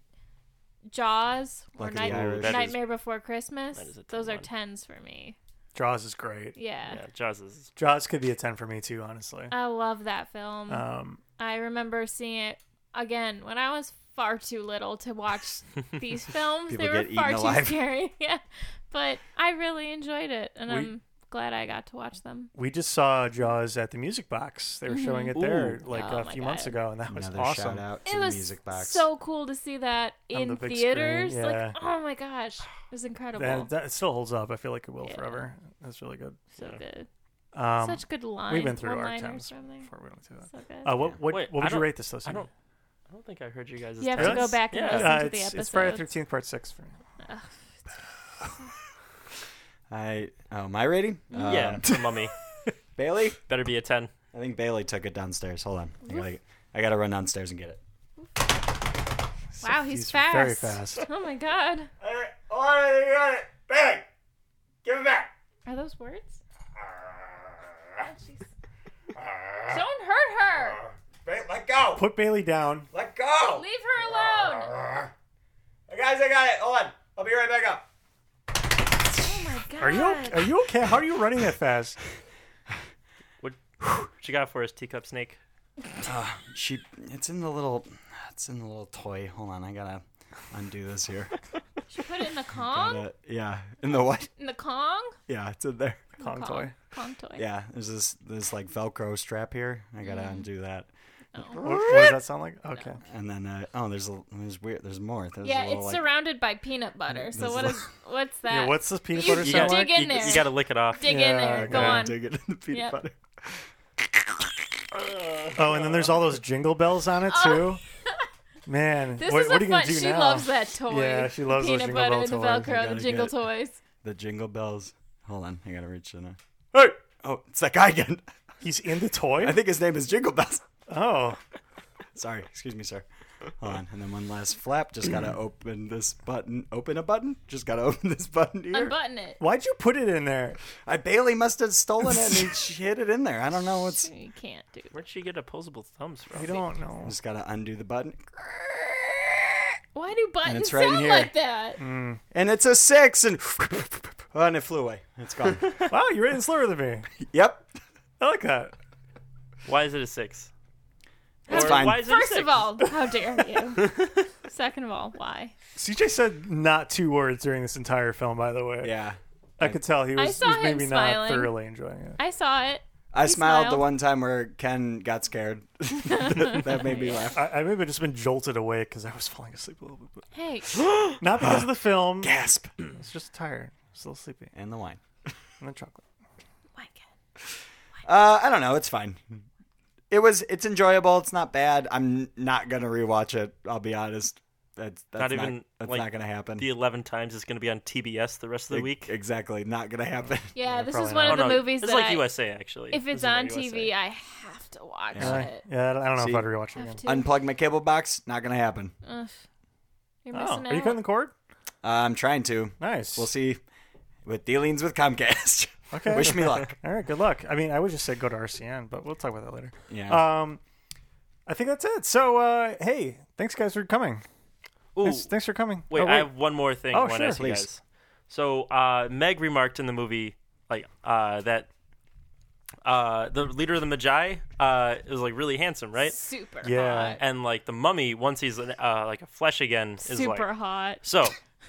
[SPEAKER 6] Jaws or
[SPEAKER 2] Luck of the
[SPEAKER 6] Night-
[SPEAKER 2] Irish. Ooh,
[SPEAKER 4] that is-
[SPEAKER 6] Nightmare Before Christmas.
[SPEAKER 4] that is a 10
[SPEAKER 6] Those are
[SPEAKER 4] one.
[SPEAKER 6] 10s for me.
[SPEAKER 1] Jaws is great.
[SPEAKER 6] Yeah.
[SPEAKER 4] Yeah, Jaws is
[SPEAKER 1] Jaws could be a ten for me too, honestly.
[SPEAKER 6] I love that film.
[SPEAKER 1] Um
[SPEAKER 6] I remember seeing it again when I was far too little
[SPEAKER 1] <laughs>
[SPEAKER 6] to watch these films.
[SPEAKER 2] People
[SPEAKER 6] they were
[SPEAKER 2] get eaten
[SPEAKER 6] far too
[SPEAKER 2] alive.
[SPEAKER 6] scary. <laughs> yeah. But I really enjoyed it and
[SPEAKER 1] We-
[SPEAKER 6] I'm glad I got to watch them.
[SPEAKER 1] we just saw Jaws at the Music Box. They were showing it there
[SPEAKER 4] Ooh.
[SPEAKER 1] like
[SPEAKER 6] Mm-hmm. Oh
[SPEAKER 1] a
[SPEAKER 6] my
[SPEAKER 1] few months
[SPEAKER 6] God.
[SPEAKER 1] ago, and that was
[SPEAKER 2] another
[SPEAKER 1] awesome.
[SPEAKER 2] shout out to
[SPEAKER 6] it was
[SPEAKER 2] the music box.
[SPEAKER 6] so cool to see that
[SPEAKER 1] On
[SPEAKER 6] in
[SPEAKER 1] the big
[SPEAKER 6] theaters.
[SPEAKER 1] screen, yeah.
[SPEAKER 6] Like, oh my gosh, it was incredible.
[SPEAKER 1] That, that it still holds up. I feel like it will
[SPEAKER 6] Yeah.
[SPEAKER 1] forever. That's really good.
[SPEAKER 6] so good,
[SPEAKER 1] Um,
[SPEAKER 6] such good lines.
[SPEAKER 1] we've been through our
[SPEAKER 6] one-liners
[SPEAKER 1] times
[SPEAKER 6] from there.
[SPEAKER 1] before we went to that.
[SPEAKER 6] So good.
[SPEAKER 1] Uh, what what,
[SPEAKER 4] Wait,
[SPEAKER 1] what would
[SPEAKER 4] I
[SPEAKER 1] you
[SPEAKER 4] don't-
[SPEAKER 1] rate this? Though,
[SPEAKER 4] I
[SPEAKER 1] Cindy?
[SPEAKER 4] don't. I don't think I heard you guys.
[SPEAKER 6] You have to
[SPEAKER 1] Really?
[SPEAKER 6] go back and
[SPEAKER 4] Yeah.
[SPEAKER 6] listen
[SPEAKER 1] Uh,
[SPEAKER 6] to the
[SPEAKER 1] it's,
[SPEAKER 6] episode.
[SPEAKER 1] it's Friday the Thirteenth Part Six for me.
[SPEAKER 2] I oh my rating?
[SPEAKER 4] <laughs> Yeah,
[SPEAKER 2] Um, <laughs>
[SPEAKER 4] the Mummy.
[SPEAKER 2] Bailey?
[SPEAKER 4] Better be a ten.
[SPEAKER 2] I think Bailey took it downstairs. Hold on. I gotta, I gotta run downstairs and get it.
[SPEAKER 6] Wow, he's,
[SPEAKER 1] He's
[SPEAKER 6] fast.
[SPEAKER 1] very fast.
[SPEAKER 6] <laughs> Oh my god,
[SPEAKER 5] Bailey, give it back.
[SPEAKER 6] are those words? Oh, jeez. Don't hurt her.
[SPEAKER 5] Bailey, let go.
[SPEAKER 1] Put Bailey down.
[SPEAKER 5] Let go.
[SPEAKER 6] Leave her alone.
[SPEAKER 5] Guys, I got it. Hold on. I'll be right back up.
[SPEAKER 6] Oh my god.
[SPEAKER 1] Are you okay? are you okay? How are you running that
[SPEAKER 6] <laughs>
[SPEAKER 1] fast?
[SPEAKER 4] What, what you got for us, teacup snake?
[SPEAKER 2] She it's in the little it's in the little toy. Hold on, I gotta undo this here.
[SPEAKER 6] Should we
[SPEAKER 1] <laughs>
[SPEAKER 6] put it in the Kong?
[SPEAKER 2] Uh, yeah. In the what?
[SPEAKER 6] In the Kong?
[SPEAKER 2] <laughs> Yeah, it's in there.
[SPEAKER 1] Kong toy.
[SPEAKER 6] Kong toy.
[SPEAKER 2] Yeah, there's this this like Velcro strap here. I gotta
[SPEAKER 6] Mm-hmm.
[SPEAKER 2] undo that,
[SPEAKER 1] What, what does that sound like? Okay.
[SPEAKER 2] and then uh, oh, there's a there's weird there's more. There's
[SPEAKER 6] Yeah,
[SPEAKER 2] a little,
[SPEAKER 6] it's
[SPEAKER 2] like,
[SPEAKER 6] surrounded by peanut butter. So
[SPEAKER 2] There's
[SPEAKER 6] what
[SPEAKER 2] a-
[SPEAKER 6] is what's that?
[SPEAKER 1] Yeah. What's this peanut
[SPEAKER 6] You
[SPEAKER 1] butter
[SPEAKER 6] dig
[SPEAKER 1] sound like?
[SPEAKER 6] it. in
[SPEAKER 4] you,
[SPEAKER 6] there.
[SPEAKER 4] you gotta lick it off.
[SPEAKER 6] dig in
[SPEAKER 1] Yeah,
[SPEAKER 6] there. Go
[SPEAKER 1] okay.
[SPEAKER 2] I
[SPEAKER 6] on.
[SPEAKER 2] dig it in the peanut
[SPEAKER 6] Yep.
[SPEAKER 2] butter. <laughs>
[SPEAKER 1] Oh, and then there's all those jingle bells on it too.
[SPEAKER 6] <laughs>
[SPEAKER 1] Man,
[SPEAKER 6] Oh. This
[SPEAKER 1] what,
[SPEAKER 6] is
[SPEAKER 1] what
[SPEAKER 6] a
[SPEAKER 1] are you gonna
[SPEAKER 6] fun.
[SPEAKER 1] do
[SPEAKER 6] She
[SPEAKER 1] now?
[SPEAKER 6] loves that
[SPEAKER 1] <laughs>
[SPEAKER 6] toy.
[SPEAKER 1] Yeah, she loves
[SPEAKER 6] the
[SPEAKER 1] those Jingle
[SPEAKER 6] peanut butter
[SPEAKER 1] Bell
[SPEAKER 6] and the
[SPEAKER 1] toys. You
[SPEAKER 6] Velcro,
[SPEAKER 2] gotta
[SPEAKER 6] the jingle
[SPEAKER 2] get-
[SPEAKER 6] toys.
[SPEAKER 2] The jingle bells. Hold on, I gotta reach in. There. Hey! Oh, it's that guy again. <laughs>
[SPEAKER 1] He's in the toy.
[SPEAKER 2] I think his name is Jingle Bells. <laughs>
[SPEAKER 1] oh,
[SPEAKER 2] Sorry, excuse me, sir. Hold on, and then one last flap. Just
[SPEAKER 6] <clears throat>
[SPEAKER 2] gotta open this button. Open a button. Just gotta <laughs> open this button here.
[SPEAKER 6] Unbutton it.
[SPEAKER 1] why'd you put it in there?
[SPEAKER 2] I Bailey must have stolen it and <laughs> he sh- hid it in there. I don't know what's.
[SPEAKER 6] You can't do that.
[SPEAKER 4] Where'd she get opposable thumbs from?
[SPEAKER 1] We don't know.
[SPEAKER 2] Just gotta undo the button,
[SPEAKER 6] Why do buttons
[SPEAKER 2] it's right in
[SPEAKER 6] sound
[SPEAKER 2] here.
[SPEAKER 6] like that?
[SPEAKER 1] Mm.
[SPEAKER 2] and it's a six, and <laughs> oh, and it flew away. It's
[SPEAKER 4] <laughs>
[SPEAKER 2] gone.
[SPEAKER 1] Wow, you're rating slower than me.
[SPEAKER 2] yep,
[SPEAKER 1] I like that.
[SPEAKER 4] Why is it a six?
[SPEAKER 2] it's
[SPEAKER 4] Or
[SPEAKER 2] fine.
[SPEAKER 4] Why is it a
[SPEAKER 6] First
[SPEAKER 4] six?
[SPEAKER 6] of <laughs> all, how
[SPEAKER 1] <laughs>
[SPEAKER 6] dare you? Second of all, why?
[SPEAKER 1] CJ said not two words during this entire film. By the way,
[SPEAKER 2] yeah,
[SPEAKER 1] I could tell he was,
[SPEAKER 6] saw
[SPEAKER 1] he was
[SPEAKER 6] him
[SPEAKER 1] maybe not
[SPEAKER 6] smiling.
[SPEAKER 1] thoroughly enjoying it.
[SPEAKER 6] I saw it.
[SPEAKER 2] I smiled, the
[SPEAKER 6] smiled.
[SPEAKER 2] one time where Ken got scared. that, that made
[SPEAKER 1] <laughs>
[SPEAKER 2] me laugh.
[SPEAKER 1] I, I maybe just been jolted awake because I was falling asleep a little bit, but <gasps>
[SPEAKER 6] Hey,
[SPEAKER 1] not because
[SPEAKER 2] <sighs>
[SPEAKER 1] of the film. I
[SPEAKER 2] Gasp!
[SPEAKER 1] was just tired, still sleepy,
[SPEAKER 2] <clears throat> And the wine.
[SPEAKER 1] and the chocolate.
[SPEAKER 6] my
[SPEAKER 2] Uh, I don't know. It's fine. It was. It's enjoyable. It's not bad. I'm not gonna rewatch it. I'll be honest. That's, that's
[SPEAKER 4] Not
[SPEAKER 2] not
[SPEAKER 4] even,
[SPEAKER 2] That's
[SPEAKER 4] like,
[SPEAKER 2] not gonna happen.
[SPEAKER 4] The eleven times is gonna be on TBS the rest of the
[SPEAKER 2] E-
[SPEAKER 4] week. Oh,
[SPEAKER 2] Exactly. Not gonna happen. <laughs>
[SPEAKER 6] Yeah, this is
[SPEAKER 1] probably
[SPEAKER 6] one
[SPEAKER 1] not.
[SPEAKER 6] of the
[SPEAKER 4] no,
[SPEAKER 6] movies
[SPEAKER 4] it's
[SPEAKER 6] that
[SPEAKER 4] like
[SPEAKER 6] I-
[SPEAKER 4] USA actually.
[SPEAKER 6] if
[SPEAKER 4] This
[SPEAKER 6] it's
[SPEAKER 4] is on
[SPEAKER 6] on TV,
[SPEAKER 4] USA.
[SPEAKER 6] I have to watch
[SPEAKER 1] Yeah,
[SPEAKER 6] it.
[SPEAKER 1] yeah I don't know
[SPEAKER 2] See?
[SPEAKER 1] if I'd rewatch it
[SPEAKER 6] Have
[SPEAKER 1] again.
[SPEAKER 6] to.
[SPEAKER 2] Unplug my cable box. Not gonna happen.
[SPEAKER 6] Ugh. You're
[SPEAKER 1] Oh,
[SPEAKER 6] missing
[SPEAKER 1] are you
[SPEAKER 6] out.
[SPEAKER 1] cutting the cord?
[SPEAKER 2] Uh, I'm trying to.
[SPEAKER 1] Nice.
[SPEAKER 2] We'll see with dealings with Comcast. <laughs>
[SPEAKER 1] Okay.
[SPEAKER 2] Wish me luck.
[SPEAKER 1] <laughs> All right, good luck. I mean, I would just say go to RCN, but we'll talk about that later.
[SPEAKER 2] Yeah.
[SPEAKER 1] Um, I think that's it. So, uh, hey, thanks guys for coming.
[SPEAKER 4] Ooh,
[SPEAKER 1] Thanks, thanks for coming.
[SPEAKER 4] wait,
[SPEAKER 1] Oh,
[SPEAKER 4] I have one more thing
[SPEAKER 1] Oh,
[SPEAKER 4] I want
[SPEAKER 1] sure,
[SPEAKER 4] to ask you
[SPEAKER 1] please.
[SPEAKER 4] guys. So uh, Meg remarked in the movie, like uh, that uh, the leader of the Magi uh, is like really handsome, right?
[SPEAKER 6] Super
[SPEAKER 1] Yeah.
[SPEAKER 6] hot.
[SPEAKER 4] And like the mummy, once he's uh, like a flesh again, is like
[SPEAKER 6] Super hot.
[SPEAKER 4] so.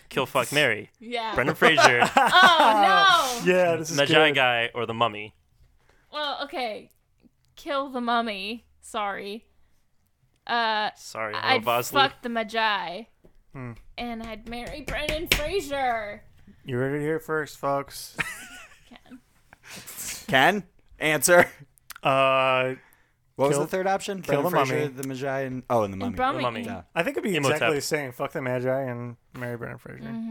[SPEAKER 4] Kill, fuck,
[SPEAKER 6] <laughs>
[SPEAKER 4] Mary,
[SPEAKER 6] Yeah.
[SPEAKER 1] <laughs>
[SPEAKER 4] Brendan Fraser,
[SPEAKER 6] Oh no.
[SPEAKER 1] yeah, this is
[SPEAKER 4] Magi
[SPEAKER 1] good.
[SPEAKER 4] guy, or the mummy.
[SPEAKER 6] Well, okay. Kill the mummy. Sorry. Uh,
[SPEAKER 4] Sorry, hello,
[SPEAKER 6] I'd
[SPEAKER 4] Bosley.
[SPEAKER 6] fuck the Magi. And I'd marry Brendan Fraser.
[SPEAKER 1] You heard it here first, folks. <laughs>
[SPEAKER 6] Ken.
[SPEAKER 2] Ken, answer.
[SPEAKER 1] Uh, Kill-
[SPEAKER 2] What was the third option?
[SPEAKER 1] kill
[SPEAKER 2] Brendan
[SPEAKER 1] the
[SPEAKER 2] Fraser,
[SPEAKER 1] mummy.
[SPEAKER 2] the Magi, and oh, and the mummy.
[SPEAKER 6] And Brummy.
[SPEAKER 4] mummy.
[SPEAKER 2] Yeah.
[SPEAKER 1] I think it'd be
[SPEAKER 4] Imhotep.
[SPEAKER 1] exactly the same. Fuck the Magi and Mary Brennan Fraser.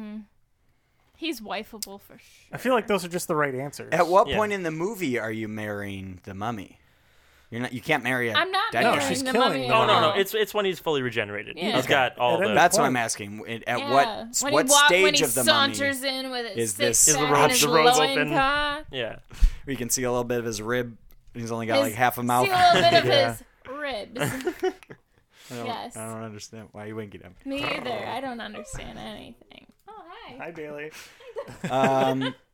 [SPEAKER 6] He's wifeable for sure.
[SPEAKER 1] <laughs> I feel like those are just the right answers.
[SPEAKER 2] At what
[SPEAKER 4] Yeah.
[SPEAKER 2] point in the movie are you marrying the mummy? You're not. You can't marry a
[SPEAKER 6] I'm not
[SPEAKER 2] dead
[SPEAKER 6] marrying
[SPEAKER 1] No, she's
[SPEAKER 2] guy.
[SPEAKER 6] the
[SPEAKER 1] killing
[SPEAKER 6] mummy.
[SPEAKER 1] him.
[SPEAKER 4] Oh, No, no, no.
[SPEAKER 6] at all.
[SPEAKER 4] It's it's when he's fully regenerated.
[SPEAKER 6] Yeah.
[SPEAKER 4] He's
[SPEAKER 6] Okay.
[SPEAKER 4] got all
[SPEAKER 1] It
[SPEAKER 4] the.
[SPEAKER 1] is.
[SPEAKER 2] That's what
[SPEAKER 1] Point.
[SPEAKER 2] I'm asking. At- At
[SPEAKER 6] Yeah.
[SPEAKER 2] what
[SPEAKER 6] when
[SPEAKER 2] what
[SPEAKER 6] he walk,
[SPEAKER 2] stage
[SPEAKER 6] when he
[SPEAKER 2] of the
[SPEAKER 6] saunters
[SPEAKER 2] mummy?
[SPEAKER 6] in with his
[SPEAKER 2] is
[SPEAKER 6] six
[SPEAKER 2] this- Is
[SPEAKER 4] the
[SPEAKER 6] pack
[SPEAKER 4] roads-
[SPEAKER 6] and his
[SPEAKER 4] the roads
[SPEAKER 6] low
[SPEAKER 4] open?
[SPEAKER 6] income,
[SPEAKER 4] yeah.
[SPEAKER 2] We can see a little bit of his rib. He's only got
[SPEAKER 6] his-
[SPEAKER 2] like half a mouth.
[SPEAKER 6] See a
[SPEAKER 2] <laughs>
[SPEAKER 6] little bit of
[SPEAKER 1] Yeah.
[SPEAKER 6] his ribs.
[SPEAKER 2] I don't,
[SPEAKER 6] Yes.
[SPEAKER 2] I don't understand why you winking at
[SPEAKER 6] Me either. I don't understand anything. Oh hi.
[SPEAKER 1] Hi, Bailey.
[SPEAKER 2] me. Um, <laughs>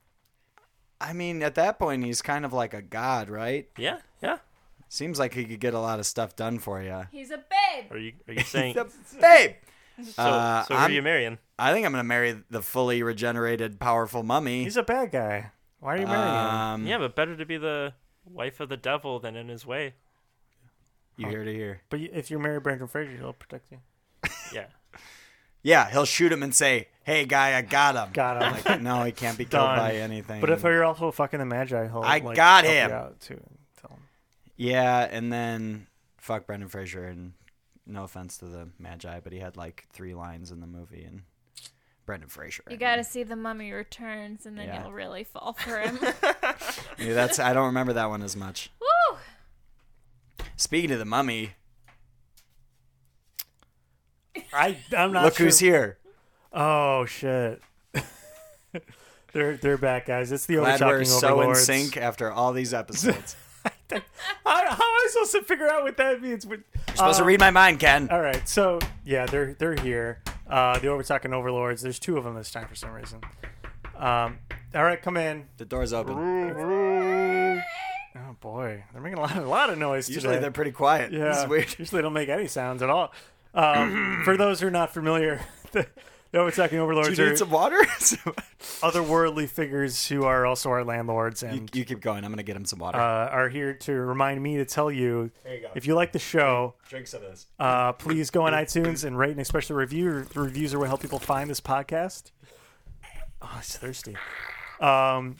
[SPEAKER 2] I mean, at that point, he's kind of like a god, right?
[SPEAKER 4] Yeah. Yeah.
[SPEAKER 2] Seems like he could get a lot of stuff done for you.
[SPEAKER 6] He's a babe.
[SPEAKER 4] Are you are you
[SPEAKER 1] <laughs>
[SPEAKER 4] saying so?
[SPEAKER 2] <laughs> Babe, Uh,
[SPEAKER 4] so who are
[SPEAKER 2] I'm-
[SPEAKER 4] you marrying?
[SPEAKER 2] I think I'm gonna marry the fully regenerated, powerful mummy.
[SPEAKER 1] He's a bad guy. Why are you marrying him?
[SPEAKER 2] um,
[SPEAKER 4] Yeah, but better to be the wife of the devil than in his way.
[SPEAKER 2] you hear to hear.
[SPEAKER 1] But you- if you marry Brendan Fraser, he'll protect you.
[SPEAKER 4] Yeah.
[SPEAKER 2] Yeah, he'll shoot him and say, "Hey, guy, I got him."
[SPEAKER 1] Got him.
[SPEAKER 2] Like, no, he can't be killed
[SPEAKER 1] Done.
[SPEAKER 2] by anything.
[SPEAKER 1] But if you're also fucking the Magi, he'll.
[SPEAKER 2] I
[SPEAKER 1] like,
[SPEAKER 2] got
[SPEAKER 1] help
[SPEAKER 2] him.
[SPEAKER 1] You out too, and tell him.
[SPEAKER 2] yeah, and then fuck Brendan Fraser, and no offense to the Magi, but he had like three lines in the movie, and Brendan Fraser.
[SPEAKER 6] You gotta see the mummy returns and then
[SPEAKER 2] Yeah.
[SPEAKER 6] you'll really fall <laughs> for him.
[SPEAKER 2] Yeah, that's I don't remember that one as much.
[SPEAKER 6] Woo!
[SPEAKER 2] Speaking of the mummy,
[SPEAKER 1] I, I'm not
[SPEAKER 2] look
[SPEAKER 1] sure.
[SPEAKER 2] who's here.
[SPEAKER 1] Oh shit. <laughs> they're they're back, guys. It's the
[SPEAKER 2] Glad
[SPEAKER 1] overtalking
[SPEAKER 2] we're so in
[SPEAKER 1] overlords. <laughs>
[SPEAKER 2] sync after all these episodes.
[SPEAKER 1] How, how am I supposed to figure out what that means? What-
[SPEAKER 2] You're supposed
[SPEAKER 1] Uh,
[SPEAKER 2] to read my mind, Ken.
[SPEAKER 1] All right, so yeah, they're they're here. Uh, the overtalking overlords. There's two of them this time for some reason. Um, all right, come in.
[SPEAKER 2] The door's open.
[SPEAKER 1] Oh boy, they're making a lot a lot of noise
[SPEAKER 2] Usually
[SPEAKER 1] today.
[SPEAKER 2] they're pretty quiet.
[SPEAKER 1] <laughs> Yeah.
[SPEAKER 2] This is weird.
[SPEAKER 1] Usually they don't make any sounds at all.
[SPEAKER 2] <clears throat>
[SPEAKER 1] Um, for those who are not familiar, <laughs> the, the overtalking overlords
[SPEAKER 2] Do you
[SPEAKER 1] are
[SPEAKER 2] need some water? <laughs>
[SPEAKER 1] <laughs>
[SPEAKER 2] Some-
[SPEAKER 1] otherworldly figures who are also our landlords and
[SPEAKER 2] you, you keep going. I'm gonna get him some water.
[SPEAKER 1] uh, are here to remind me to tell you, if you like the show,
[SPEAKER 2] Drink some of this.
[SPEAKER 1] uh, please go on iTunes and rate and especially review. The Reviews are what help people find this podcast. Oh, it's thirsty. Um,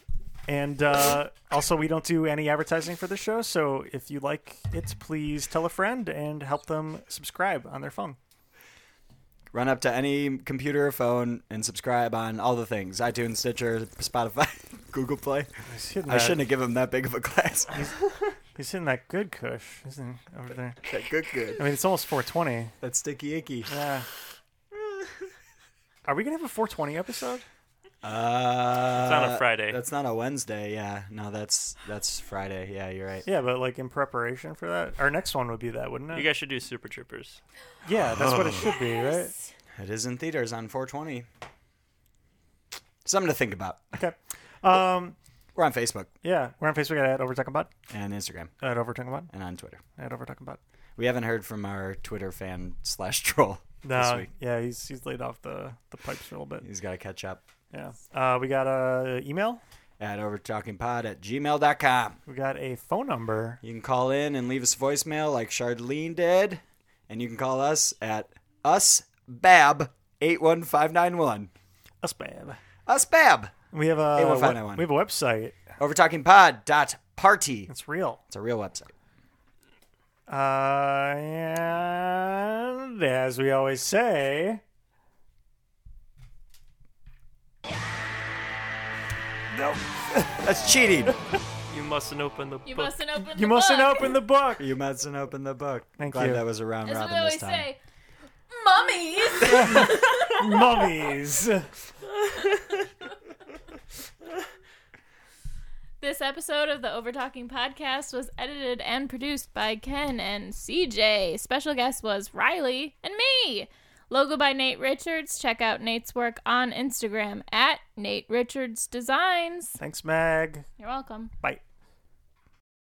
[SPEAKER 1] and uh, also, we don't do any advertising for the show, so if you like it, please tell a friend and help them subscribe on their phone.
[SPEAKER 2] Run up to any computer or phone and subscribe on all the things: iTunes, Stitcher, Spotify, <laughs> Google Play.
[SPEAKER 1] He's hitting
[SPEAKER 2] I
[SPEAKER 1] that,
[SPEAKER 2] shouldn't have given him that big of a class.
[SPEAKER 1] <laughs> He's hitting that good cush, isn't he, over there?
[SPEAKER 2] that good, <laughs> good.
[SPEAKER 1] I mean, it's almost 420.
[SPEAKER 2] That sticky icky.
[SPEAKER 1] Yeah. Are we gonna have a 420 episode?
[SPEAKER 2] Uh,
[SPEAKER 4] It's on a Friday.
[SPEAKER 2] That's not a Wednesday. Yeah. No, that's that's Friday. Yeah, you're right.
[SPEAKER 1] Yeah, but like in preparation for that, our next one would be that, wouldn't it?
[SPEAKER 4] You guys should do Super Troopers.
[SPEAKER 1] yeah, that's what it should be, right?
[SPEAKER 2] It is in theaters on 420. Something to think about.
[SPEAKER 1] Okay. Um.
[SPEAKER 2] We're on Facebook
[SPEAKER 1] Yeah, we're on Facebook at OverTalkingBot,
[SPEAKER 2] and Instagram
[SPEAKER 1] at OverTalkingBot,
[SPEAKER 2] and on Twitter.
[SPEAKER 1] at OverTalkingBot.
[SPEAKER 2] We haven't heard from our Twitter fan slash <laughs> troll this
[SPEAKER 1] No,
[SPEAKER 2] week.
[SPEAKER 1] Uh, yeah, he's he's laid off the the pipes for a little bit.
[SPEAKER 2] He's got to catch up
[SPEAKER 1] Yeah. Uh, we got a email.
[SPEAKER 2] at overtalkingpod at gmail.com.
[SPEAKER 1] We got a phone number.
[SPEAKER 2] You can call in and leave us a voicemail like Charlene did. And you can call us at usbab81591.
[SPEAKER 1] Us bab.
[SPEAKER 2] Usbab!
[SPEAKER 1] We have a
[SPEAKER 2] Hey, we'll
[SPEAKER 1] we-
[SPEAKER 2] find that one.
[SPEAKER 1] we have a website.
[SPEAKER 2] Overtalkingpod.party.
[SPEAKER 1] It's real.
[SPEAKER 2] It's a real website.
[SPEAKER 1] Uh, and as we always say.
[SPEAKER 2] Nope. That's cheating. <laughs>
[SPEAKER 4] You mustn't open the
[SPEAKER 6] You
[SPEAKER 4] book.
[SPEAKER 6] mustn't open the
[SPEAKER 1] You
[SPEAKER 6] <laughs>
[SPEAKER 1] mustn't
[SPEAKER 6] book.
[SPEAKER 1] open the book.
[SPEAKER 2] You mustn't open the book.
[SPEAKER 1] Thank
[SPEAKER 2] Glad
[SPEAKER 1] you.
[SPEAKER 2] that was a round
[SPEAKER 6] As we
[SPEAKER 2] robin this
[SPEAKER 6] always
[SPEAKER 2] time.
[SPEAKER 6] say,
[SPEAKER 1] mummies.
[SPEAKER 6] mummies. This episode of the Overtalking Podcast was edited and produced by Ken and CJ. Special guest was Riley and me. Logo by Nate Richards. Check out Nate's work on Instagram at Nate Richards Designs.
[SPEAKER 1] Thanks, Meg.
[SPEAKER 6] You're welcome.
[SPEAKER 1] Bye.